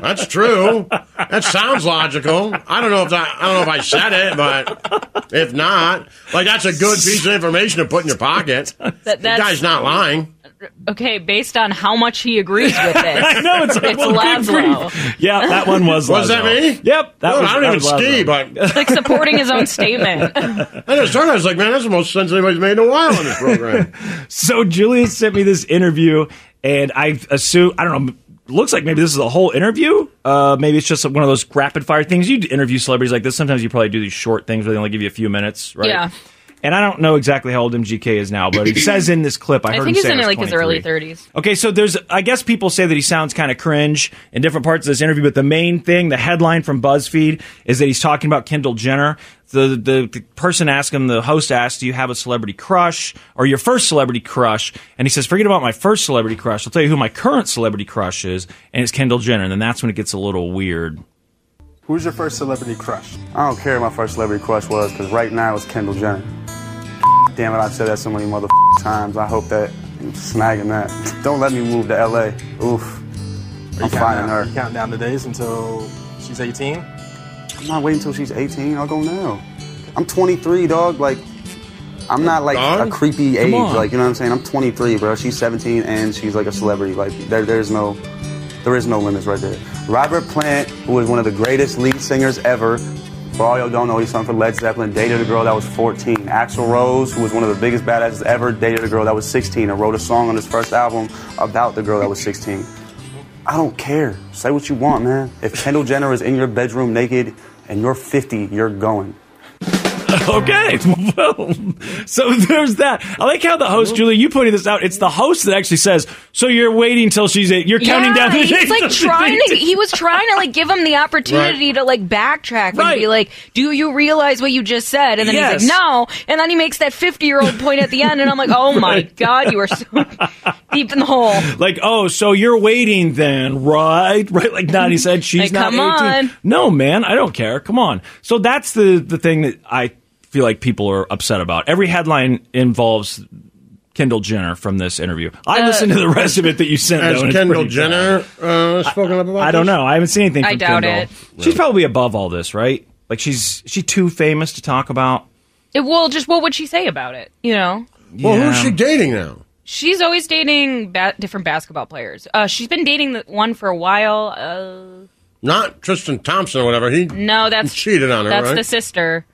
[SPEAKER 2] That's true. That sounds logical. I don't know if that, I don't know if I said it, but if not, like that's a good piece of information to put in your pocket.
[SPEAKER 7] That,
[SPEAKER 2] The
[SPEAKER 7] that's,
[SPEAKER 2] guy's not lying.
[SPEAKER 7] Okay, based on how much he agrees with it.
[SPEAKER 2] I know, it's like, well, good
[SPEAKER 7] Laszlo.
[SPEAKER 3] Yeah, that one was.
[SPEAKER 2] Was that
[SPEAKER 3] Laszlo.
[SPEAKER 2] me?
[SPEAKER 3] Yep, that
[SPEAKER 2] Dude,
[SPEAKER 3] was.
[SPEAKER 2] I don't even
[SPEAKER 3] that was
[SPEAKER 2] ski,
[SPEAKER 3] Laszlo.
[SPEAKER 2] but
[SPEAKER 7] It's like supporting his own statement.
[SPEAKER 2] I just started. I was like, man, that's the most sense anybody's made in a while on this program.
[SPEAKER 3] So Julia sent me this interview, and I assume I don't know. Looks like maybe this is a whole interview. Uh, maybe it's just one of those rapid fire things. You interview celebrities like this. Sometimes you probably do these short things where they only give you a few minutes, right?
[SPEAKER 7] Yeah.
[SPEAKER 3] And I don't know exactly how old MGK is now, but he says in this clip, I,
[SPEAKER 7] I
[SPEAKER 3] heard
[SPEAKER 7] think
[SPEAKER 3] him
[SPEAKER 7] he's
[SPEAKER 3] say
[SPEAKER 7] in
[SPEAKER 3] it was
[SPEAKER 7] like his early
[SPEAKER 3] 23.
[SPEAKER 7] 30s.
[SPEAKER 3] Okay, so there's, I guess people say that he sounds kind of cringe in different parts of this interview, but the main thing, the headline from BuzzFeed, is that he's talking about Kendall Jenner. The, the, the person asked him, the host asked, Do you have a celebrity crush or your first celebrity crush? And he says, Forget about my first celebrity crush. I'll tell you who my current celebrity crush is, and it's Kendall Jenner. And then that's when it gets a little weird.
[SPEAKER 16] Who's your first celebrity crush? I don't care who my first celebrity crush was, because right now it's Kendall Jenner. Damn it, I've said that so many mother times. I hope that I'm snagging that. Don't let me move to LA. Oof.
[SPEAKER 17] Are you
[SPEAKER 16] I'm
[SPEAKER 17] counting
[SPEAKER 16] finding
[SPEAKER 17] down-
[SPEAKER 16] her.
[SPEAKER 17] You counting down the days until she's 18?
[SPEAKER 16] I'm not waiting until she's 18. I'll go now. I'm 23, dog. Like, I'm not like a creepy
[SPEAKER 18] Come
[SPEAKER 16] age.
[SPEAKER 18] on.
[SPEAKER 16] Like, you know what I'm saying? I'm 23, bro. She's 17 and she's like a celebrity. Like, there, there's no, there is no limits right there. Robert Plant, who is one of the greatest lead singers ever. For all y'all don't know, he sung for Led Zeppelin. Dated a girl that was 14. Axl Rose, who was one of the biggest badasses ever, dated a girl that was 16 and wrote a song on his first album about the girl that was 16. I don't care. Say what you want, man. If Kendall Jenner is in your bedroom naked and you're 50, you're going.
[SPEAKER 3] Okay, well, so there's that. I like how the host, Julie, you pointed this out. It's the host that actually says, "So you're waiting till she's eight. You're counting
[SPEAKER 7] yeah,
[SPEAKER 3] down the
[SPEAKER 7] he's
[SPEAKER 3] days till
[SPEAKER 7] like
[SPEAKER 3] she's
[SPEAKER 7] trying to.
[SPEAKER 3] 18."
[SPEAKER 7] He was trying to like give him the opportunity to like backtrack and be like, "Do you realize what you just said?" And then
[SPEAKER 3] Yes.
[SPEAKER 7] he's like, "No," and then he makes that fifty-year-old point at the end, and I'm like, "Oh my
[SPEAKER 3] Right.
[SPEAKER 7] god, you are so deep in the hole."
[SPEAKER 3] Like, oh, so you're waiting then, right? Right? Like, no, he said she's
[SPEAKER 7] Like,
[SPEAKER 3] not
[SPEAKER 7] come
[SPEAKER 3] 18.
[SPEAKER 7] on.
[SPEAKER 3] No, man, I don't care. Come on. So that's the the thing that I feel like people are upset about. Every headline involves Kendall Jenner from this interview. I
[SPEAKER 2] Uh,
[SPEAKER 3] listened to the rest of it that you sent.
[SPEAKER 2] Has
[SPEAKER 3] though, and it's
[SPEAKER 2] Kendall
[SPEAKER 3] pretty bad.
[SPEAKER 2] Jenner uh, spoken up about
[SPEAKER 3] I don't
[SPEAKER 2] this?
[SPEAKER 3] know. I haven't seen anything. From
[SPEAKER 2] I doubt
[SPEAKER 3] Kendall.
[SPEAKER 2] it.
[SPEAKER 3] She's probably above all this, right? Like she's she too famous to talk about.
[SPEAKER 7] It- well, just what would she say about it? You know,
[SPEAKER 2] Well, who's
[SPEAKER 3] Yeah.
[SPEAKER 2] she dating now?
[SPEAKER 7] she's always dating ba- different basketball players. Uh, she's been dating the one for a while. Uh,
[SPEAKER 2] Not Tristan Thompson or whatever. He
[SPEAKER 7] no, that's
[SPEAKER 2] cheated on her,
[SPEAKER 7] That's
[SPEAKER 2] right?
[SPEAKER 7] the sister,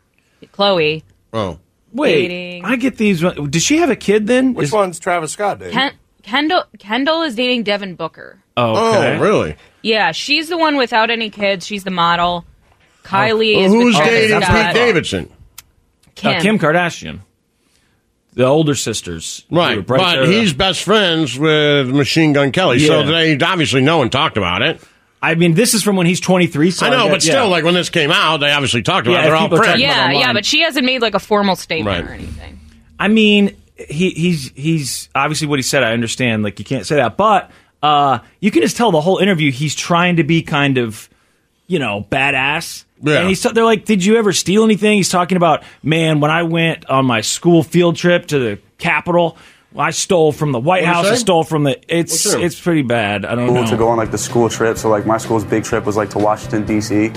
[SPEAKER 7] Chloe.
[SPEAKER 2] oh.
[SPEAKER 3] Wait,
[SPEAKER 7] Dating.
[SPEAKER 3] I get these. Did she have a kid then? Which
[SPEAKER 17] one's Travis Scott dating?
[SPEAKER 7] Ken- Kendall Kendall is dating Devin Booker.
[SPEAKER 3] Oh, okay.
[SPEAKER 2] Oh, really?
[SPEAKER 7] Yeah, she's the one without any kids. She's the model. Kylie
[SPEAKER 2] Well,
[SPEAKER 7] is
[SPEAKER 2] Oh, who's
[SPEAKER 7] with Travis
[SPEAKER 2] dating
[SPEAKER 7] Scott.
[SPEAKER 2] Pete Davidson?
[SPEAKER 7] Kim.
[SPEAKER 3] Uh, Kim Kardashian, the older sisters, uh,
[SPEAKER 2] Right,
[SPEAKER 3] group,
[SPEAKER 2] but
[SPEAKER 3] So-
[SPEAKER 2] he's best friends with Machine Gun Kelly, so
[SPEAKER 3] Yeah.
[SPEAKER 2] they obviously know and talked about it.
[SPEAKER 3] I mean, this is from when he's 23. So
[SPEAKER 2] I know,
[SPEAKER 3] guess-
[SPEAKER 2] but still,
[SPEAKER 3] yeah.
[SPEAKER 2] like when this came out, they obviously talked about
[SPEAKER 3] Yeah,
[SPEAKER 2] it. They're all
[SPEAKER 3] people
[SPEAKER 2] pricks.
[SPEAKER 7] Yeah, yeah, but she hasn't made like a formal statement
[SPEAKER 3] Right.
[SPEAKER 7] or anything.
[SPEAKER 3] I mean, he, he's he's obviously what he said. I understand. Like you can't say that, but uh, you can just tell the whole interview he's trying to be kind of, you know, badass.
[SPEAKER 2] Yeah.
[SPEAKER 3] And he's they're like, "Did you ever steal anything?" He's talking about, man, when I went on my school field trip to the Capitol. I stole from the White
[SPEAKER 16] What'd he
[SPEAKER 3] House. I
[SPEAKER 16] say?
[SPEAKER 3] stole from the. It's
[SPEAKER 16] What's that?
[SPEAKER 3] it's pretty bad. I don't
[SPEAKER 16] cool
[SPEAKER 3] know.
[SPEAKER 16] to go on like the school trip. So like my school's big trip was like to Washington D.C.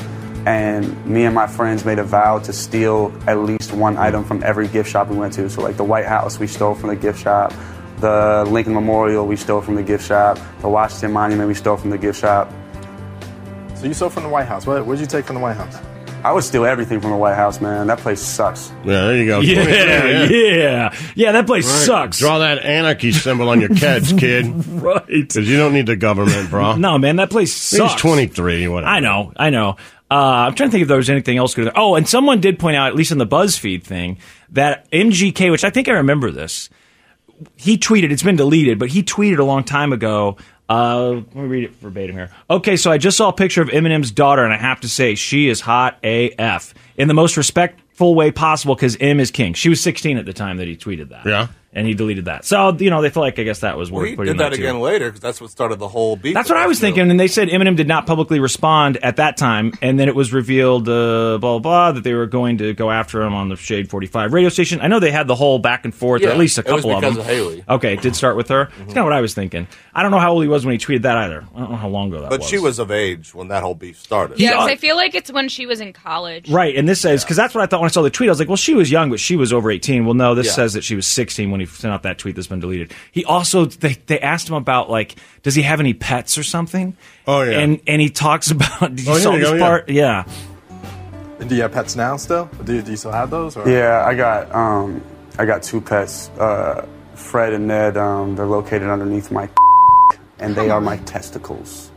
[SPEAKER 16] And me and my friends made a vow to steal at least one item from every gift shop we went to. So like the White House, we stole from the gift shop. The Lincoln Memorial, we stole from the gift shop. The Washington Monument, we stole from the gift shop.
[SPEAKER 17] So you stole from the White House. What did you take from the White House?
[SPEAKER 16] I would steal everything from the White House, man. That place sucks.
[SPEAKER 2] Yeah, there you go.
[SPEAKER 16] Yeah,
[SPEAKER 2] yeah.
[SPEAKER 3] Yeah, that place
[SPEAKER 16] sucks.
[SPEAKER 2] Draw that anarchy symbol on your kids, kid.
[SPEAKER 3] right. Because
[SPEAKER 2] you don't need the government, bro.
[SPEAKER 3] No, man, that place sucks.
[SPEAKER 2] He's 23, whatever.
[SPEAKER 3] I know, I know. Uh, I'm trying to think if there was anything else good. there. Oh, and someone did point out, at least in the BuzzFeed thing, that MGK, which I think I remember this, he tweeted. It's been deleted, but he tweeted a long time ago. Uh, let me read it verbatim here. Okay, so I just saw a picture of Eminem's daughter, and I have to say she is hot AF in the most respectful way possible because M is king. She was 16 at the time that he tweeted that. Yeah, and he deleted that. So you know they feel like I guess that was worth
[SPEAKER 4] We
[SPEAKER 3] putting
[SPEAKER 4] did that
[SPEAKER 3] that too.
[SPEAKER 4] again later because that's what started the whole beef.
[SPEAKER 3] That's what I was thinking. And they said Eminem did not publicly respond at that time. And then it was revealed, uh, blah, blah, blah, that they were going to go after him on the Shade 45 radio station. I know they had the whole back and forth, or
[SPEAKER 4] Yeah,
[SPEAKER 3] at least a
[SPEAKER 4] it was
[SPEAKER 3] couple
[SPEAKER 4] because
[SPEAKER 3] of them.
[SPEAKER 4] of Haley.
[SPEAKER 3] Okay, it did start with her. That's kind of what I was thinking. I don't know how old he was when he tweeted that either. I don't know how long ago that
[SPEAKER 4] But
[SPEAKER 3] was.
[SPEAKER 4] she was of age when that whole beef started.
[SPEAKER 7] Yeah, 'cause I feel like it's when she was in college.
[SPEAKER 3] Right, and this says because that's what I thought when I saw the tweet. I was like, "Well, she was young, but she was over 18." Well, no, this
[SPEAKER 7] Yeah.
[SPEAKER 3] says that she was 16 when he sent out that tweet that's been deleted. He also they, they asked him about like, does he have any pets or something? Oh yeah, and and he talks about. Did you
[SPEAKER 4] Oh,
[SPEAKER 3] saw
[SPEAKER 4] here you
[SPEAKER 3] this
[SPEAKER 4] go, yeah.
[SPEAKER 3] part? Yeah.
[SPEAKER 4] Do you have pets now still? Do you, do you still have those? Or?
[SPEAKER 16] Yeah, I got um, I got two pets, uh, Fred and Ned. Um, they're located underneath my, and they are my testicles.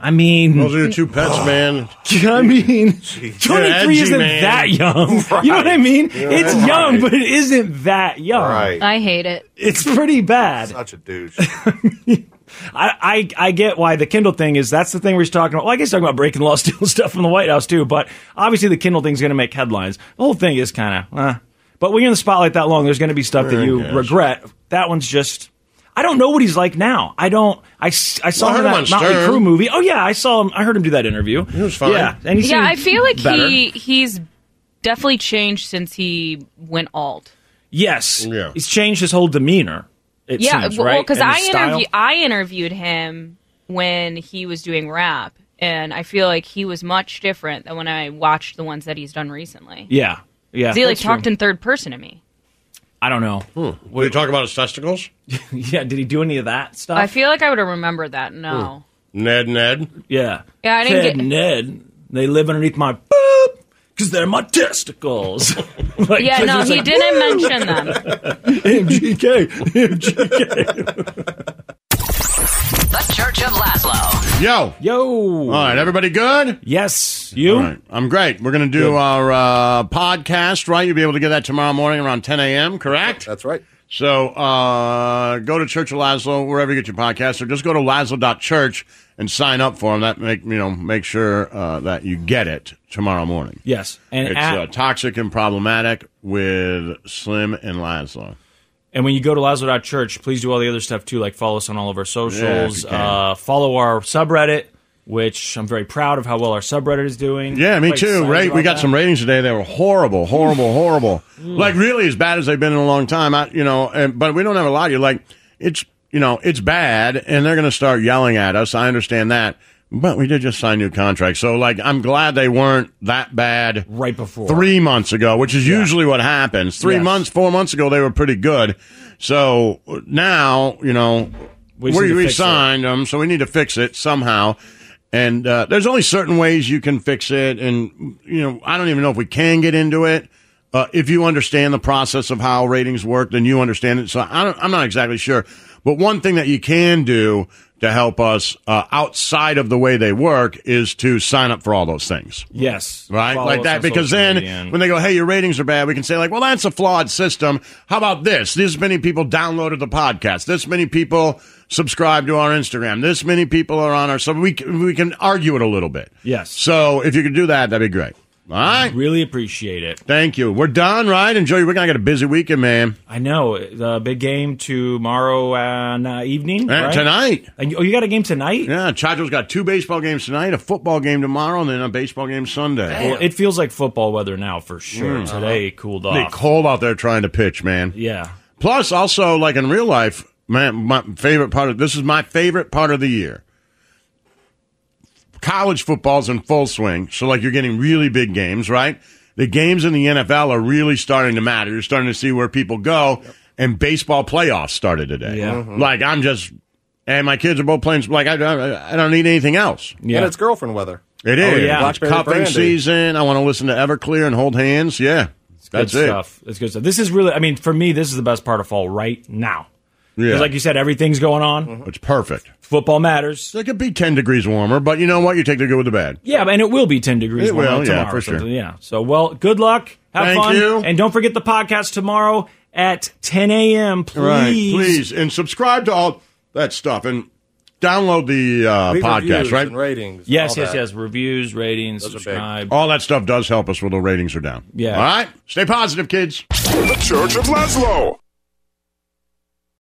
[SPEAKER 3] I mean,
[SPEAKER 2] Those are your two pets, man.
[SPEAKER 3] I mean, 23
[SPEAKER 2] edgy,
[SPEAKER 3] isn't
[SPEAKER 2] man.
[SPEAKER 3] that young. You know what I mean?
[SPEAKER 2] Yeah,
[SPEAKER 3] it's
[SPEAKER 2] right.
[SPEAKER 3] young, but it isn't that young.
[SPEAKER 7] I hate it.
[SPEAKER 3] It's pretty bad.
[SPEAKER 4] Such a douche.
[SPEAKER 3] I, I I get why the Kindle thing is. That's the thing we're talking about. Well, I guess talking about breaking law, stealing stuff from the White House too. But obviously, the Kindle thing's going to make headlines. The whole thing is kind of. Uh, but when you're in the spotlight that long, there's going to be stuff that
[SPEAKER 2] Very
[SPEAKER 3] you
[SPEAKER 2] nice.
[SPEAKER 3] regret. That one's just. I don't know what he's like now. I don't. I, s- I saw
[SPEAKER 2] Well, I
[SPEAKER 3] him
[SPEAKER 2] heard
[SPEAKER 3] in
[SPEAKER 2] him
[SPEAKER 3] that
[SPEAKER 2] on
[SPEAKER 3] Motley
[SPEAKER 2] Stern.
[SPEAKER 3] Crue movie. Oh yeah, I saw him. I heard him do that interview. He was
[SPEAKER 2] fine.
[SPEAKER 3] Yeah, and he
[SPEAKER 7] yeah,
[SPEAKER 3] seemed
[SPEAKER 7] I feel like
[SPEAKER 3] better.
[SPEAKER 7] he he's definitely changed since he went alt.
[SPEAKER 3] Yes, he's changed his whole demeanor. It
[SPEAKER 7] yeah,
[SPEAKER 3] seems,
[SPEAKER 7] well,
[SPEAKER 3] right?
[SPEAKER 7] because
[SPEAKER 3] And
[SPEAKER 7] I
[SPEAKER 3] his style.
[SPEAKER 7] interview I interviewed him when he was doing rap, and I feel like he was much different than when I watched the ones that he's done recently.
[SPEAKER 3] Yeah, yeah.
[SPEAKER 7] 'Cause he like
[SPEAKER 3] That's true.
[SPEAKER 7] talked in third person to me.
[SPEAKER 3] I don't know.
[SPEAKER 2] Will you talk about his testicles?
[SPEAKER 3] yeah. Did he do any of that stuff?
[SPEAKER 7] I feel like I would have remembered that. No,
[SPEAKER 2] Ned, Ned.
[SPEAKER 3] Yeah.
[SPEAKER 7] Yeah, I didn't
[SPEAKER 3] Ted
[SPEAKER 7] get-
[SPEAKER 3] and Ned, they live underneath my boop because they're my testicles. Like,
[SPEAKER 7] yeah, no,
[SPEAKER 3] it's
[SPEAKER 7] he
[SPEAKER 3] like,
[SPEAKER 7] didn't
[SPEAKER 3] "Woo!"
[SPEAKER 7] mention them.
[SPEAKER 3] MGK, MGK.
[SPEAKER 6] The Church of Laszlo.
[SPEAKER 2] Yo.
[SPEAKER 3] Yo. All
[SPEAKER 2] right, everybody good?
[SPEAKER 3] Yes. You?
[SPEAKER 2] All right. I'm great. We're going to do
[SPEAKER 3] Good.
[SPEAKER 2] our uh, podcast, right? You'll be able to get that tomorrow morning around 10 a.m., correct?
[SPEAKER 4] That's right.
[SPEAKER 2] So uh, go to Church of Laszlo, wherever you get your podcast, or just go to laszlo.church and sign up for them. That make you know make sure uh, that you get it tomorrow morning.
[SPEAKER 3] Yes, and
[SPEAKER 2] it's
[SPEAKER 3] at-
[SPEAKER 2] uh, toxic and problematic with Slim and Laszlo.
[SPEAKER 3] And when you go to Lazaro.church, please do all the other stuff too, like follow us on all of our socials,
[SPEAKER 2] Yeah, if you can.
[SPEAKER 3] uh, follow our subreddit, which I'm very proud of how well our subreddit is doing.
[SPEAKER 2] Yeah, me
[SPEAKER 3] Quite
[SPEAKER 2] too.
[SPEAKER 3] excited
[SPEAKER 2] Right, we got
[SPEAKER 3] about that. Mm.
[SPEAKER 2] some ratings today. They were horrible, horrible, horrible. like really as bad as they've been in a long time. I, you know, and, but we don't have a lot. of You like it's you know it's bad, and they're going to start yelling at us. I understand that, but we did just sign new contracts, so like I'm glad they weren't that bad
[SPEAKER 3] right before
[SPEAKER 2] three months ago, which is usually what happens. Three
[SPEAKER 3] Yes.
[SPEAKER 2] months, four months ago, they were pretty good. So now you know we,
[SPEAKER 3] We just need to fix it.
[SPEAKER 2] resigned them, so we need to fix it somehow. And uh, there's only certain ways you can fix it, and you know I don't even know if we can get into it. Uh, if you understand the process of how ratings work, then you understand it. So I don't, I'm not exactly sure, but one thing that you can do to help us uh, outside of the way they work is to sign up for all those things
[SPEAKER 3] Yes.
[SPEAKER 2] right?
[SPEAKER 3] Follow
[SPEAKER 2] like
[SPEAKER 3] us
[SPEAKER 2] that.
[SPEAKER 3] on
[SPEAKER 2] Because
[SPEAKER 3] social
[SPEAKER 2] then
[SPEAKER 3] media and-
[SPEAKER 2] when they go, hey, your ratings are bad, we can say, like, well, that's a flawed system. How about this? This many people downloaded the podcast. This many people subscribe to our Instagram. This many people are on our. So we, can- we can argue it a little bit.
[SPEAKER 3] Yes.
[SPEAKER 2] So if you could do that, that'd be great. All right.
[SPEAKER 3] Really appreciate it.
[SPEAKER 2] Thank you. We're done, right? Enjoy. We're going to get a busy weekend, man.
[SPEAKER 3] I know the big game tomorrow uh, evening
[SPEAKER 2] Uh,
[SPEAKER 3] right?
[SPEAKER 2] Tonight.
[SPEAKER 3] And you, oh, you got a game tonight?
[SPEAKER 2] Yeah, Chacho's got two baseball games tonight, a football game tomorrow, and then a baseball game Sunday.
[SPEAKER 3] Well, it feels like football weather now for sure.
[SPEAKER 2] Mm.
[SPEAKER 3] Today cooled
[SPEAKER 2] They
[SPEAKER 3] off.
[SPEAKER 2] cold out there trying to pitch, man.
[SPEAKER 3] yeah.
[SPEAKER 2] Plus, also like in real life, man, my favorite part of this is my favorite part of the year. College football's in full swing, so like you're getting really big games, right? The games in the NFL are really starting to matter. You're starting to see where people go, and baseball playoffs started today.
[SPEAKER 4] Yeah.
[SPEAKER 3] Uh-huh.
[SPEAKER 4] Mhm.
[SPEAKER 2] Like I'm just, and my kids are both playing. Like I, I, I don't need anything else.
[SPEAKER 4] And it's girlfriend weather.
[SPEAKER 2] It is.
[SPEAKER 3] Oh, yeah.
[SPEAKER 2] It's
[SPEAKER 3] Blackberry
[SPEAKER 2] cuffing
[SPEAKER 3] brandy.
[SPEAKER 2] season. I want to listen to Everclear and hold hands. Yeah. That's
[SPEAKER 3] good
[SPEAKER 2] it.
[SPEAKER 3] stuff. That's good stuff. This is really, I mean, for me, this is the best part of fall right now. Because,
[SPEAKER 2] Yeah. Mm-hmm.
[SPEAKER 3] like you said, everything's going on.
[SPEAKER 2] It's perfect.
[SPEAKER 3] Football matters.
[SPEAKER 2] It could be 10 degrees warmer, but you know what? You take the good with the bad.
[SPEAKER 3] Yeah, and it will be 10 degrees
[SPEAKER 2] It will,
[SPEAKER 3] warmer
[SPEAKER 2] yeah,
[SPEAKER 3] tomorrow.
[SPEAKER 2] for
[SPEAKER 3] or
[SPEAKER 2] sure.
[SPEAKER 3] something. Yeah. So, well, good luck. Have
[SPEAKER 2] Thank
[SPEAKER 3] fun.
[SPEAKER 2] you.
[SPEAKER 3] And don't forget the podcast tomorrow at 10 a.m. Please.
[SPEAKER 2] Right. Please. And subscribe to all that stuff and download the uh,
[SPEAKER 3] Leave
[SPEAKER 2] podcast,
[SPEAKER 3] reviews
[SPEAKER 2] right?
[SPEAKER 3] and ratings and Yes, all yes, that. yes. Reviews, ratings, subscribe.
[SPEAKER 2] All that stuff does help us when the ratings are down.
[SPEAKER 3] Yeah.
[SPEAKER 2] All right. Stay positive, kids.
[SPEAKER 1] The Church of Laszlo.